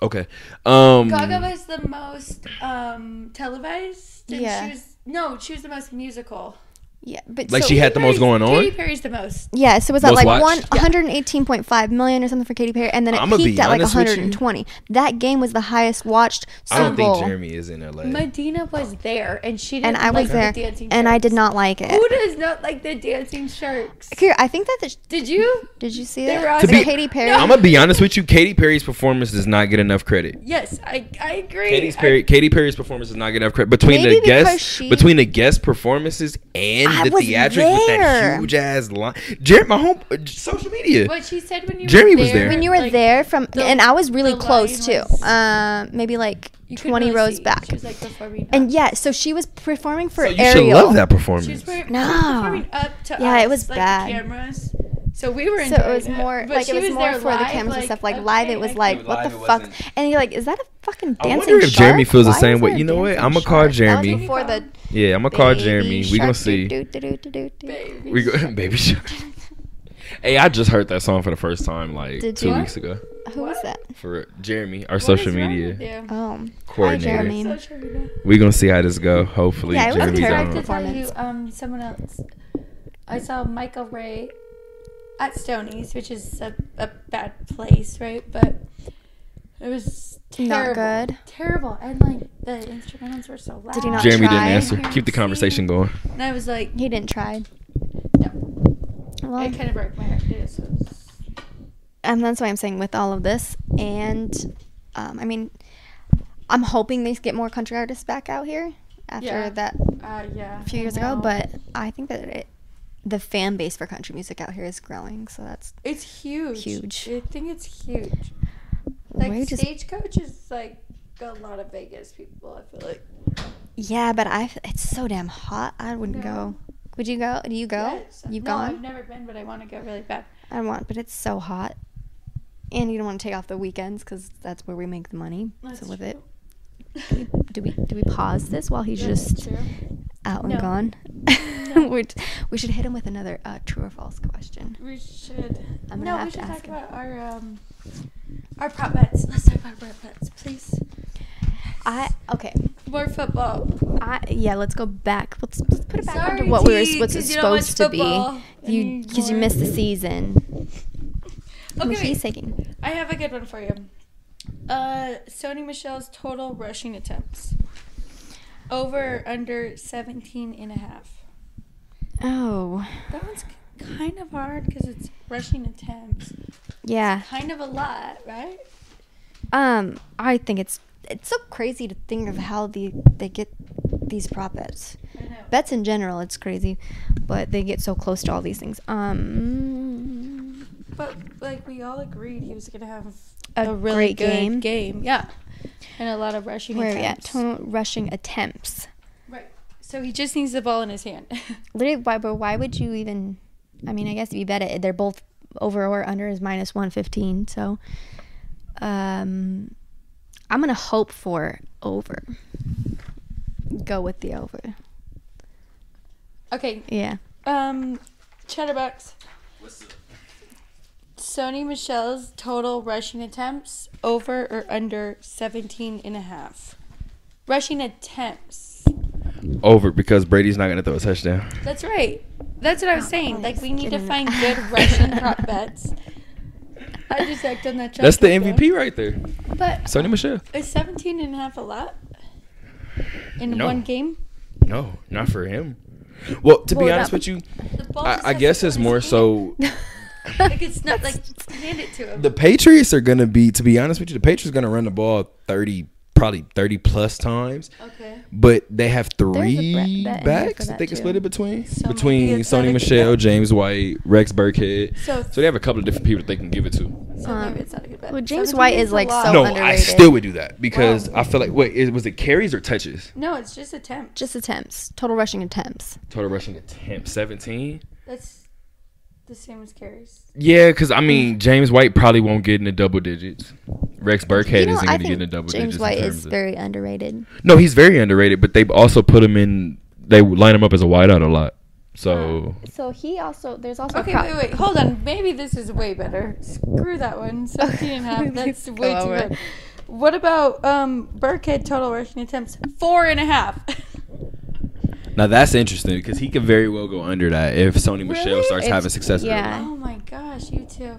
S1: Okay. Um,
S2: Gaga
S3: Mm.
S2: was the most um, televised. And
S3: Yeah.
S2: She was, no, she was the most musical.
S3: Yeah, but
S1: like
S3: so-
S1: she had the most going on.
S2: Katy Perry's the most.
S3: Yeah, so it was at
S1: Most
S3: like
S1: watched?
S3: one
S1: Yeah.
S3: hundred and eighteen point five million or something for Katy Perry, and then it
S1: I'ma be
S3: peaked at like
S1: honest with you.
S3: 120. That game was the highest watched
S1: I
S3: Super
S1: don't think
S3: Bowl,
S1: Jeremy is in LA.
S2: Medina was there, and she didn't
S3: and I
S2: like
S3: was
S2: the
S3: there,
S2: dancing
S3: and I did
S2: sharks.
S3: not like it.
S2: Who does not like the dancing sharks?
S3: Here, I think that the,
S2: Did you?
S3: did you see
S2: They
S3: that?
S2: were on
S3: The
S1: To be-
S3: Katy Perry.
S1: I'm gonna be honest with you. Katy Perry's performance does not get enough credit.
S2: Yes, I, I agree.
S1: Katy's Perry, Katy Perry's performance is not good enough credit between
S3: Maybe
S1: the
S3: because
S1: guest
S3: she-
S1: between the guest performances and
S3: I
S1: the
S3: was
S1: theatrics with
S3: there.
S1: that huge ass line. Jer- my home uh, social media.
S2: What she said when you
S1: Jeremy
S2: were
S1: was
S2: there.
S1: there.
S3: when you were
S2: like,
S3: there from,
S2: the-
S3: and I was really
S2: the
S3: close too,
S2: line was-
S3: um, maybe like
S2: you couldn't
S3: 20
S2: really
S3: rows
S2: see.
S3: back.
S2: She was like performing up.
S3: and yeah, so she was performming for
S1: So you
S3: Ariel.
S1: should love that
S2: she was,
S1: performance.
S2: per- she was
S3: No.
S2: performing up to us.
S3: Yeah, it was
S2: like,
S3: bad.
S2: The cameras. So we were
S3: So
S2: enjoying
S3: it was more
S2: but
S3: like
S2: she
S3: it was, more
S2: there
S3: for the
S2: live,
S3: cameras and stuff. Like
S2: okay,
S3: live, it was
S2: I-
S1: It
S3: like
S1: was
S3: what
S1: live,
S3: the
S1: it
S3: fuck?
S1: wasn't-
S3: And you're like, is that a fucking
S1: I
S3: dancing
S1: wonder if
S3: shark?
S1: Jeremy feels the
S3: Why
S1: same
S3: is
S1: way.
S3: there a
S1: You know what?
S3: dancing
S1: I'ma call
S3: shark?
S1: Jeremy.
S3: That was before the
S1: yeah, I'm gonna call
S3: baby
S1: Jeremy. We gonna
S3: shark.
S1: see.
S3: Do, do, do, do, do, do.
S2: Baby.
S1: We go, *laughs* baby shark. hey, I just heard that song for the first time like
S3: Did
S1: two
S3: you?
S1: weeks ago
S3: Who was that?
S1: for Jeremy, our
S2: What is
S1: social
S2: wrong
S1: media
S2: with you?
S3: Oh,
S1: coordinator.
S3: Jeremy.
S2: Social media.
S1: We gonna see how this go. Hopefully,
S3: Yeah, it was a
S1: Jeremy's
S3: terrible
S2: I
S1: on.
S2: have to tell you,
S3: performance.
S2: um, someone else. I saw Michael Ray at Stoney's, which is a, a bad place, right? But it was
S3: Not
S2: terrible.
S3: good.
S2: Terrible. And like the instrumentals were so loud.
S3: Did he not
S1: Jeremy
S3: try.
S1: didn't answer.
S2: Jeremy
S1: Keep the conversation going.
S2: And I was like,
S3: He didn't try.
S2: no.
S3: Well,
S2: It kind of broke my heart. It was-
S3: and that's why I'm saying with all of this, and um, I mean, I'm hoping they get more country artists back out here after
S2: Yeah.
S3: that
S2: Uh, yeah.
S3: few
S2: I
S3: years ago.
S2: know.
S3: But I think that it, the fan base for country music out here is growing, so that's
S2: it's huge.
S3: Huge.
S2: I think it's huge. Like
S3: we're just
S2: stagecoach is like a lot of Vegas people. I feel like.
S3: yeah. But I it's so damn hot. I wouldn't
S2: No.
S3: go. Would you go? Do you go?
S2: Yes.
S3: You've
S2: no, I've
S3: gone.
S2: never been, but I want to go really bad.
S3: I want, but it's so hot. And you don't want to take off the weekends because that's where we make the money. so with it,
S2: *laughs*
S3: do we do we pause this while he's just out and
S2: No.
S3: gone? *laughs* we we should hit him with another uh, true or false question.
S2: We should.
S3: I'm gonna
S2: no,
S3: have
S2: we
S3: to
S2: should
S3: ask
S2: talk
S3: him.
S2: about our um, our prop bets. Let's talk about prop bets, please.
S3: I okay.
S2: More football.
S3: I yeah. Let's go back. Let's, let's put it back
S2: Sorry,
S3: under what we were
S2: T,
S3: what's
S2: 'cause you don't watch
S3: supposed to
S2: football
S3: be. You because you
S2: anymore.
S3: missed the season.
S2: Okay,
S3: Who's he's
S2: wait.
S3: taking?
S2: I have a good one for you. Uh, Sony Michelle's total rushing attempts. Over or under 17 and a half.
S3: Oh
S2: That one's k- kind of hard because it's rushing attempts.
S3: yeah.
S2: Kind of a lot, right?
S3: Um, I think it's it's so crazy to think of how the they get these prop bets.
S2: I know.
S3: Bets in general, it's crazy, but they get so close to all these things.
S2: Mm,
S3: Um,
S2: But like we all agreed, he was gonna have
S3: A great
S2: good
S3: game.
S2: Game, yeah, and a lot of rushing.
S3: where are we at?
S2: attempts.
S3: Total rushing attempts.
S2: Right. So he just needs the ball in his hand. *laughs*
S3: Literally, why? But why would you even? I mean, I guess if you bet it, they're both over or under is minus one fifteen. So, um, I'm gonna hope for over. Go with the over.
S2: okay.
S3: Yeah.
S2: Um, Chatterbox.
S1: What's up?
S2: Sony Michelle's total rushing attempts over or under 17 and a half. Rushing attempts.
S1: Over because Brady's not gonna throw a touchdown.
S2: That's right. That's what Oh, I was saying. Like we need to
S3: kidding.
S2: find good rushing *laughs* prop bets. I just act on that.
S1: That's the
S2: Chatterbox one.
S1: MVP right there,
S2: But
S1: Sonny Michelle.
S2: is 17 and a half a lot in
S1: No.
S2: one game?
S1: No, not for him. Well, to be
S3: Well,
S1: honest
S3: that-
S1: with you,
S2: The ball just
S1: I, I
S2: has to
S1: guess
S2: go
S1: it's
S2: in his
S1: more
S2: hand.
S1: so
S2: *laughs* Like it's not like hand it to
S1: *laughs*
S2: him.
S1: the Patriots are gonna be. To be honest with you, the Patriots are gonna run the ball thirty, probably thirty plus times.
S2: okay.
S1: But they have
S3: bre-
S1: three
S3: that in there for
S1: backs that
S3: that
S1: they can
S3: too.
S1: split it between
S2: So maybe
S1: between
S2: it's not a
S1: Sony
S2: good
S1: Michelle,
S2: bet.
S1: James White, Rex Burkhead.
S2: So-
S1: So, they have a couple of different people that they can give it to.
S2: So
S3: Um,
S2: maybe it's not a good bet.
S3: well, James
S2: 17
S3: White is,
S2: a
S3: like,
S2: lot.
S3: so
S1: no, I
S3: underrated.
S1: still would do that because I feel like wait, it, was it carries or touches?
S2: No, it's just attempt.
S3: Just attempts. Total rushing attempts.
S1: Total rushing attempt seventeen.
S2: That's the same as carries.
S1: Yeah, because I mean James White probably won't get in the double digits. Rex Burkhead
S3: You know,
S1: isn't
S3: I
S1: going to get
S3: think
S1: in the double digits.
S3: James
S1: in
S3: White
S1: terms
S3: is
S1: of-
S3: very underrated.
S1: no, he's very underrated, but they also put him in. They line him up as a wideout a lot. So
S3: So he also there's also
S2: Okay, wait, wait, hold on. Maybe this is way better. Screw that
S3: *laughs*
S2: one. 17 and a half. That's
S3: Go
S2: way too
S3: over it.
S2: good. What about um Burkhead total rushing attempts? Four and a half. *laughs*
S1: now that's interesting because he could very well go under that if Sony Michelle
S2: Really?
S1: starts
S3: It's-
S1: having success.
S3: yeah.
S2: oh my gosh, you too.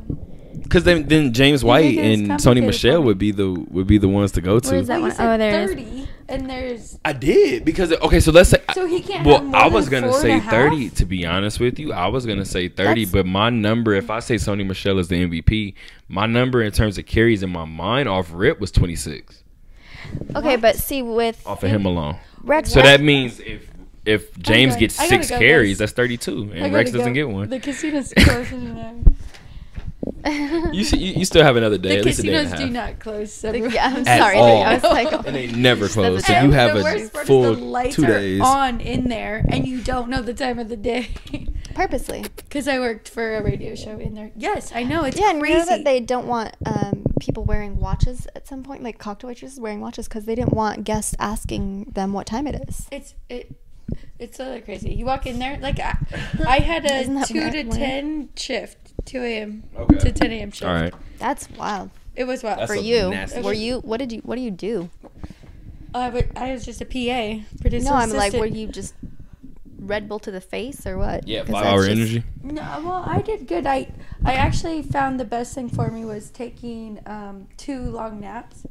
S1: because then then James
S2: make
S1: White
S2: it as
S1: and Sony
S2: complicated for
S1: Michelle
S2: me.
S1: would be the would be the ones to go to.
S3: Where's that
S2: Well, you
S3: one?
S2: said
S3: Oh, there it is.
S2: 30, and there's
S1: I did because okay, so let's say.
S2: So he can't
S1: Well,
S2: have more
S1: I was
S2: than
S1: gonna
S2: four and
S1: say
S2: a half?
S1: thirty. To be honest with you, I was gonna say thirty,
S3: That's-
S1: but my number, if I say Sony Michelle is the MVP, my number in terms of carries in my mind off rip was twenty six
S3: Okay, but see with
S1: off of him alone.
S3: Rex,
S1: So that means if if James
S2: going-
S1: gets
S2: I gotta
S1: six
S2: go, guys.
S1: carries, that's thirty two,
S2: I
S1: and Rex
S2: gotta
S1: doesn't
S2: go.
S1: get one. *laughs*
S2: The casino's closed and
S1: You, see, you you still have another day,
S2: The
S1: at least a day and a
S2: casinos
S1: half.
S2: do not close. So
S3: yeah,
S2: *laughs*
S3: I'm
S1: At
S3: sorry.
S1: all.
S3: I was like, oh.
S1: and they never close, so
S3: And
S1: you
S2: the
S1: have
S2: worst part
S1: a
S2: is
S1: full
S2: the lights
S1: two
S2: are
S1: days.
S2: on in there, and you don't know the time of the day.
S3: *laughs*
S2: *laughs*
S3: purposely.
S2: Because I worked for a radio show in there. Yes, I know it's
S3: Yeah, and
S2: crazy.
S3: you know that they don't want um, people wearing watches at some point, like cocktail waitresses wearing watches, because they didn't want guests asking them what time it is.
S2: it's it. It's so like, crazy. You walk in there like
S3: *laughs*
S2: I, I had
S3: Isn't
S2: a
S3: that
S2: two to
S3: weird?
S2: ten shift, two a.m.
S1: Okay.
S2: to ten a.m. shift.
S1: All right,
S3: That's wild
S2: It was wild.
S1: That's
S3: for
S1: a
S3: you.
S1: nasty-
S3: Were you? What did you? What do you do?
S2: I wa- I was just a PA producer.
S3: no, I'm like,
S2: assistant.
S3: were you just Red Bull to the face or what?
S1: yeah,
S3: 'Cause
S1: five
S3: that's
S1: hour
S3: just-
S1: energy.
S2: No, well, I did good. I I actually found the best thing for me was taking um, two long naps.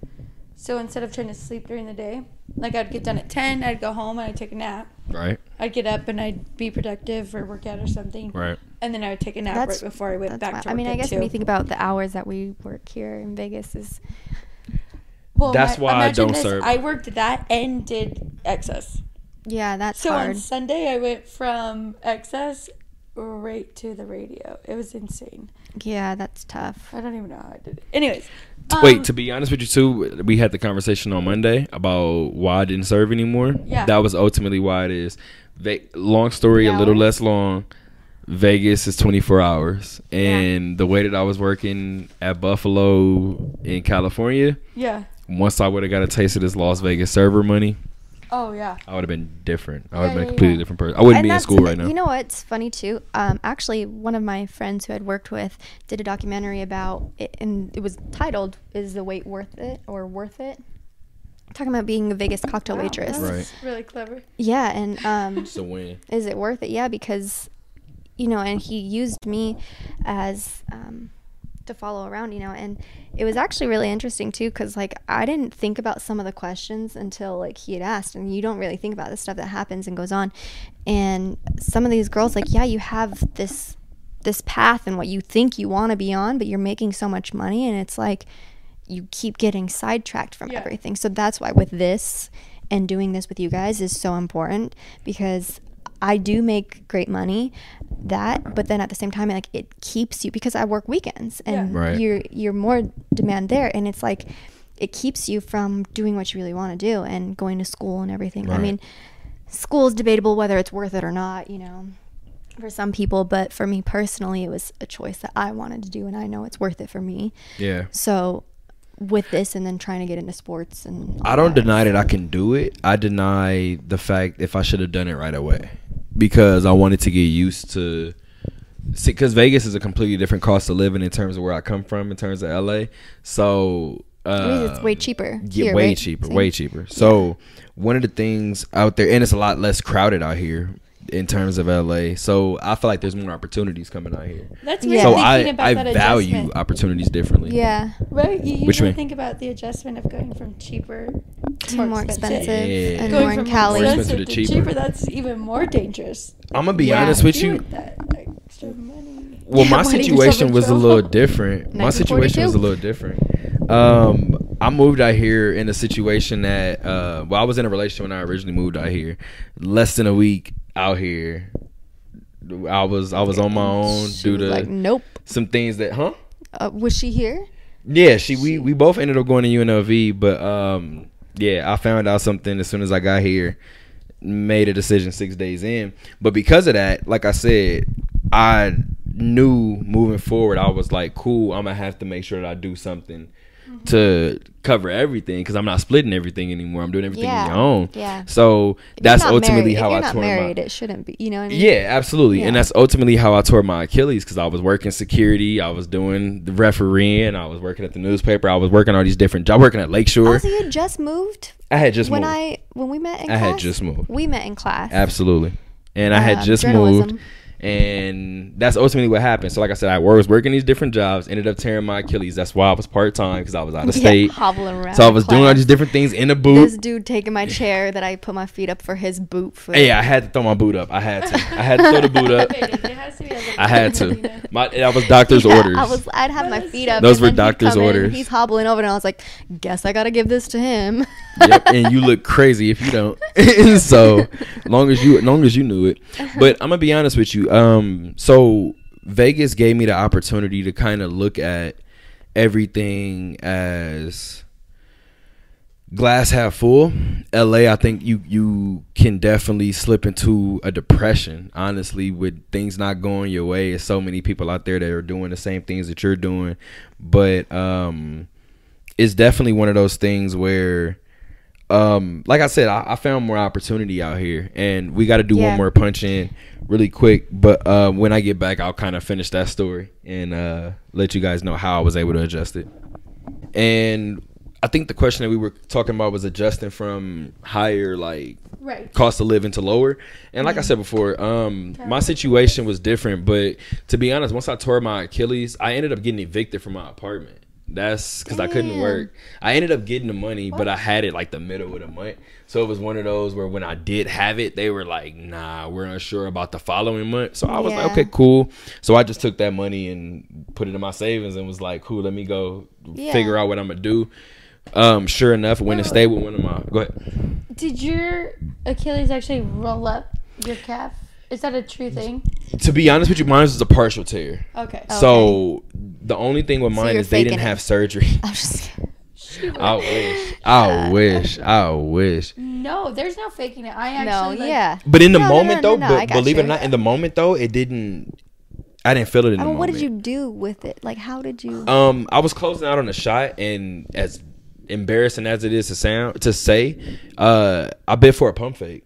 S2: So instead of trying to sleep during the day, like I'd get done at ten, I'd go home and I'd take a nap.
S1: Right,
S2: I'd get up and I'd be productive or work out or something,
S1: right.
S2: and then I would take a nap
S3: That's-
S2: right before I went
S3: That's
S2: back
S3: wild.
S2: to work.
S3: I mean, I
S2: at
S3: guess
S2: two.
S3: when you think about the hours that we work here in Vegas is
S2: Well,
S1: That's
S2: ma-
S1: why I
S2: imagine
S1: don't
S2: this.
S1: serve.
S2: I worked that and did excess.
S3: yeah, that's
S2: So on
S3: hard.
S2: Sunday, I went from excess right to the radio. It was insane.
S3: Yeah, that's tough.
S2: I don't even know how I did it. Anyways, um,
S1: Wait, to be honest with you too, we had the conversation on Monday about why I didn't serve anymore.
S2: Yeah.
S1: That was ultimately why it is. They long story, a
S3: Yeah.
S1: little less long. Vegas is 24 hours, and the way that I was working at Buffalo in California,
S2: Yeah.
S1: once I would have got a taste of this Las Vegas server money,
S2: Oh yeah.
S1: I would have been different. I would have
S2: Yeah,
S1: been a
S2: yeah,
S1: completely
S2: yeah.
S1: different person. I wouldn't
S3: And
S1: be in
S3: that's-
S1: school right now.
S3: You know what's funny too? Um, actually, one of my friends who I'd worked with did a documentary about it, and it was titled "Is the Wait Worth It?" or "Worth It." Talking about being a Vegas cocktail waitress.
S1: that's- Right.
S2: Really clever.
S3: Yeah, and um, *laughs*
S1: it's a win.
S3: is it worth it? Yeah, because you know, and he used me as um, to follow around, you know, and it was actually really interesting too, because like I didn't think about some of the questions until like he had asked, and you don't really think about the stuff that happens and goes on, and some of these girls like, yeah, you have this this path and what you think you want to be on, but you're making so much money, and it's like you keep getting sidetracked from
S2: Yeah.
S3: everything. So that's why with this and doing this with you guys is so important because I do make great money that but then at the same time like it keeps you because I work weekends and
S1: Yeah. Right.
S3: you're you're more demand there and it's like it keeps you from doing what you really want to do and going to school and everything. I
S1: Right.
S3: mean school's debatable whether it's worth it or not, you know for some people, but for me personally, it was a choice that I wanted to do, and I know it's worth it for me.
S1: Yeah.
S3: So, with this, and then trying to get into sports, and
S1: I don't deny that I can do it. I deny the fact if I should have done it right away because I wanted to get used to. See, because Vegas is a completely different cost of living in terms of where I come from, in terms of LA. So
S3: I mean,
S1: uh,
S3: it's way cheaper.
S1: Yeah,
S3: here,
S1: way
S3: right?
S1: cheaper,
S3: Same.
S1: way cheaper. So one of the things out there, and it's a lot less crowded out here in terms of LA. So I feel like there's more opportunities coming out here.
S2: That's
S3: Yeah.
S2: weird.
S1: So
S2: thinking
S1: I
S2: about
S1: I
S2: that
S1: value
S2: adjustment.
S3: uh,
S1: opportunities differently.
S3: Yeah,
S2: Right? You
S1: Which
S2: usually
S1: one?
S2: think about the adjustment of going from cheaper to
S3: more, expensive,
S1: Yeah.
S3: and
S1: Going
S3: more in Cali.
S1: More expensive to
S2: to
S1: cheaper.
S2: cheaper. That's even more dangerous.
S1: I'm gonna be
S3: Yeah.
S1: honest with you.
S2: With that extra money.
S1: Well,
S3: Yeah,
S1: my
S3: why do you
S1: situation
S2: so
S1: was a
S2: much
S1: little
S2: trouble?
S1: different. My situation
S3: 1942?
S1: was a little different. Um, I moved out here in a situation that, uh, well, I was in a relationship when I originally moved out here. Less than a week out here, I was I was on my own
S3: She
S1: due
S3: was
S1: to
S3: like, nope.
S1: some things that, huh?
S3: Uh, was she here?
S1: Yeah, she we we both ended up going to UNLV, but um yeah, I found out something as soon as I got here. Made a decision six days in, but because of that, like I said, I knew moving forward, I was like, cool, I'm gonna have to make sure that I do something
S3: Mm-hmm.
S1: to cover everything because I'm not ssplitting everything anymore. I'm doing everything
S3: Yeah,
S1: on your own.
S3: yeah.
S1: So
S3: If you're
S1: that's
S3: not
S1: ultimately
S3: married,
S1: how
S3: if
S1: I
S3: you're not
S1: tore my
S3: married. It shouldn't be. You know what I mean?
S1: yeah, absolutely. And
S3: Yeah.
S1: that's ultimately how I tore my Achilles because I was working security, I was doing the refereeing, I was working at the newspaper, I was working all these different jobs, working at Lakeshore.
S3: Also, you had just moved
S1: I had just
S3: when
S1: moved.
S3: I when we met in
S1: I
S3: class.
S1: had just moved.
S3: We met in class. *laughs*
S1: absolutely. And I had
S3: Um,
S1: just
S3: journalism.
S1: moved. And that's ultimately what happened. So, like I said, I was working these different jobs, ended up tearing my Achilles. That's why I was part time because I was out of
S3: *laughs* Yeah,
S1: state.
S3: hobbling around.
S1: So, I was doing all
S3: class.
S1: these different things in the booth.
S3: This dude taking my chair that I put my feet up for his boot foot.
S1: Hey, I had to throw my boot up. I had to. I had to throw the boot
S2: *laughs*
S3: *laughs*
S1: up.
S2: It has to be as a
S1: I had
S2: you know?
S1: to. My, that was doctor's
S3: Yeah,
S1: orders.
S3: I was, I'd have my
S2: Those-
S3: feet up.
S1: Those
S3: and
S1: were
S3: then he'd
S1: doctor's
S3: come in,
S1: orders.
S3: he's hobbling over, and I was like, "Guess I gotta give this to him."
S1: yep,
S3: *laughs*
S1: and you look crazy if you don't. *laughs* so long as you long as you knew it. But I'm gonna be honest with you. Um, so Vegas gave me the opportunity to kind of look at everything as glass half full. LA, I think you you can definitely slip into a depression, honestly, with things not going your way. There's so many people out there that are doing the same things that you're doing. But um it's definitely one of those things where um like I said, I, I found more opportunity out here and we gotta do
S3: Yeah.
S1: one more punch in really quick. But uh, when I get back I'll kinda finish that story and uh let you guys know how I was able to adjust it. And I think the question that we were talking about was adjusting from higher like
S2: Right.
S1: cost of living to lower. And like I said before, um my situation was different, but to be honest, once I tore my Achilles, I ended up getting evicted from my apartment. That's because I couldn't
S3: Damn.
S1: work. I ended up getting the money, but I had it like the middle of the month. So it was one of those where when I did have it, they were like, nah, we're unsure about the following month. So I was like,
S3: Yeah.
S1: okay, cool. So I just took that money and put it in my savings and was like, cool, let me go
S3: Yeah.
S1: figure out what I'm going to do. Um, sure enough, went and stayed with one of my. Go ahead.
S2: Did your Achilles actually roll up your calf? Is that a true thing? Oh.
S1: To be honest with you, mine was a partial tear.
S2: Okay.
S1: So the only thing with mine
S3: Oh, you're
S1: is they didn't
S3: faking it. *laughs*
S1: have surgery. *laughs*
S3: I'm just,
S1: I wish. I wish. I wish.
S2: No, there's no faking it. I
S3: no,
S2: actually like,
S3: yeah.
S1: But in the
S3: No, no,
S1: moment,
S3: no,
S1: though,
S3: no, no,
S1: but
S3: I got
S1: believe it
S3: you.
S1: or not, in the moment though, it didn't. I didn't feel it in
S3: I
S1: the
S3: mean,
S1: moment.
S3: what did you do with it? Like, how did you?
S1: Um, I was closing out on a shot, and as embarrassing as it is to sound to say, uh, I bid for a pump fake,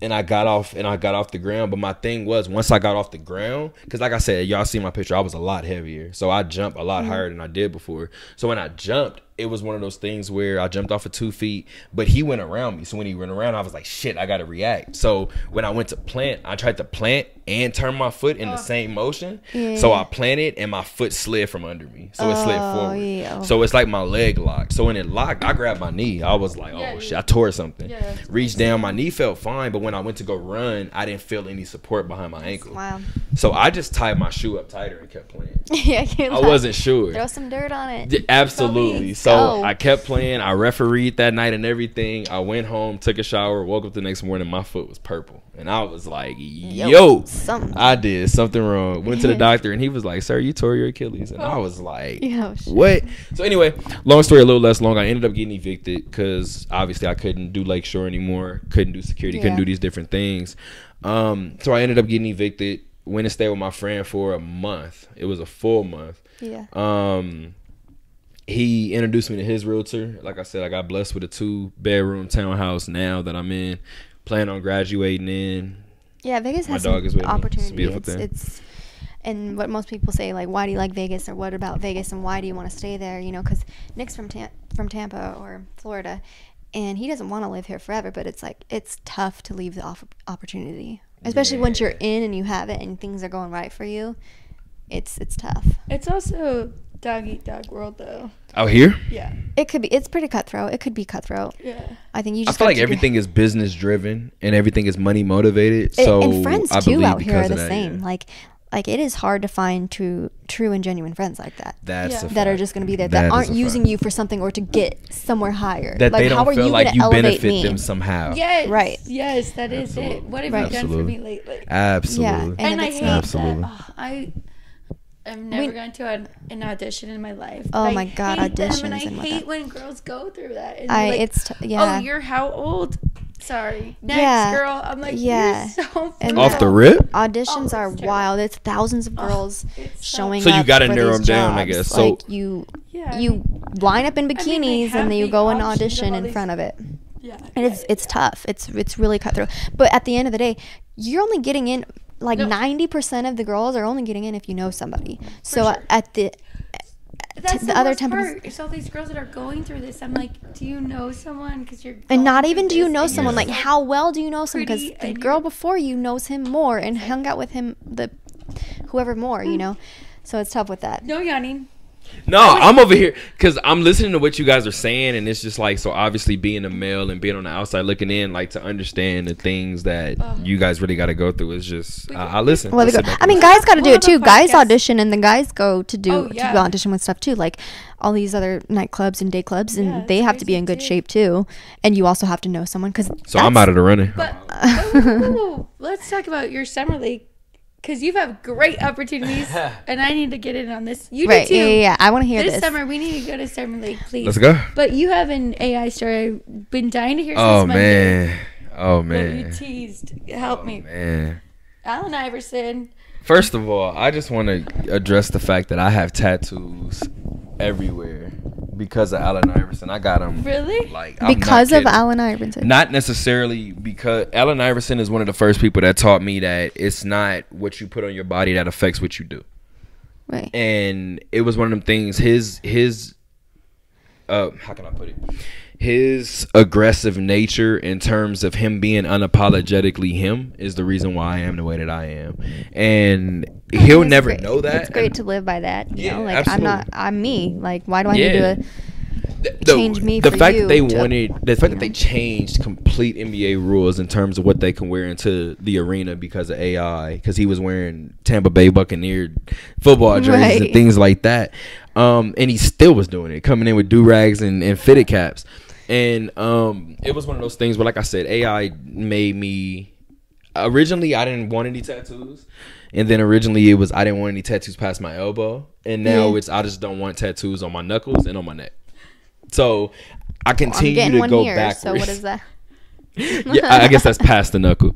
S1: and I got off, and I got off the ground. But my thing was, once I got off the ground, because like I said, y'all see my picture, I was a lot heavier, so I jumped a lot higher than I did before. So when I jumped, it was one of those things where I jumped off of two feet, but he went around me. So when he went around, I was like, shit, I gotta react. So when I went to plant, I tried to plant and turn my foot in the same motion. So I planted and my foot slid from under me. So it slid
S3: Oh,
S1: forward.
S3: yeah.
S1: So it's like my leg locked. So when it locked, I grabbed my knee. I was like, oh
S2: Yeah,
S1: shit,
S2: you-
S1: I tore something.
S2: Yeah.
S1: Reached down, my knee felt fine, but when I went to go run, I didn't feel any support behind my ankle.
S3: Wow.
S1: So I just tied my shoe up tighter and kept playing.
S3: *laughs* yeah, you
S1: I
S3: like,
S1: wasn't sure.
S3: Throw some dirt on it.
S1: Yeah, absolutely.
S3: Let's
S1: So
S3: go.
S1: I kept playing. I refereed that night and everything. I went home, took a shower, woke up the next morning. My foot was purple, and I was like, "Yo,
S3: something.
S1: I did something wrong." Went to the doctor, and he was like, "Sir, you tore your Achilles," and I was like,
S3: Yeah, sure.
S1: "What?" So anyway, long story a little less long. I ended up getting evicted because obviously I couldn't do Lakeshore anymore. Couldn't do security. Couldn't
S3: Yeah.
S1: do these different things. Um, so I ended up getting evicted. Went and stayed with my friend for a month. It was a full month
S3: Yeah.
S1: um he introduced me to his realtor like i said i got blessed with a two bedroom townhouse now that i'm in plan on graduating in
S3: Yeah, Vegas
S1: My
S3: has
S1: dog
S3: some
S1: is with me. It's a
S3: opportunity.
S1: beautiful
S3: It's,
S1: thing.
S3: it's and what most people say like, why do you like Vegas or what about Vegas and why do you want to stay there? You know, because Nick's from Tam- from Tampa or Florida, and he doesn't want to live here forever. But it's like it's tough to leave the off- opportunity, especially once you're in and you have it and things are going right for you. It's it's tough.
S2: It's also dog eat dog world though.
S1: out here
S2: Yeah.
S3: It could be. It's pretty cutthroat. It could be cutthroat.
S2: Yeah.
S3: I think you
S1: i
S3: just
S1: feel like
S3: gotta keep your-
S1: everything is business driven and everything is money motivated
S3: A-
S1: so
S3: and friends
S1: I
S3: too
S1: believe
S3: out here
S1: because
S3: are
S1: of
S3: the
S1: that,
S3: same.
S1: yeah.
S3: Like, like it is hard to find true, true and genuine friends like that.
S1: that's
S2: Yeah.
S1: a
S3: that are
S1: fact.
S3: just going to be there
S1: That
S3: that,
S1: is
S3: aren't
S1: a
S3: using
S1: fact.
S3: you for something or to get somewhere higher.
S1: that they don't feel like
S3: gonna
S1: you
S3: elevate
S1: benefit
S3: me?
S1: them somehow
S2: Yes.
S3: Right.
S2: Yes, that is it.
S1: Absolutely.
S2: What have you done for
S1: Absolutely.
S2: me lately?
S1: absolutely
S3: Yeah,
S2: And, I
S3: it's
S2: hate
S3: not-
S1: Absolutely.
S2: that. Oh. Ugh, I am never
S3: We-
S2: going to an, an audition in my life.
S3: Oh
S2: I
S3: my God,
S2: hate them,
S3: auditions
S2: and I
S3: and
S2: hate
S3: whatnot.
S2: when girls go through that. And
S3: I
S2: they're like,
S3: it's t-
S2: Oh,
S3: yeah.
S2: you're how old? Sorry. Next
S3: Yeah.
S2: girl. I'm like,
S3: Yeah.
S2: yeah. you're so
S3: And
S1: off
S3: that-
S1: the rip
S3: Auditions
S2: it's
S3: are
S2: terrible.
S3: wild. It's thousands of
S2: Ugh,
S3: girls
S2: Oh, it's so-
S3: showing
S1: So you
S3: up
S1: gotta
S3: for
S1: narrow
S3: these
S1: 'em down, I
S3: jobs.
S1: guess. So-
S3: like you
S2: Yeah, I
S3: you
S2: mean-
S3: line up in
S2: I mean, they
S3: bikinis
S2: have
S3: and then you
S2: the
S3: go and
S2: options of
S3: audition
S2: all
S3: in
S2: these-
S3: front of it.
S2: Yeah.
S3: And it's it's tough. It's it's really cutthroat. But at the end of the day, you're only getting in like
S2: No.
S3: ninety percent of the girls are only getting in if you know somebody. So
S2: sure.
S3: at the
S2: That's
S3: the
S2: the,
S3: other
S2: other time.
S3: temperatures-
S2: Part. It's all these girls that are going through this. I'm like, do you know someone? Because you're.
S3: and
S2: going
S3: not
S2: through
S3: even do you
S2: this
S3: know
S2: and
S3: someone
S2: you're
S3: like
S2: just
S3: how well do you know someone because
S2: pretty
S3: the
S2: and
S3: girl
S2: you're-
S3: before you knows him more and hung out with him the whoever more
S2: Mm.
S3: you know so it's tough with that
S2: No yawning.
S1: No, I'm over here because I'm listening to what you guys are saying, and it's just like so. Obviously, being a male and being on the outside looking in, like to understand the things that you guys really got to go through is just. I, I listen.
S3: well,
S1: I
S3: they go,
S1: sit back
S3: I
S1: and
S3: mean,
S1: listen.
S3: guys got to do
S2: Well,
S3: it
S2: on the
S3: too. Guys
S2: podcast-
S3: audition, and the guys go to do
S2: Oh,
S3: to
S2: yeah.
S3: audition with stuff too, like all these other nightclubs and day clubs, and
S2: Yeah, it's
S3: they have to be
S2: crazy
S3: in good
S2: too.
S3: shape too. And you also have to know someone because
S1: so I'm out of the running.
S2: But
S3: *laughs*
S2: whoa, whoa, whoa. let's talk about your summer league because you have
S1: *laughs*
S2: great opportunities, and I need to get in on this. You
S3: right.
S2: do too.
S3: Yeah, yeah, yeah. I want to hear
S2: This,
S3: this.
S2: summer, we need to go to summer league, please.
S1: Let's go.
S2: But you have an AI story. I've been dying to hear.
S1: Oh
S2: since Monday.
S1: man. Oh
S2: That You
S1: man. Oh,
S2: teased. Help me,
S1: Man.
S2: Alan Iverson.
S1: First of all, I just want to address the fact that I have tattoos everywhere because of Allen Iverson. I got them.
S2: Really?
S1: Like I'm not
S3: because of
S1: kidding.
S3: Alan Iverson.
S1: Not necessarily because Allen Iverson is one of the first people that taught me that it's not what you put on your body that affects what you do.
S3: right.
S1: And it was one of them things his his uh how can I put it? His aggressive nature in terms of him being unapologetically him is the reason why I am the way that I am. And he'll
S3: It's
S1: never
S3: great-
S1: know that.
S3: It's great to live by that. You
S1: Yeah,
S3: know, like
S1: absolutely.
S3: I'm not. I'm me. Like, why do I
S1: Yeah.
S3: need to?
S1: Th-
S3: change me
S1: The
S3: for
S1: fact
S3: you
S1: that they
S3: to-
S1: wanted, the fact that they
S3: know.
S1: changed complete NBA rules in terms of what they can wear into the arena because of AI, because he was wearing Tampa Bay Buccaneer
S3: *laughs*
S1: football jerseys and
S3: Right.
S1: things like that, um, and he still was doing it, coming in with do rags and, and fitted caps, and um, it was one of those things where, like I said, AI made me originally I didn't want any tattoos, and then originally it was I didn't want any tattoos past my elbow, and now
S3: Yeah.
S1: it's I just don't want tattoos on my knuckles and on my neck. So I
S3: I'm
S1: continue
S3: getting
S1: to
S3: one
S1: go
S3: here.
S1: backwards.
S3: So what
S1: *laughs*
S3: is that?
S1: yeah, I I guess that's past the knuckle.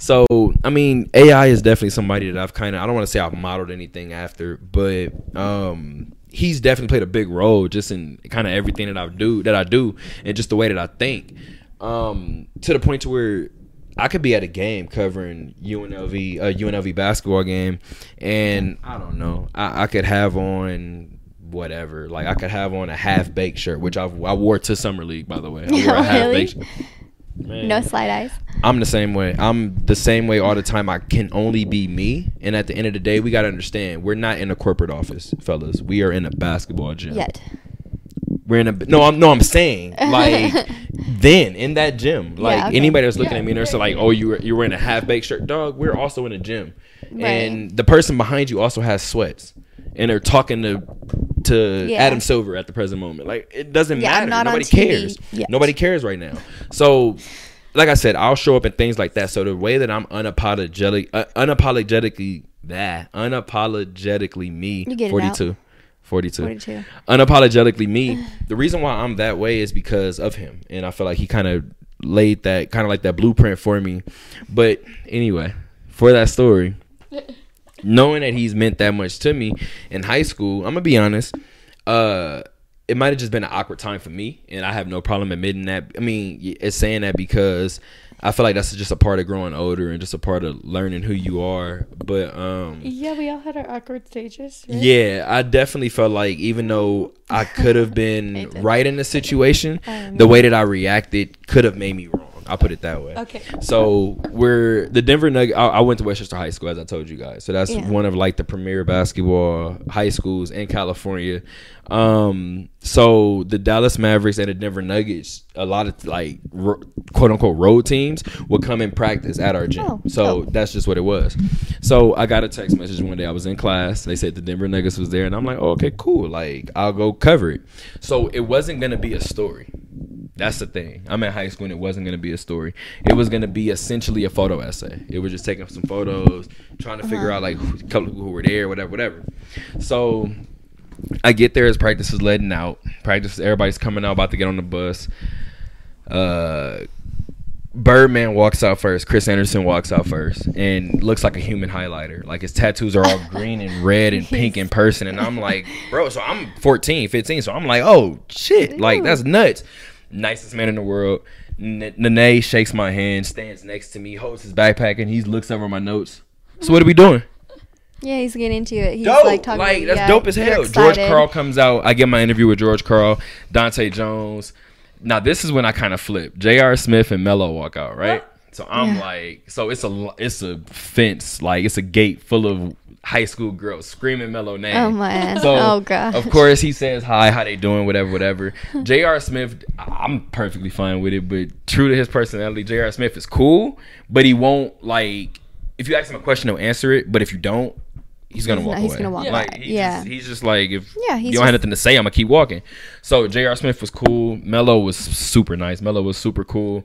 S1: So, I mean, AI is definitely somebody that I've kind of I don't want to say I've modeled anything after, but um he's definitely played a big role just in kind of everything that I do that I do and just the way that I think. Um to the point to where I could be at a game covering UNLV a UNLV basketball game and I don't know. I, I could have on whatever. Like I could have on a half baked shirt, which I've, I wore to summer league by the way. I
S3: *laughs*
S1: wore a
S3: Oh, Really?
S1: half baked shirt. Man.
S3: No slide eyes.
S1: I'm the same way. I'm the same way all the time. I can only be me. And at the end of the day, we got to understand we're not in a corporate office, fellas. We are in a basketball gym.
S3: Yet. *laughs*
S1: We're in a no. I'm no. I'm
S2: *laughs*
S1: saying like then in that gym, like
S3: okay.
S1: anybody that's looking
S2: Yeah,
S1: at me and they're so
S2: right.
S1: like, oh, you were, you're wearing a half baked shirt, dog. We're also in a gym,
S3: Right.
S1: and the person behind you also has sweats, and they're talking to to
S3: Yeah.
S1: Adam Silver at the present moment. Like it doesn't
S3: Yeah, I'm
S1: matter.
S3: not on
S1: Nobody
S3: TV
S1: cares.
S3: yet.
S1: Nobody cares right now. So. Like I said, I'll show up in things like that. So the way that I'm unapologetic, uh, unapologetically that, unapologetically me,
S3: You get it out.
S1: 42, 42,
S3: 42.
S1: unapologetically me. The reason why I'm that way is because of him, and I feel like he kind of laid that kind of like that blueprint for me. But anyway, for that story, knowing that he's meant that much to me in high school, I'm gonna be honest. Uh, it might have just been an awkward time for me, and I have no problem admitting that. I mean, y- it's saying that because I feel like that's just a part of growing older and just a part of learning who you are. But um,
S2: Yeah, we all had our awkward stages. right?
S1: yeah, I definitely felt like even though I could have been
S3: did.
S1: right in the situation,
S2: Um,
S1: the way that I reacted could have made me wrong. I'll put it that way.
S2: Okay.
S1: So we're the Denver Nuggets. I, I went to Westchester High School, as I told you guys. So that's
S3: Yeah.
S1: one of like the premier basketball high schools in California. Um, so the Dallas Mavericks and the Denver Nuggets, a lot of like ro- quote unquote road teams, would come and practice at our gym.
S3: Oh,
S1: so
S3: oh.
S1: that's just what it was. So I got a text message one day. I was in class. They said the Denver Nuggets was there, and I'm like, oh, okay, cool. Like I'll go cover it. So it wasn't gonna be a story. That's the thing. I'm in high school and it wasn't gonna be a story. It was gonna be essentially a photo essay. It was just taking some photos, trying to figure
S3: Uh-huh.
S1: out like who, couple who were there, whatever, whatever. So I get there as practice is letting out. Practice, everybody's coming out, about to get on the bus. Uh, Birdman walks out first. Chris Anderson walks out first and looks like a human highlighter. Like his tattoos are all green and red and pink in person. And I'm like, bro, so I'm 14, 15. So I'm like, oh, shit. Like, that's nuts. Nicest man in the world. N- Nene shakes my hand, stands next to me, holds his backpack, and he looks over my notes. So, what are we doing?
S3: Yeah, he's getting into it. He's
S1: dope.
S3: like
S1: Like,
S3: talking. to you.
S1: that's
S3: Yeah,
S1: dope as
S3: you're
S1: hell. George
S3: excited.
S1: Carl comes out. I get my interview with George Carl, Dante Jones. Now this is when I kind of flip. J.R. Smith and Mello walk out, right? So I'm like, so it's a lo- it's a fence, like it's a gate full of high school girls screaming Mello name.
S3: Oh *laughs* my.
S1: So,
S3: oh god.
S1: Of course, he says hi, how they doing, whatever, whatever.
S3: *laughs*
S1: J.R. Smith, I- I'm perfectly fine with it, but true to his personality, J.R. Smith is cool, but he won't like. If you ask him a question, he'll answer it, but if you don't, he's gonna
S3: He's
S1: walk
S3: not- he's
S1: away.
S3: gonna walk
S1: Like,
S3: away.
S1: he
S3: Yeah.
S1: just- he's just like if
S3: Yeah, he's
S1: you don't have
S3: just-
S1: nothing to say, I'm gonna keep walking. So J.R. Smith was cool. Mello was super nice. Mello was super cool.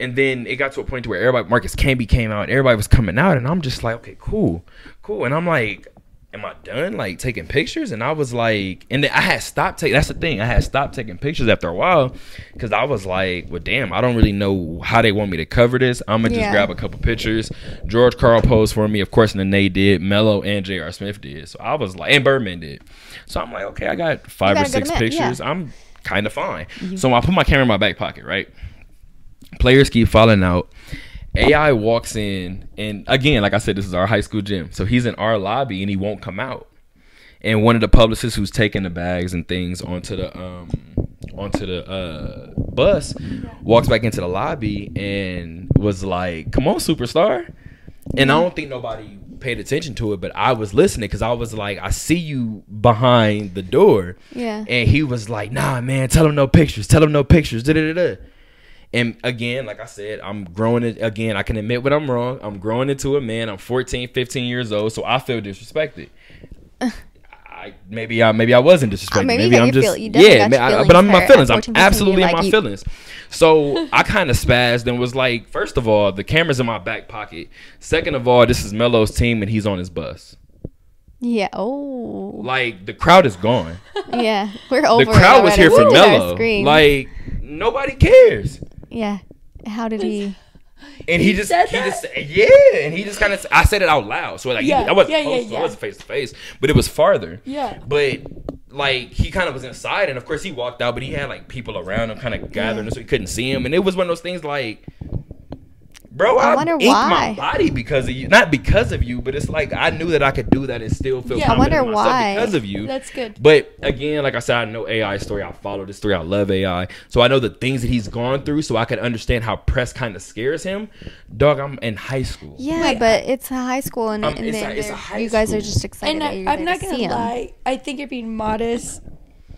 S1: And then it got to a point to where everybody, Marcus Camby came out, everybody was coming out, and I'm just like, okay, cool, cool. And I'm like, am I done like taking pictures? And I was like, and then I had stopped taking. That's the thing, I had stopped taking pictures after a while because I was like, well, damn, I don't really know how they want me to cover this. I'm gonna just
S3: Yeah.
S1: grab a couple pictures. George Carl posed for me, of course, Nene did, Mello and J.R. Smith did. So I was like, and Birdman did. So I'm like, okay, I got five
S3: got
S1: or
S3: a good
S1: six
S3: amount, yeah.
S1: pictures. I'm kind of fine. So I put my camera in my back pocket, right? players keep falling out. AI walks in, and again, like I said, this is our high school gym. So he's in our lobby and he won't come out. And one of the publicists who's taking the bags and things onto the um onto the uh bus walks back into the lobby and was like, Come on, superstar. And I don't think nobody paid attention to it, but I was listening because I was like, I see you behind the door.
S3: Yeah.
S1: And he was like, nah, man, tell him no pictures. Tell him no pictures. Da, da, da, da. And again, like I said, I'm growing it. Again, I can admit when I'm wrong. I'm growing into a man. I'm 14, 15 years old, so I feel
S3: *laughs*
S1: disrespected. I, maybe I maybe I wasn't disrespected.
S3: Uh, maybe you
S1: maybe
S3: got
S1: I'm
S3: your
S1: just
S3: feel- you definitely
S1: yeah.
S3: got your
S1: man, I-
S3: feelings
S1: but I'm in my
S3: hurt at
S1: feelings. I'm
S3: 14, 15,
S1: absolutely in
S3: like
S1: my
S3: you-
S1: feelings. So I kind of spazzed and was like, first of all, the camera's in my back pocket. Second of all, this is Melo's team and he's on his bus.
S3: Yeah. Oh.
S1: Like the crowd is gone.
S3: Yeah. We're over.
S1: the crowd was here for Mello.
S3: Mello.
S1: Like nobody cares.
S3: Yeah. How did he?
S1: And he just,
S2: said
S1: he
S2: that?
S1: just, yeah, and he just kind of, I said it out loud, so like,
S2: Yeah,
S1: he, I wasn't
S2: yeah, yeah,
S1: close, so
S2: yeah.
S1: it wasn't face to face, but it was farther.
S2: Yeah.
S1: But like, he kind of was inside, and of course he walked out, but he had like people around him, kind of gathering, so he couldn't see him, and it was one of those things like, bro, I,
S3: I wonder
S1: inked my
S3: why.
S1: body because of you, not because of you, but it's like I knew that I could do that and still feel.
S2: Yeah. I
S1: confident in
S3: wonder
S1: myself
S3: why.
S1: because of you.
S2: That's good.
S1: But again, like I said, I know AI story. I follow this story. I love AI, so I know the things that he's gone through, so I can understand how press kind of scares him. Dog, I'm in high school.
S3: Yeah,
S2: Wait,
S3: but it's a high school, and,
S1: Um,
S3: and
S1: it's a-
S3: they're-
S1: it's a
S3: they're-
S1: high
S3: you guys are
S1: school.
S3: just excited.
S2: And
S3: that
S2: I,
S3: you're
S2: I'm
S3: there
S2: not
S3: to
S2: gonna
S3: see 'em.
S2: lie. I think you're being modest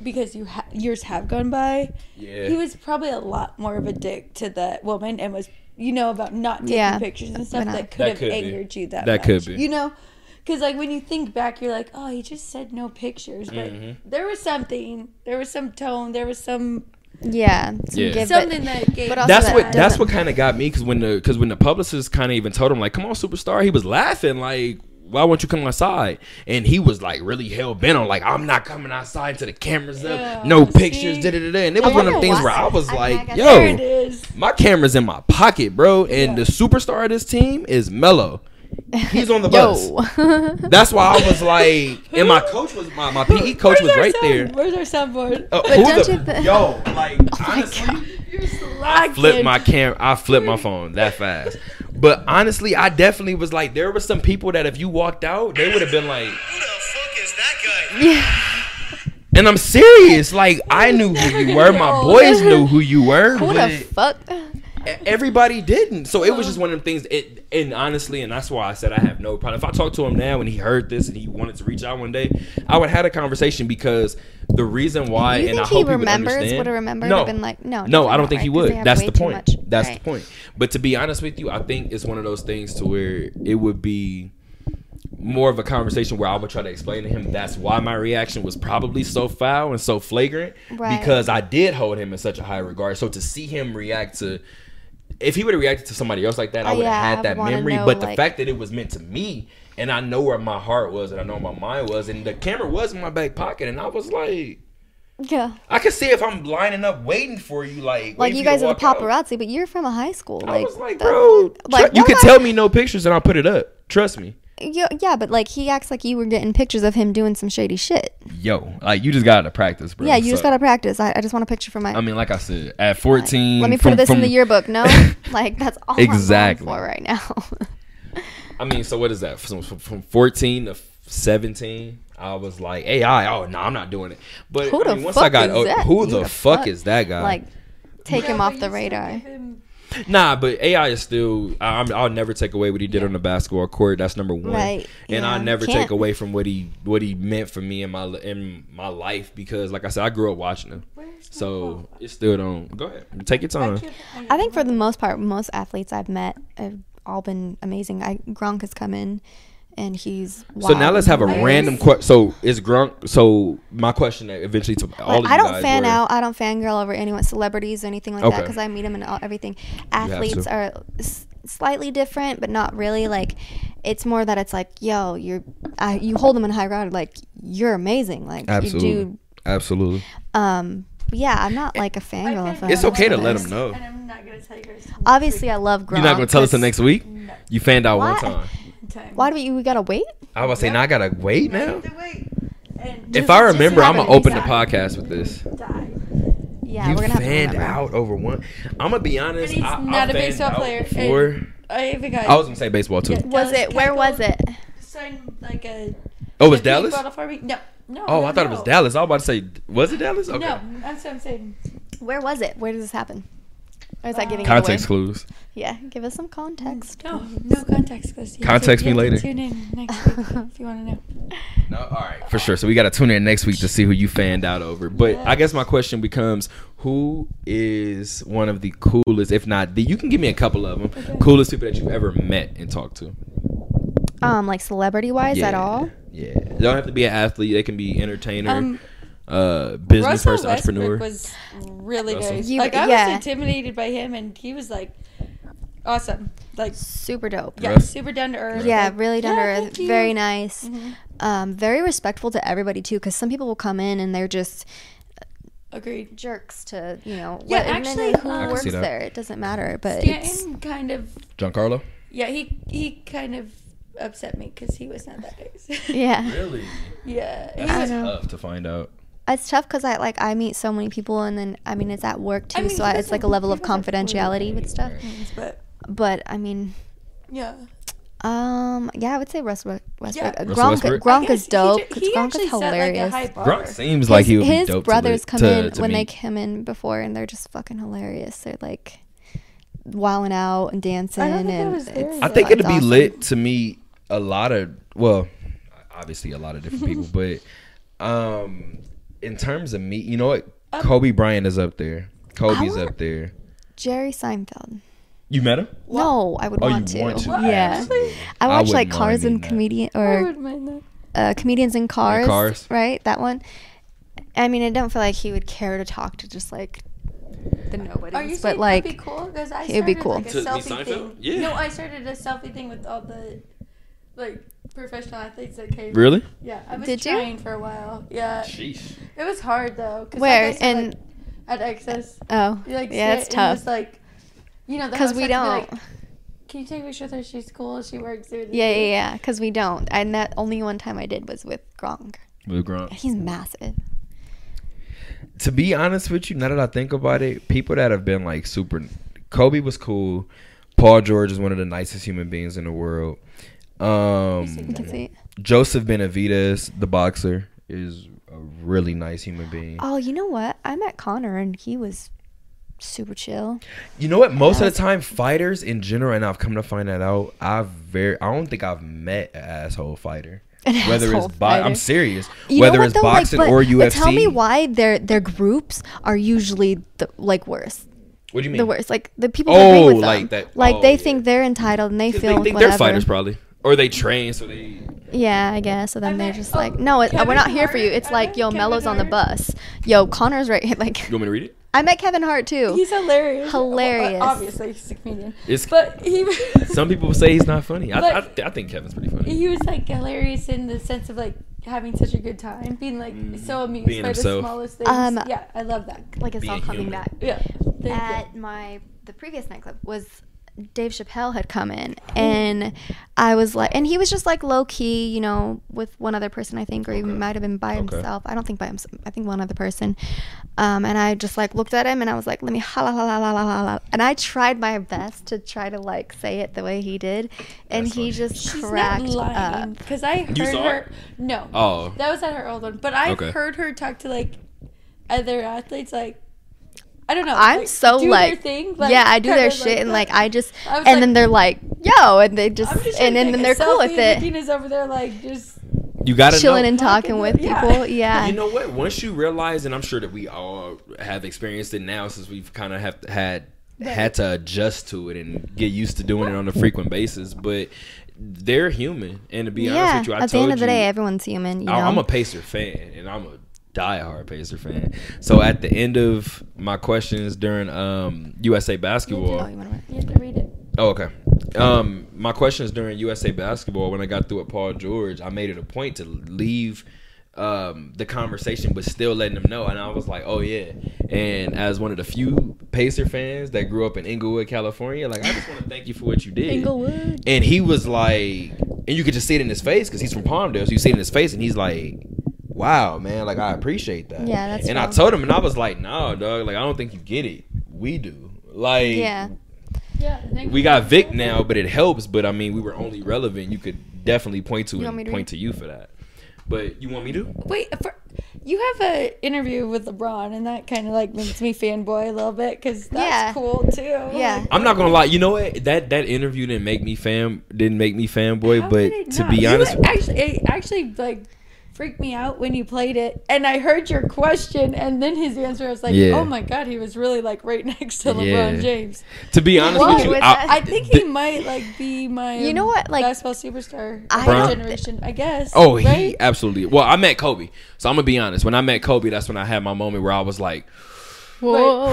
S2: because you ha- years have gone by.
S1: Yeah.
S2: He was probably a lot more of a dick to that woman and was, you know, about not taking
S3: Yeah.
S2: pictures and stuff
S3: But I-
S2: that could
S1: That
S2: have
S1: could be.
S2: angered you that
S1: That
S2: much,
S1: could be.
S2: You know? Because, like, when you think back, you're like, oh, he just said no pictures. But
S1: Mm-hmm.
S2: there was something. There was some tone. There was some
S3: Yeah. some
S1: Yeah.
S3: give, but-
S2: something that gave.
S3: but also
S1: that's
S3: that
S1: what that's
S3: doesn't-
S1: what kind of got me because when the because when the publicist kind of even told him like come on superstar he was laughing like why won't you come outside and he was like really hell bent on like I'm not coming outside until the cameras up
S2: Yeah,
S1: no
S2: see?
S1: pictures da, da, da, da. and it
S3: I
S1: was one of
S3: wonder
S1: them things
S3: why.
S1: where I was
S3: I- I
S1: like
S3: got-
S2: there it
S1: yo
S2: is.
S1: my camera's in my pocket bro and
S2: Yeah.
S1: the superstar of this team is Mello he's on the bus
S3: *laughs* Yo. *laughs*
S1: that's why I was like and my coach was my, my PE coach
S2: Where's
S1: was
S2: our
S1: right
S2: sound-
S1: there
S2: Where's our soundboard?
S1: Uh,
S3: But
S1: who
S3: don't
S1: the-
S3: you th- Oh
S1: yo like honestly
S2: You're slacking.
S1: flip my cam I flipped my phone that fast. But honestly, I definitely was like there were some people that if you walked out, they would have been like
S4: Who the fuck is that guy?
S3: yeah.
S1: and I'm serious, like I knew who you were,
S3: *laughs*
S1: my boys knew who you were.
S3: Who
S1: but-
S3: the fuck?
S1: everybody didn't. So it was just one of them things. It and honestly, and that's why I said I have no problem. If I talked to him now and he heard this and he wanted to reach out one day, I would have had a conversation because the reason why
S3: You
S1: and I
S3: think
S1: hope
S3: he
S1: would
S3: remembers,
S1: understand-
S3: would've remembered,
S1: No,
S3: have been like, no,
S1: no, I
S3: definitely
S1: don't
S3: not,
S1: think he
S3: right? 'Cause they
S1: would.
S3: have
S1: That's
S3: way
S1: the
S3: too
S1: point.
S3: much.
S1: That's
S3: Right.
S1: the point. But to be honest with you, I think it's one of those things to where it would be more of a conversation where I would try to explain to him that's why my reaction was probably so foul and so flagrant
S3: Right.
S1: because I did hold him in such a high regard. So to see him react to if he would have reacted to somebody else like that, I
S3: Uh,
S1: would have
S3: yeah, I
S1: had that
S3: wanna
S1: memory.
S3: know,
S1: but the
S3: like-
S1: fact that it was meant to me, and I know where my heart was, and I know where my mind was, and the camera was in my back pocket, and I was like,
S3: Yeah.
S1: I could see if I'm lining up, waiting for you, like
S3: Like
S1: waiting
S3: you
S1: for
S3: guys are the
S1: to walk out.
S3: paparazzi, but you're from a high school.
S1: I
S3: Like,
S1: was like,
S3: the-
S1: bro,
S3: like,
S1: tru- you
S3: what
S1: could
S3: am I-
S1: tell me no pictures, and I'll put it up. Trust me,
S3: Yo, yeah, but like he acts like you were getting pictures of him doing some shady shit.
S1: yo, like you just got to practice, bro.
S3: yeah, you just
S1: So,
S3: gotta practice. I, I just want a picture for my.
S1: I mean, like I said, at 14,
S3: Let me
S1: from-
S3: put this in
S1: from-
S3: the yearbook.
S1: *laughs*
S3: No, like that's all
S1: Exactly.
S3: exactly I'm going for right now. *laughs*
S1: I mean, so what is that? From, from, from 14 to 17, I was like, AI, oh, no, I'm not doing it. But
S3: Who
S1: I
S3: the
S1: mean, once
S3: fuck
S1: I got,
S3: is
S1: oh,
S3: that?
S1: who
S3: Who
S1: the,
S3: the
S1: fuck,
S3: fuck?
S1: is that guy?
S3: like, take him
S2: Yeah,
S3: off
S2: but
S3: the
S2: you still
S3: radar.
S2: give him-
S1: Nah, but AI is still. I- I'm, I'll never take away what he did on the basketball court. That's number one.
S3: Right,
S1: And
S3: yeah,
S1: I'll never
S3: can't.
S1: take away from what he what he meant for me in my li- in my life because, like I said, I grew up watching him.
S2: Where's my phone?
S1: So it still don't. Go ahead, take your time.
S3: I think for the most part, most athletes I've met have all been amazing. I, Gronk has come in, and he's.
S1: So now
S3: wild.
S1: let's have a
S2: I
S1: random
S2: agree.
S1: question. So is Grunk? So my question eventually to all
S3: Like,
S1: of you
S3: I don't
S1: guys
S3: fan
S1: were-
S3: out. I don't fangirl over anyone, celebrities or anything like that,
S1: Okay.
S3: because I meet them in all, everything.
S1: to.
S3: Athletes are s- slightly different, but not really. Like, it's more that it's like, yo, you're, I, you hold them in high regard. Like, you're amazing. Like,
S1: Absolutely.
S3: you do.
S1: Absolutely.
S3: Um, but yeah, I'm not like a fangirl. of
S1: It's
S3: them.
S1: okay to let 'em know.
S2: And I'm not gonna tell you guys.
S3: Obviously, I love Gronk.
S1: You're not gonna tell us the
S3: 'cause-
S1: next week. You fanned out one
S3: Why?
S1: time.
S2: Time.
S3: Why do we? We gotta wait.
S1: I was saying I gotta wait now.
S2: Either way, and
S1: If
S2: just-
S1: I
S2: just
S1: remember,
S2: have
S1: I'm gonna
S2: it
S1: open the
S2: die.
S1: podcast with this.
S2: Die.
S3: Yeah,
S1: you
S3: we're gonna have to
S1: fanned
S3: remember.
S1: out over one. I'm gonna be honest.
S2: And he's
S1: I, I
S2: not a
S1: fanned
S2: baseball
S1: out
S2: player.
S1: before-
S2: I even got.
S1: I was gonna say baseball too.
S2: Yeah.
S3: Was
S2: Dallas
S3: it? Where was
S2: Keuchel.
S3: it?
S2: signed like a.
S1: Oh, it was
S2: a big
S1: Dallas.
S2: bottle for me. No, no.
S1: Oh,
S2: no,
S1: I thought it was
S2: no.
S1: Dallas. I was about to say, was it Dallas? Okay.
S2: No, that's what I'm saying.
S3: Where was it? Where does this happen? Or is that giving it
S1: Context
S3: away?
S1: clues.
S3: Yeah, give us some context.
S2: No, no context clues. You have
S1: Context
S2: to- you
S1: me
S2: have to
S1: later. *laughs*
S2: Tune in next week if you want to know.
S1: No, all right, for sure. So we gotta tune in next week to see who you fanned out over. But I guess my question becomes, who is one of the coolest, if not the? You can give me a couple of them. Coolest people that you've ever met and talked to.
S3: Um, like celebrity wise
S1: Yeah.
S3: at all?
S1: Yeah, they don't have to be an athlete. They can be entertainer,
S2: Um,
S1: uh, business
S2: Russell
S1: person,
S2: Westbrook
S1: entrepreneur.
S2: was really
S1: Russell.
S2: nice.
S3: You-
S2: like I
S3: yeah.
S2: was intimidated by him, and he was like awesome. Like,
S3: Super dope.
S2: yeah,
S1: Right.
S2: super down to earth.
S3: Yeah,
S2: Like,
S3: really down
S2: yeah,
S3: to
S2: thank
S3: earth.
S2: you. Mm-hmm.
S3: Very nice. Um, very respectful to everybody too, because some people will come in and they're just
S2: Agreed.
S3: jerks to you know.
S2: Yeah,
S3: what- and then
S2: actually, um,
S3: who
S2: I can
S3: works
S1: see that.
S3: there? It doesn't matter. But it's,
S2: Stanton kind of
S1: Giancarlo?
S2: yeah he he kind of upset me because he was not that nice. *laughs*
S3: yeah,
S1: Really?
S2: yeah. He
S1: That's
S2: was,
S3: know.
S1: tough to find out.
S3: it's tough because I like I meet so many people, and then I mean it's at work too,
S2: mean,
S3: so I,
S2: he
S3: it's like a
S2: doesn't-
S3: level
S2: he
S3: of
S2: doesn't
S3: confidentiality with stuff.
S2: but
S3: But I mean,
S2: yeah,
S3: um, yeah, I would say Russ West- Westbrook.
S2: Yeah.
S3: Yeah.
S1: Russell
S3: Gronk,
S1: Westbrook?
S3: Gronk
S2: I
S3: is
S2: guess
S3: dope.
S2: He,
S3: 'cause
S2: ju- he
S3: Gronk
S2: actually
S3: is
S2: set, like, a
S3: hilarious.
S2: high bar.
S1: Gronk seems like he would be
S3: his
S1: dope
S3: brothers
S1: to,
S3: come
S1: to,
S3: in
S1: to
S3: when they
S1: meet.
S3: come in before, and they're just fucking hilarious. They're like wilding out and dancing,
S2: I don't think I
S3: and
S2: was there
S3: it's-
S1: I
S2: So
S1: think
S3: it's
S1: it'd be
S3: awesome.
S1: lit to meet a lot of well, obviously a lot of different
S3: *laughs*
S1: people, but um, in terms of meet, you know what?
S3: Uh,
S1: Kobe Bryant is up there. Kobe's
S3: want-
S1: up there.
S3: Jerry Seinfeld.
S1: You met him?
S3: No, I would
S1: Oh,
S3: want
S1: you
S3: to.
S1: want to?
S3: Yeah,
S1: Absolutely.
S3: I watched
S1: wouldn't
S3: like
S1: mind
S3: Cars and
S1: meeting that.
S3: comedian
S2: I
S3: or
S2: would mind that.
S3: uh, comedians in cars,
S1: Cars.
S3: right? That one. I mean, I don't feel like he would care to talk to just like the nobodies,
S2: Are you
S3: but
S2: saying
S3: like
S2: that'd be cool? Because I
S3: it'd be
S2: started,
S3: cool.
S2: Like, a
S4: To meet
S2: selfie
S4: Seinfeld?
S2: thing.
S4: Yeah.
S2: No, I started a selfie thing with all the like professional athletes that came.
S1: Really?
S2: Yeah, I was
S3: Did you?
S2: trying for a while. Yeah,
S1: Sheesh.
S2: it was hard though. 'cause,
S3: where
S2: like, I said,
S3: and
S2: like, at excess,
S3: oh
S2: you like
S3: yeah,
S2: sit
S3: it's
S2: and you're
S3: tough
S2: Just, like you know, the
S3: because
S2: host
S3: we
S2: had to be
S3: don't.
S2: Like, Can you take a picture with her? She's cool. She works. Here.
S3: yeah, yeah, yeah, because we don't. And that only one time I did was with Gronk.
S1: With Gronk.
S3: He's massive.
S1: To be honest with you, now that I think about it, people that have been like super, Kobe was cool. Paul George is one of the nicest human beings in the world.
S3: You
S1: Um,
S3: can see.
S1: Joseph Benavides, the boxer, is a really nice human being.
S3: Oh, you know what? I met Connor and he was super chill. *laughs*
S1: You know what? Most of the time, fighters in general, and I've come to find that out. I've very, I don't think I've met an asshole
S3: *laughs*
S1: fighter.
S3: An
S1: Whether
S3: asshole
S1: it's bo- I'm
S3: fighter.
S1: serious.
S3: You know
S1: Whether
S3: what,
S1: it's
S3: though? Like,
S1: boxing
S3: but-
S1: or UFC.
S3: But tell me why their their groups are usually the, like worse.
S1: What do you mean?
S3: The worst, like the people that hang
S1: Oh,
S3: with them.
S1: like that-
S3: Like
S1: oh,
S3: they
S1: yeah.
S3: think they're entitled and they
S1: 'Cause
S3: feel
S1: they think
S3: whatever.
S1: they're fighters, probably, or they train, so they.
S3: Yeah, I guess. So then
S2: I
S3: they're
S2: met-
S3: just
S2: oh,
S3: like, no, it, we're
S2: Kevin
S3: not here for you.
S2: Hart.
S3: It's
S2: I
S3: like,
S2: met
S3: yo,
S2: Kevin
S3: Mello's on the
S2: Hart.
S3: bus. Yo, Connor's right. here. *laughs* Like,
S4: You want me to read it?
S3: I met Kevin Hart too.
S2: He's hilarious. Well,
S3: Hilarious.
S2: obviously, he's a comedian.
S1: It's
S2: But he.
S1: *laughs* some people say he's not funny. I, I,
S2: But-
S1: I think Kevin's pretty funny.
S2: *laughs* he was like hilarious in the sense of like having such a good time, being like so amused
S1: Mm, Being
S2: by
S1: himself.
S2: the smallest things.
S3: Um,
S2: yeah, I love that.
S3: like it's all
S1: being
S3: coming
S1: human.
S3: back.
S2: Yeah, thank you.
S3: at my the previous nightclub was Dave Chappelle had come in and I was like and he was just like low key, you know, with one other person I think or he might have been by
S1: Okay.
S3: himself. I don't think by himself. I think one other person. Um and I just like looked at him and I was like, "Let me holla la la la la la." la." And I tried my best to try to like say it the way he did and
S1: That's
S3: he
S1: funny.
S3: just
S2: She's
S3: cracked
S2: not lying
S3: up.
S2: because I heard
S4: saw
S2: her.
S4: it?
S2: No,
S1: Oh,
S2: that was at her old one, but I
S1: Okay.
S2: heard her talk to like other athletes. Like I don't know.
S3: I'm so
S2: do their
S3: like,
S2: thing,
S3: yeah, I
S2: *laughs*
S3: do
S2: kinda
S3: their shit and
S2: that.
S3: like I just
S2: I
S3: and
S2: was like-
S3: then they're like, "Yo," and they just
S2: I'm just
S3: and, and then they're cool with it.
S2: Regina's over there like just
S1: you gotta
S3: chilling
S1: know.
S3: and talking
S2: Talking
S3: with
S2: to- yeah.
S3: people. Yeah.
S1: You know what? Once you realize, and I'm sure that we all have experienced it now, since we've kind of have had had to adjust to it and get used to doing it on a frequent basis. But they're human, and to be
S3: yeah.
S1: honest with you, I
S3: At the
S1: told
S3: end of the
S1: you,
S3: day, everyone's human. You know?
S1: I- I'm a Pacer fan, and I'm a diehard Pacer fan. So at the end of my questions during um, USA basketball,
S3: Oh, you wanna-
S2: you have to read it.
S1: Oh, okay. Um, my question is during USA basketball, when I got through with Paul George, I made it a point to leave um, the conversation, but still letting him know. And I was like, oh, yeah. And as one of the few Pacer fans that grew up in Inglewood, California, like, I just want to thank you for what you did.
S2: Inglewood.
S1: And he was like, and you could just see it in his face because he's from Palmdale. So you see it in his face, and he's like, wow, man, like, I appreciate that.
S3: Yeah, that's
S1: And I
S3: real.
S1: told him, and I was like, no, dog, like, I don't think you get it. We do. Like,
S3: Yeah.
S2: Yeah, thank
S1: we
S2: you.
S1: got Vic now, but it helps. But I mean, we were only relevant. You could definitely point to
S3: You want me
S1: and
S3: to
S1: point
S3: read?
S1: to you for that. But you want me to?
S2: Wait, for, you have a interview with LeBron, and that kind of like makes me fanboy a little bit because that's
S3: Yeah.
S2: cool too.
S3: Yeah.
S1: I'm not gonna lie. You know what? That that interview didn't make me fam didn't make me fanboy.
S2: How could it
S1: but to
S2: not?
S1: be
S2: You
S1: honest,
S2: actually, it actually like freaked me out when you played it, and I heard your question, and then his answer I was like,
S1: Yeah.
S2: "Oh my god, he was really like right *laughs* next to
S1: Yeah.
S2: LeBron James."
S1: to be honest
S3: Whoa,
S1: with you,
S3: with
S1: I,
S2: I think he might like be my
S3: You know what, like,
S2: basketball superstar of
S3: I
S2: our
S1: don't-
S2: generation, I guess.
S1: oh he
S2: right?
S1: absolutely. Well, I met Kobe, so I'm gonna be honest. When I met Kobe, that's when I had my moment where I was like.
S3: Whoa.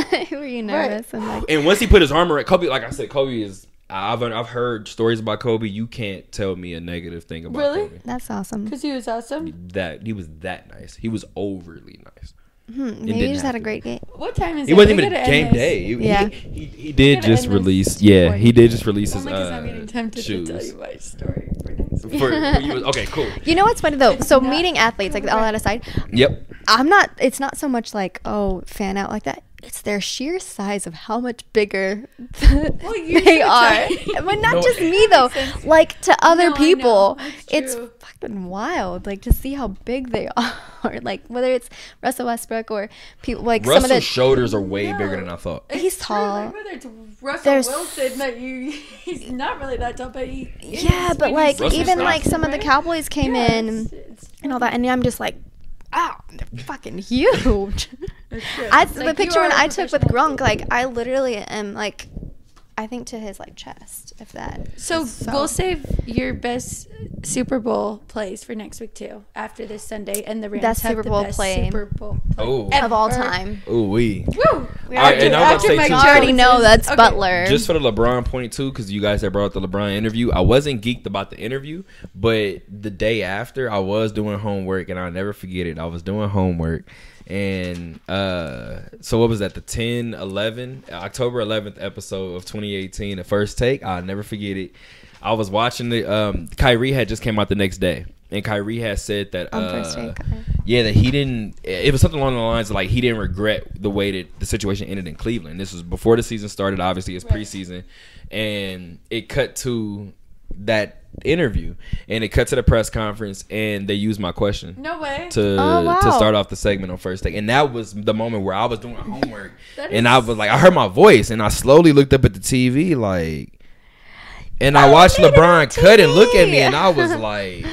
S3: *laughs* Were you nervous? And like,
S1: And once he put his armor at Kobe, like I said, Kobe is. I've I've heard stories about Kobe. You can't tell me a negative thing about
S2: Really?
S1: Kobe.
S3: that's awesome.
S2: Because he was awesome.
S1: That he was that nice. He was overly nice.
S3: Hmm, maybe
S1: didn't
S3: you just had a
S1: happen.
S3: great game.
S2: What time is it?
S1: It wasn't
S2: We
S1: even a
S2: gotta
S1: game
S2: end this.
S1: day. He- he-
S3: Yeah.
S1: He, he, did
S2: gotta
S1: just
S2: end this
S1: release.
S2: before
S1: Yeah,
S2: you-
S1: he did just release his
S2: Only 'cause Oh I'm
S1: uh,
S2: getting tempted
S1: shoes.
S2: to tell you my story for next
S1: For- for you- okay, cool.
S2: *laughs*
S3: You know what's funny though?
S2: It's
S3: so
S2: not
S3: meeting athletes, like all that aside,
S1: Yep.
S3: I'm not. It's not so much like oh, fan out like that. It's their sheer size of how much bigger *laughs*
S2: you
S3: they
S2: should
S3: are.
S2: try.
S3: *laughs* but not
S1: No,
S3: just
S1: it-
S3: me though.
S2: Makes sense.
S3: Like to other
S2: No, I know.
S3: people,
S2: That's
S3: it's
S2: true.
S3: fucking wild. Like to see how big they *laughs* are. like whether it's Russell Westbrook or people like some of
S1: Russell's
S3: the
S1: shoulders are way
S2: No.
S1: bigger than I thought.
S3: he's
S2: *laughs* It's true, like,
S3: tall.
S2: Whether it's Russell
S3: There's-
S2: Wilson that you, *laughs* he's not really that tall, but he. is
S3: Yeah, but
S2: when
S3: like
S2: he's
S1: Russell's
S3: even
S1: not-
S3: like some of the
S2: right?
S3: Cowboys came
S2: Yeah,
S3: in
S2: it's-
S3: and,
S2: it's
S3: and all that, and I'm just like, oh, they're fucking huge.
S2: true.
S3: I,
S2: It's like
S3: the
S2: you
S3: picture
S2: are
S3: when
S2: a
S3: I took with
S2: professional
S3: Gronk, like I literally am like, I think to his like chest, if that.
S2: So,
S3: is
S2: we'll save your best Super Bowl plays for next week too. After this Sunday, and the Rams
S3: Best
S2: have
S3: Super
S2: the
S3: Bowl
S2: best
S3: play.
S2: Super Bowl play
S1: Oh,
S2: ever.
S3: of all time.
S1: oh, we.
S2: Woo!
S3: We
S1: All right,
S3: already,
S1: and I'm about to say
S2: Mike
S1: too-
S3: I already know that's
S2: Okay.
S3: Butler.
S1: Just for the LeBron point too, because you guys had brought up the LeBron interview. I wasn't geeked about the interview, but the day after, I was doing homework, and I'll never forget it. I was doing homework, and uh, so what was that? The 10, 11, October eleventh episode of twenty eighteen, the first take. I'll never forget it. I was watching the um, Kyrie had just came out the next day, and Kyrie had said that
S3: On
S1: uh,
S3: first take, okay.
S1: yeah, that he didn't. It was something along the lines of like he didn't regret the way that the situation ended in Cleveland. This was before the season started. Obviously, it's
S2: Right.
S1: preseason, and it cut to that interview, and it cut to the press conference, and they used my question
S2: No way.
S1: to
S3: Oh, wow.
S1: to start off the segment on first take, and that was the moment where I was doing homework,
S2: That
S1: and
S2: is-
S1: I was like, I heard my voice, and I slowly looked up at the TV, like, and I watched
S3: they did it on
S1: LeBron cut and look at me,
S3: TV.
S1: and I was like.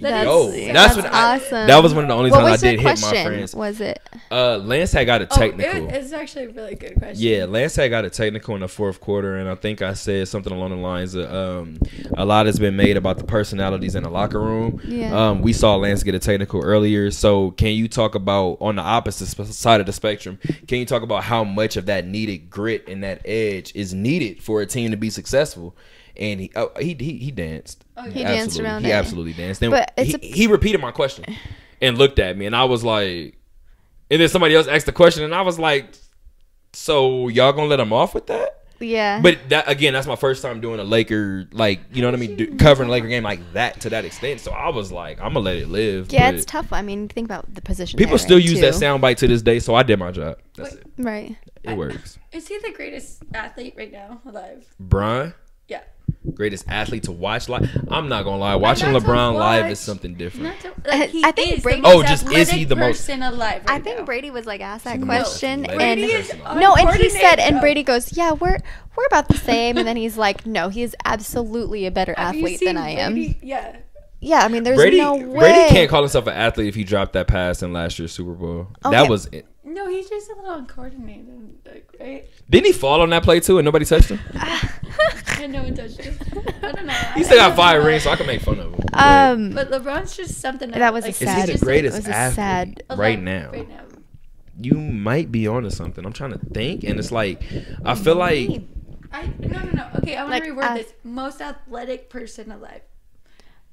S3: That
S1: Yo,
S3: is-
S1: that's,
S3: that's
S1: when I,
S3: awesome.
S1: That was one of the only
S3: what
S1: times I
S3: was your
S1: did hit my
S3: question?
S1: friends.
S3: Was it?
S1: Uh, Lance had got a
S2: Oh,
S1: technical.
S2: it- it's actually a really good question.
S1: Yeah, Lance had got a technical in the fourth quarter, and I think I said something along the lines of um, a lot has been made about the personalities in the locker room.
S3: Yeah.
S1: Um, we saw Lance get a technical earlier, so can you talk about on the opposite sp- side of the spectrum? Can you talk about how much of that needed grit and that edge is needed for a team to be successful? And he oh, he, he he danced.
S3: Oh, He danced
S1: Absolutely.
S3: around
S1: He
S3: it.
S1: absolutely danced. Then
S3: But it's
S1: he,
S3: a-
S1: he repeated my question and looked at me, and I was like, and then somebody else asked the question, and I was like. So y'all gonna let him off with that?
S3: Yeah.
S1: But that again, that's my first time doing a Laker, like you know what I mean, do, covering a Laker game like that to that extent. So I was like, I'm gonna let it live.
S3: yeah,
S1: but
S3: it's tough. I mean, think about the position.
S1: People
S3: they're
S1: still
S3: in,
S1: use
S3: too.
S1: that soundbite to this day, so I did my job. That's it.
S3: Right.
S1: It works.
S2: Is he the greatest athlete right now alive?
S1: Brian,
S2: Yeah.
S1: greatest athlete to watch live. I'm not gonna lie, watching
S2: not to
S1: LeBron live
S2: watch.
S1: is something different.
S2: Not to, like, he
S3: I think
S2: is
S3: Brady-
S2: the most
S1: Oh, just is he
S2: athletic
S1: the most-
S2: person alive?
S3: I
S2: right now.
S3: think Brady was like asked that
S1: the most
S3: question,
S1: athletic
S3: and
S2: Brady is
S1: person alive.
S3: No, and he said,
S2: uncoordinated,
S3: and
S2: though.
S3: Brady goes, "Yeah, we're we're about the same." And then he's like, "No, he is absolutely a better
S2: Have you
S3: athlete
S2: seen
S3: than I am."
S2: Brady? Yeah.
S3: Yeah, I mean, there's
S1: Brady,
S3: no way.
S1: Brady
S3: *laughs*
S1: can't call himself an athlete if he dropped that pass in last year's Super Bowl.
S3: Okay.
S1: That was. It.
S2: No, he's just a little uncoordinated, like, right?
S1: Didn't he fall on that play too, and nobody touched him?
S2: And no one touched him. I don't know.
S1: He still got five rings, so I can make fun of him. But-
S3: um,
S2: But LeBron's just something
S3: that was a
S2: like,
S1: Is he
S3: sad.
S1: the
S2: just
S1: greatest
S3: it was a
S1: athlete
S3: sad-
S2: alive
S1: right now?
S2: Right now.
S1: You might be onto something. I'm trying to think, and it's like I feel like
S2: I no no no. Okay, I want
S3: Like,
S2: to reword
S3: uh,
S2: this. Most athletic person alive.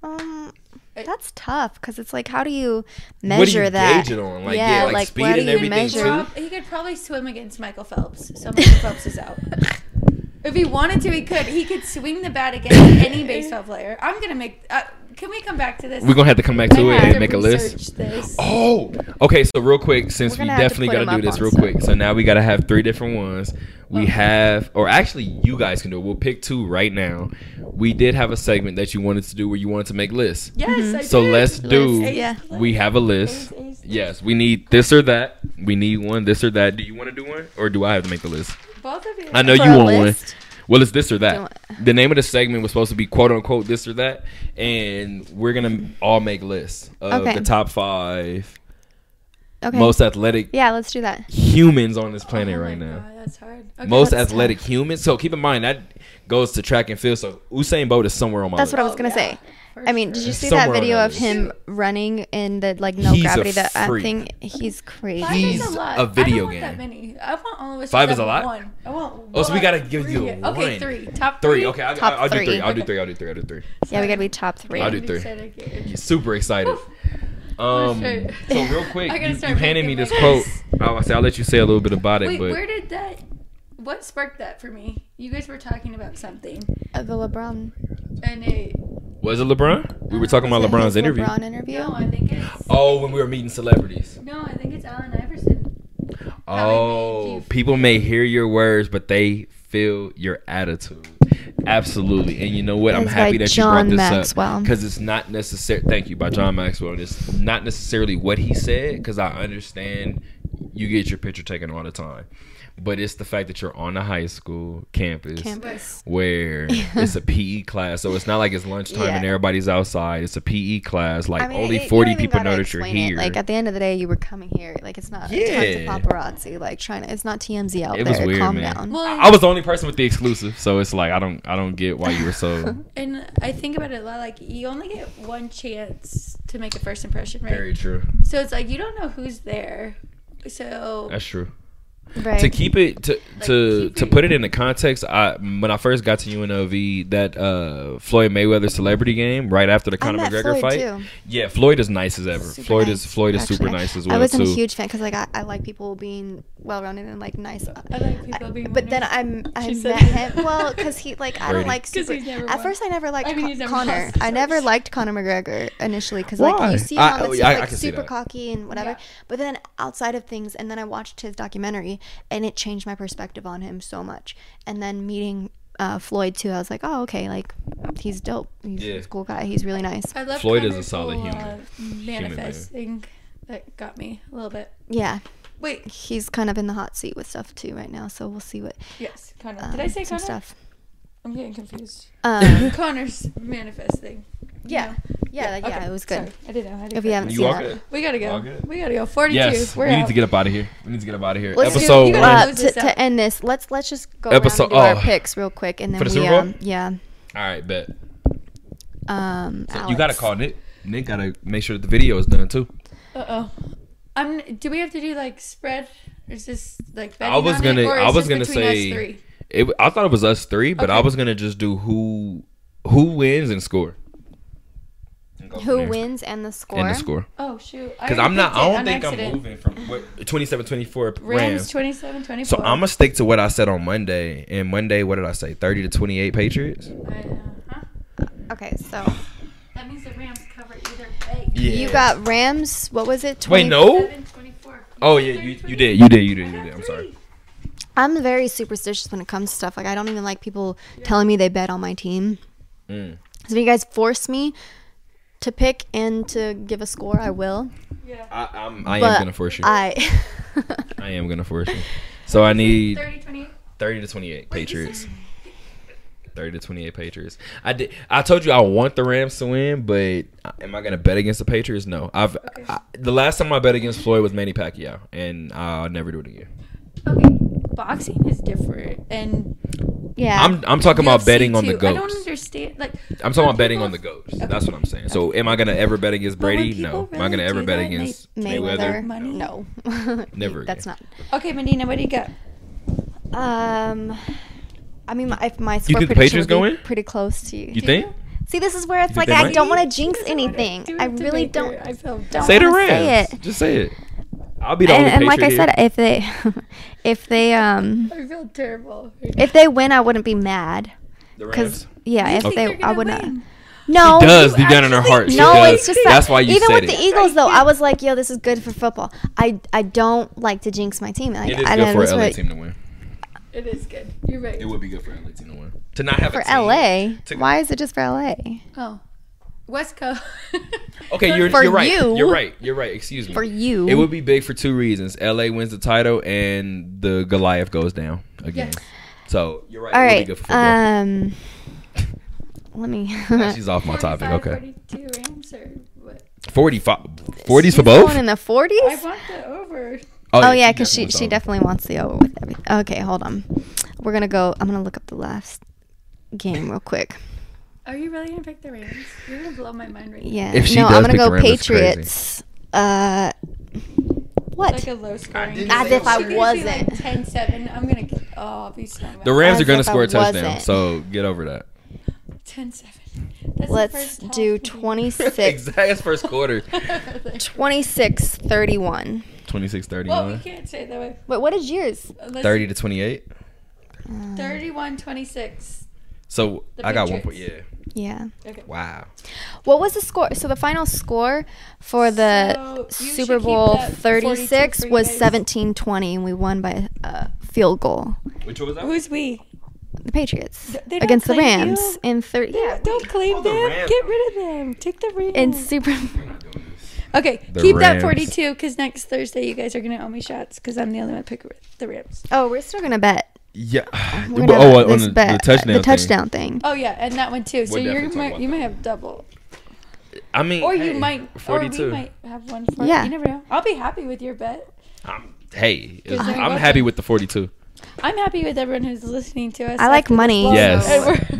S3: um,
S2: It-
S3: that's tough because it's like, how do you measure
S1: what do you
S3: that?
S1: gauge it on? Like
S3: Yeah,
S1: yeah, like,
S3: like,
S1: speed
S3: what do
S1: and
S3: you
S1: everything
S3: measure?
S1: too.
S2: Prob- he could probably swim against Michael Phelps, so
S3: *laughs*
S2: Michael Phelps
S1: *laughs*
S2: is out. If he wanted to, he could. He could swing the bat against
S3: *laughs*
S2: any baseball player. I'm gonna make. Uh, can we come back to this?
S1: We're gonna have to come back to
S2: I
S1: it
S2: have
S1: and
S2: to
S1: make a list.
S2: research This.
S1: Oh, okay. So real quick, since
S3: We're
S1: we
S3: gonna have to
S1: definitely
S3: put
S1: gotta
S3: them
S1: do
S3: up
S1: this
S3: on
S1: real quick, so now we gotta have three different ones. We have, or actually, you guys can do it. We'll pick two right now. We did have a segment that you wanted to do where you wanted to make lists.
S2: Yes. I
S1: So
S2: did.
S1: let's do.
S3: Lists, Mm-hmm. yeah.
S1: We have a list.
S2: Ace, ace.
S1: Yes, we need this or that. We need one, this or that. Do you want to do one, or do I have to make the list?
S2: Both of you.
S1: I know
S3: For
S1: you
S3: a
S1: want
S3: list?
S1: one. Well, it's this or
S3: you
S1: that.
S3: want-
S1: The name of the segment was supposed to be quote unquote this or that, and we're gonna all make lists of
S3: Okay.
S1: the top five
S3: Okay.
S1: most athletic
S3: yeah, let's do that.
S1: humans on this
S2: Oh
S1: planet
S2: my
S1: right now.
S2: God, that's hard. Okay,
S1: Most
S2: let's-
S1: athletic humans. So keep in mind that goes to track and field. So Usain Bolt is somewhere on my
S3: That's
S1: list.
S3: what I was
S2: Oh,
S3: gonna
S2: yeah.
S3: say. I mean, did you see that
S1: Somewhere on
S3: video
S1: that
S3: of
S1: list.
S3: him running in the like no
S1: He's a
S3: gravity? That I
S1: freak.
S3: think he's crazy.
S2: Five is
S1: He's
S2: a lot.
S1: a
S2: I
S1: video
S2: don't want
S1: game.
S2: that many. I want all of us. to
S1: Five is
S2: have
S1: a lot?
S2: One. I want.
S1: Oh, so we
S2: one.
S1: gotta give
S2: Three.
S1: you
S2: Okay,
S1: one.
S2: three. Top three.
S1: Three. Okay, I,
S3: Top
S1: I, I'll do
S3: three.
S1: three. I'll do three. I'll do three. I'll do three.
S3: yeah, we gotta be top three.
S1: I'll do three.
S2: three.
S1: Super
S2: *laughs*
S1: excited. Um,
S2: Oh, sure.
S1: so real quick,
S2: I gotta
S1: you,
S2: start
S1: you handed
S2: making
S1: me this
S2: my
S1: quote. Oh,
S2: notes.
S1: I will say I'll let you say a little bit about it,
S2: Wait,
S1: but
S2: where did that? What sparked that for me? You guys were talking about something,
S3: Uh, the LeBron.
S2: and it.
S1: was it LeBron? We were talking
S3: *laughs*
S1: about
S3: Was it
S1: LeBron's
S3: his
S1: interview.
S3: LeBron interview.
S2: No, I think it's.
S1: Oh, when we were meeting celebrities.
S2: No, I think it's Allen Iverson. How we made
S1: Oh,
S2: you-
S1: people may hear your words, but they feel your attitude. Absolutely, and you know what? I'm
S3: It's
S1: happy
S3: by
S1: that
S3: John
S1: you brought this
S3: Maxwell.
S1: up because it's not necessary. Thank you, by John Maxwell. And it's not necessarily what he said because I understand you get your picture taken all the time, but it's the fact that you're on a high school campus.
S3: Campus.
S1: where
S3: *laughs*
S1: it's a PE class, so it's not like it's lunchtime and
S3: Yeah.
S1: everybody's outside. It's a PE class. Like
S3: I mean,
S1: only
S3: it- you
S1: forty
S3: don't even
S1: people
S3: gotta
S1: know that you're
S3: explain it.
S1: here.
S3: Like at the end of the day, you were coming here. Like it's not yeah.
S1: Yeah.
S3: tons of paparazzi. Like trying to, it's not TMZ out
S1: It was
S3: there.
S1: weird,
S3: Calm
S1: man.
S3: down.
S2: Well,
S1: I I was the only person with the exclusive, so it's like I don't I don't get why you were
S3: *laughs*
S1: so
S2: and I think about it a lot. Like you only get one chance to make a first impression, right?
S1: true.
S2: So it's like you don't know who's there. So
S1: That's true.
S3: right.
S1: To keep it to to
S2: keep
S1: to
S2: it-
S1: put it into context, I when I first got to UNLV, that uh, Floyd Mayweather celebrity game right after the
S3: I
S1: Conor
S3: met
S1: McGregor
S3: Floyd,
S1: fight.
S3: too.
S1: Yeah, Floyd is nice as ever.
S3: Super
S1: Floyd is
S3: nice,
S1: Floyd is super
S3: actually.
S1: nice as
S3: I
S1: well
S3: wasn't
S1: too.
S3: a huge fan because like I, I like people being well-rounded and like nice.
S2: I like people being.
S3: But then
S2: winners.
S3: I'm I
S2: She said
S3: met
S2: that.
S3: him well because he like I don't
S1: Brady.
S2: *laughs*
S3: like
S2: 'Cause
S3: super.
S2: he's never
S3: at
S2: won.
S3: first I never liked
S2: I mean,
S3: Con-
S2: he's never
S3: Connor.
S2: lost, so
S3: I never
S2: it's-
S3: liked Conor McGregor initially because like
S1: Why?
S3: you see him
S1: I-
S3: on the
S1: oh,
S3: TV,
S1: yeah, I- I
S3: like
S1: can see
S3: super
S1: that.
S3: cocky and whatever.
S2: Yeah.
S3: But then outside of things, and then I watched his documentary and it changed my perspective on him so much. And then meeting. Uh, Floyd too. I was like, oh okay, like he's dope. He's
S1: Yeah.
S3: a cool guy. He's really nice.
S2: I love
S1: Floyd is a
S2: Connor's
S1: solid
S2: whole,
S1: human.
S2: uh,
S1: man.
S2: manifesting that got me a little bit.
S3: Yeah,
S2: Wait,
S3: he's kind of in the hot seat with stuff too right now. So we'll see what.
S2: yes, Connor.
S3: Um,
S2: Did I say
S3: some
S2: Connor?
S3: stuff?
S2: I'm getting confused.
S3: Um,
S2: Connor's manifesting.
S3: yeah, yeah, like, yeah.
S2: Okay,
S3: It was good.
S2: sorry, I didn't know. I didn't
S3: If you haven't
S1: You
S3: seen
S1: all
S3: that.
S1: good?
S2: We gotta
S1: All
S2: go.
S1: good?
S2: We gotta go. Forty-two.
S1: Yes,
S2: We're
S1: we need
S2: out.
S1: to get up out of here. We need to get up out of here.
S3: Let's do-
S1: Episode
S2: you gotta
S1: one.
S3: Uh,
S2: close
S3: to,
S2: this out.
S3: to end this, let's let's just go around
S1: Episode-
S3: and do our
S1: oh.
S3: picks real quick, and then
S1: For the
S3: we
S1: Super Bowl?
S3: um yeah
S1: All right, bet.
S3: um Alex.
S1: You gotta call Nick. Nick gotta make sure that the video is done too.
S2: Uh oh. I'm. Do we have to do like spread? Or is this like?
S1: I was
S2: betting on it,
S1: gonna-
S2: or
S1: I
S2: is
S1: was
S2: this
S1: gonna
S2: between us
S1: say-
S2: three?
S1: It, I thought it was us three, but I
S2: Okay.
S1: was gonna just do who who wins and score.
S3: who wins and the score.
S1: and the score?
S2: Oh shoot!
S1: Because I'm not. I don't think
S2: accident.
S1: I'm moving from what, 27, 24
S2: Rams
S1: Rams.
S2: 27, 24.
S1: So I'm gonna stick to what I said on Monday. And Monday, what did I say? Thirty to twenty-eight Patriots.
S2: Uh-huh.
S3: Okay, so
S2: That means the Rams cover either way.
S3: you got Rams. What was it? 20
S1: Wait, no.
S2: 27, 24.
S1: Oh yeah, you, you did. You did. You did. You did. I'm sorry.
S3: I'm very superstitious when it comes to stuff. Like I don't even like people telling me they bet on my team.
S1: Mm.
S3: So if you guys force me to pick and to give a score, I will.
S2: Yeah.
S1: I, I'm, I
S3: But
S1: am gonna force you. I,
S3: I
S1: am gonna force you. So I need
S2: 30, 28.
S1: thirty to twenty-eight Patriots.
S2: said-
S1: Thirty to twenty-eight Patriots. I did. I told you I want the Rams to win, but am I gonna bet against the Patriots? No. I've I, the last time I bet against Floyd was Manny Pacquiao, and I'll never do it again.
S2: Okay. Boxing is different, and
S3: *laughs* yeah.
S1: I'm I'm talking about
S2: UFC
S1: betting on the
S2: too. I don't
S1: goats.
S2: understand. Like
S1: I'm talking
S2: when
S1: about betting
S2: people-
S1: on the goats. That's what I'm saying. So am I gonna ever bet against
S2: when
S1: Brady?
S2: people
S1: No. am I gonna
S2: really
S1: ever
S2: do
S1: bet
S2: that and they-
S1: against
S3: Mayweather.
S1: Mayweather?
S2: Money?
S3: No. *laughs*
S1: Never
S3: That's
S1: again.
S3: not.
S2: Okay, Medina, what do you got?
S3: Um, I mean, my- if my
S1: think
S3: score
S1: the
S3: prediction
S1: Patriots
S3: would be
S1: go in?
S3: pretty close to you.
S1: You think?
S3: See, this is where it's
S1: think
S3: like
S1: they
S3: I
S1: might?
S3: don't want to jinx
S2: Doesn't matter.
S3: anything.
S2: Do it
S3: I
S2: to
S3: really
S2: Baker.
S3: don't.
S2: I feel dumb.
S1: Say the
S3: wanna say
S1: Rams.
S3: it.
S1: Just say it. I'll be the
S3: And,
S1: only
S3: and like I
S1: Patriot
S3: said,
S1: here.
S3: if they, *laughs* if they, um,
S2: I feel terrible.
S3: if they win, I wouldn't be mad.
S1: The
S3: Because
S1: Rams.
S3: yeah, if
S1: think
S3: they,
S1: they're
S3: I
S2: gonna
S3: would
S2: win?
S3: not. No,
S1: She does deep down in her heart. She
S3: no,
S1: does.
S3: it's just
S1: that's
S3: that-
S1: why you
S3: even
S1: said
S3: with the
S1: it.
S3: Eagles though, I was like, yo, this is good for football. I I don't like to jinx my team. Like,
S1: It is
S3: I
S1: good
S3: don't
S1: for
S3: that's
S1: an LA
S3: what-
S1: team to win.
S2: It is good. You're right.
S1: It would be good for an LA team to win. To not have a
S3: For
S1: team.
S3: LA,
S1: to-
S3: why is it just for LA?
S2: Oh, West *laughs* Coast.
S1: Okay, you're,
S3: For
S1: you're right.
S3: you.
S1: You're right. You're right. Excuse me.
S3: For you,
S1: It would be big for two reasons. LA wins the title and the Goliath goes down again. So you're right.
S3: All
S1: it would be
S3: right.
S1: good for football.
S3: Um,
S1: *laughs*
S3: let me. *laughs*
S1: She's off my topic. Okay.
S2: 42 Rams or what?
S1: 45. 40s for
S3: She's
S1: both?
S3: Going in the
S2: I
S3: forties.
S2: want the over.
S3: Oh yeah, because she
S1: wants
S3: she
S1: all.
S3: definitely wants the over with everything. Okay, hold on. We're gonna go. I'm gonna look up the last game real quick.
S2: Are you really gonna pick the Rams? You're gonna blow my mind right now.
S3: Yeah.
S1: If she
S3: no,
S1: does
S3: I'm gonna
S1: pick the
S3: go
S1: Rams, it's crazy.
S3: Patriots. Uh, what?
S2: Like a low scoring.
S5: didn't
S2: game.
S5: As if I
S2: She could be like
S3: wasn't.
S2: 10-7. I'm gonna. Oh, I'll be so.
S1: The Rams
S3: As
S1: are going to
S3: if I
S1: score a touchdown,
S3: wasn't.
S1: so get over that.
S2: 10-7. That's the
S3: Let's
S2: first half
S3: do
S2: of the *laughs*
S1: *laughs*
S2: game.
S3: 26,
S1: That's first
S2: *laughs*
S3: *laughs*
S1: quarter. *laughs*
S2: Like,
S3: 26, 31.
S1: 26
S2: well, we
S1: 31.
S2: can't say it that way.
S3: Wait, what is yours?
S2: Let's
S1: 30 to 28.
S3: Um,
S2: 31 26.
S1: So
S2: The
S1: I got one point. Yeah.
S2: Patriots.
S3: Yeah.
S1: Wow.
S3: What was the score? So the final score for the
S2: So, you should
S3: Super
S2: keep
S3: Bowl
S2: that
S3: 36
S2: 42 for
S3: was
S2: you guys.
S3: 17-20, and we won by a field goal.
S1: Which one was that?
S2: Who's we?
S3: The Patriots
S2: Th- they don't
S3: against the
S2: claim
S3: Rams
S2: you?
S3: in 30.
S2: Yeah,
S3: Yeah.
S2: don't claim
S1: Oh, the
S2: them.
S1: Rams.
S2: Get rid of them. Take the Rams.
S3: In Super
S2: okay,
S1: The
S2: keep
S1: Rams.
S2: that 42 because next Thursday you guys are going to owe me shots because I'm the only one that picked the Rams.
S3: Oh, we're still going to bet.
S1: Yeah.
S3: We're gonna
S1: oh,
S3: bet
S1: on
S3: this
S1: the,
S3: bet,
S1: the touchdown.
S3: The
S1: thing.
S3: touchdown thing.
S2: Oh, yeah, and that one too. So
S1: We'll
S2: you're,
S1: definitely talk
S2: might,
S1: about
S2: you
S1: that.
S2: might have double.
S1: I mean,
S2: Or
S1: hey,
S2: you might, 42. or we might have one for
S3: Yeah.
S2: You never know. I'll be happy with your bet.
S1: I'm, hey,
S2: Because they're
S1: I'm
S2: welcome.
S1: happy with the 42.
S2: I'm happy with everyone who's listening to us.
S3: I like
S2: after this
S3: money.
S2: long
S1: Yes.
S2: episode.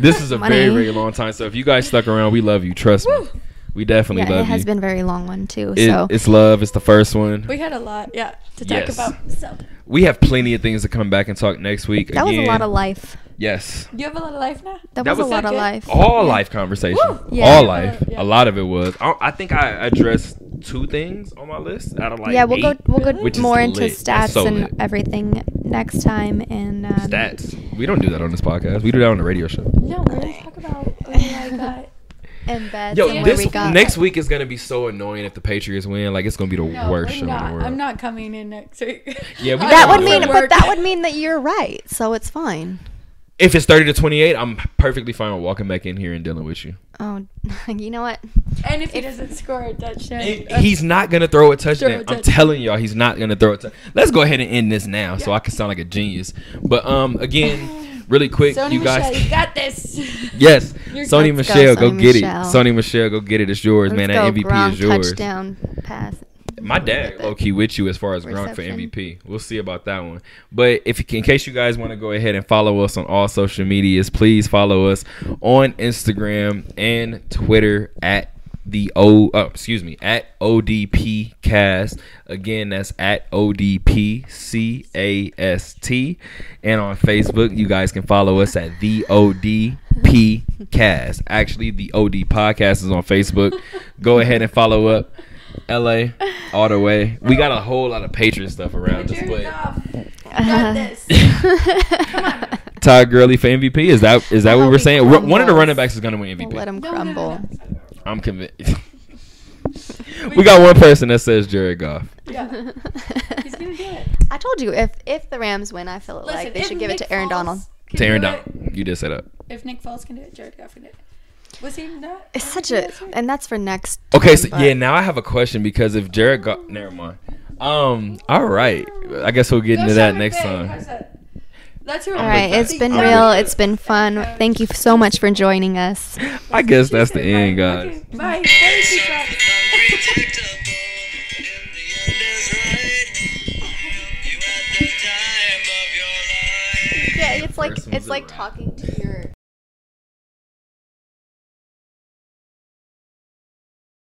S1: *laughs* This is a
S3: Money.
S1: very, very long time. So if you guys stuck around, we love you. Trust me.
S2: Woo.
S1: We definitely
S3: Yeah,
S1: love
S3: it has
S1: you.
S3: been a very long one too.
S1: It-
S3: so
S1: It's love. It's the first one.
S2: We had a lot, yeah, to talk
S1: Yes.
S2: about. So
S1: We have plenty of things to come back and talk next week.
S3: that was a
S1: Again,
S3: lot of life.
S1: Yes.
S2: you have a lot of life now.
S3: That,
S1: That
S3: was,
S1: was
S3: a lot of
S2: good.
S3: life.
S1: All life conversation.
S2: Woo.
S3: Yeah.
S1: All life.
S2: Yeah.
S1: A lot of it was. I, I think I addressed two things on my list out of like
S3: yeah, we'll go
S1: eight.
S3: we'll
S2: Which
S1: is
S3: go more into
S1: lit.
S3: stats
S1: That's so
S3: and
S1: lit.
S3: everything next time. And um,
S1: stats. We don't do that on this podcast. We do that on the radio show.
S2: No, we're gonna talk about oh, what
S3: *laughs*
S2: I got.
S3: and bets
S1: Yo,
S3: and
S2: Yeah.
S3: where
S1: this
S3: we got.
S1: next week is gonna be so annoying if the Patriots win. Like it's gonna be the
S2: No,
S1: worst
S2: we're
S1: show
S2: not.
S1: in the world.
S2: I'm not coming in next week.
S1: Yeah,
S2: *laughs*
S1: we
S3: that
S1: don't
S3: would
S1: do
S3: mean,
S1: it.
S3: but that would mean that you're right. So it's fine.
S1: If it's thirty to twenty eight, I'm perfectly fine with walking back in here and dealing with you.
S3: Oh, *laughs* you know what?
S2: And if he doesn't score a touchdown, that's-
S1: He's not gonna throw a touchdown.
S2: Throw a
S1: I'm
S2: touchdown.
S1: telling y'all, he's not gonna throw a touchdown. Let's go ahead and end this now, so I can sound like a genius. But um,
S2: *sighs*
S1: again, really quick,
S2: Sony
S1: you guys.
S2: Michelle, you
S1: *laughs*
S2: got this. *laughs*
S1: Yes,
S2: You're
S1: Sony
S3: Let's go,
S1: Michelle, go,
S3: Sony
S1: get
S3: Michelle.
S1: it. Sony Michelle, go get it. It's yours, man. That MVP
S3: Gronk,
S1: is yours.
S3: touchdown pass.
S1: My dad, low key, with you as far as Gronk for
S3: Reception.
S1: MVP. We'll see about that one. But if you can, in case you guys want to go ahead and follow us on all social medias, please follow us on Instagram and Twitter at the O. Oh, excuse me, at ODP Cast. Again, that's at ODP C A S T. And on Facebook, you guys can follow us at the ODP Cast. Actually, the OD Podcast is on Facebook. Go ahead and follow up. LA, all the way. We got a whole lot of Patriot stuff around us,
S2: Jared
S1: but
S2: Goff, you
S3: Uh-huh.
S2: got this.
S3: *laughs*
S1: Todd Gurley for MVP is that is that what
S3: hope
S1: we're
S3: he
S1: saying? Ru- One of the
S3: crumbles.
S1: running backs is going to win
S3: We'll
S1: MVP.
S3: let him
S2: No, no, no,
S3: crumble.
S2: no.
S1: I'm convinced. we got one person that says Jared Goff.
S2: *laughs* Yeah.
S3: *laughs*
S2: He's gonna do it.
S3: I told you if if the Rams win, I feel like
S2: Listen,
S3: they
S2: if
S3: should give it
S2: Nick
S3: to Aaron
S2: Foles
S3: Donald.
S2: can
S1: To Aaron
S2: do
S1: Donald,
S2: it,
S1: you did say that.
S2: If Nick Foles can do it, Jared Goff can do it. Was he not?
S3: It's
S2: was
S3: such
S2: he
S3: a
S2: last week?
S3: and that's for next.
S1: Okay,
S3: time,
S1: so
S3: but-
S1: yeah, now I have a question because if Jared Goff, never mind. Um, all right, I guess we'll get
S2: Go
S1: into that
S2: Sean
S1: next
S2: McVay.
S1: time.
S2: How's that? That's who
S1: I'm
S3: All right,
S1: with that.
S3: it's been
S1: I'm
S3: real.
S1: with
S3: It's been fun. Thank you so much for joining us.
S1: I guess that's the end, guys.
S2: Okay, bye. Thank you, guys.
S3: Yeah, it's like
S1: First one's
S3: it's like
S1: a wrap.
S3: talking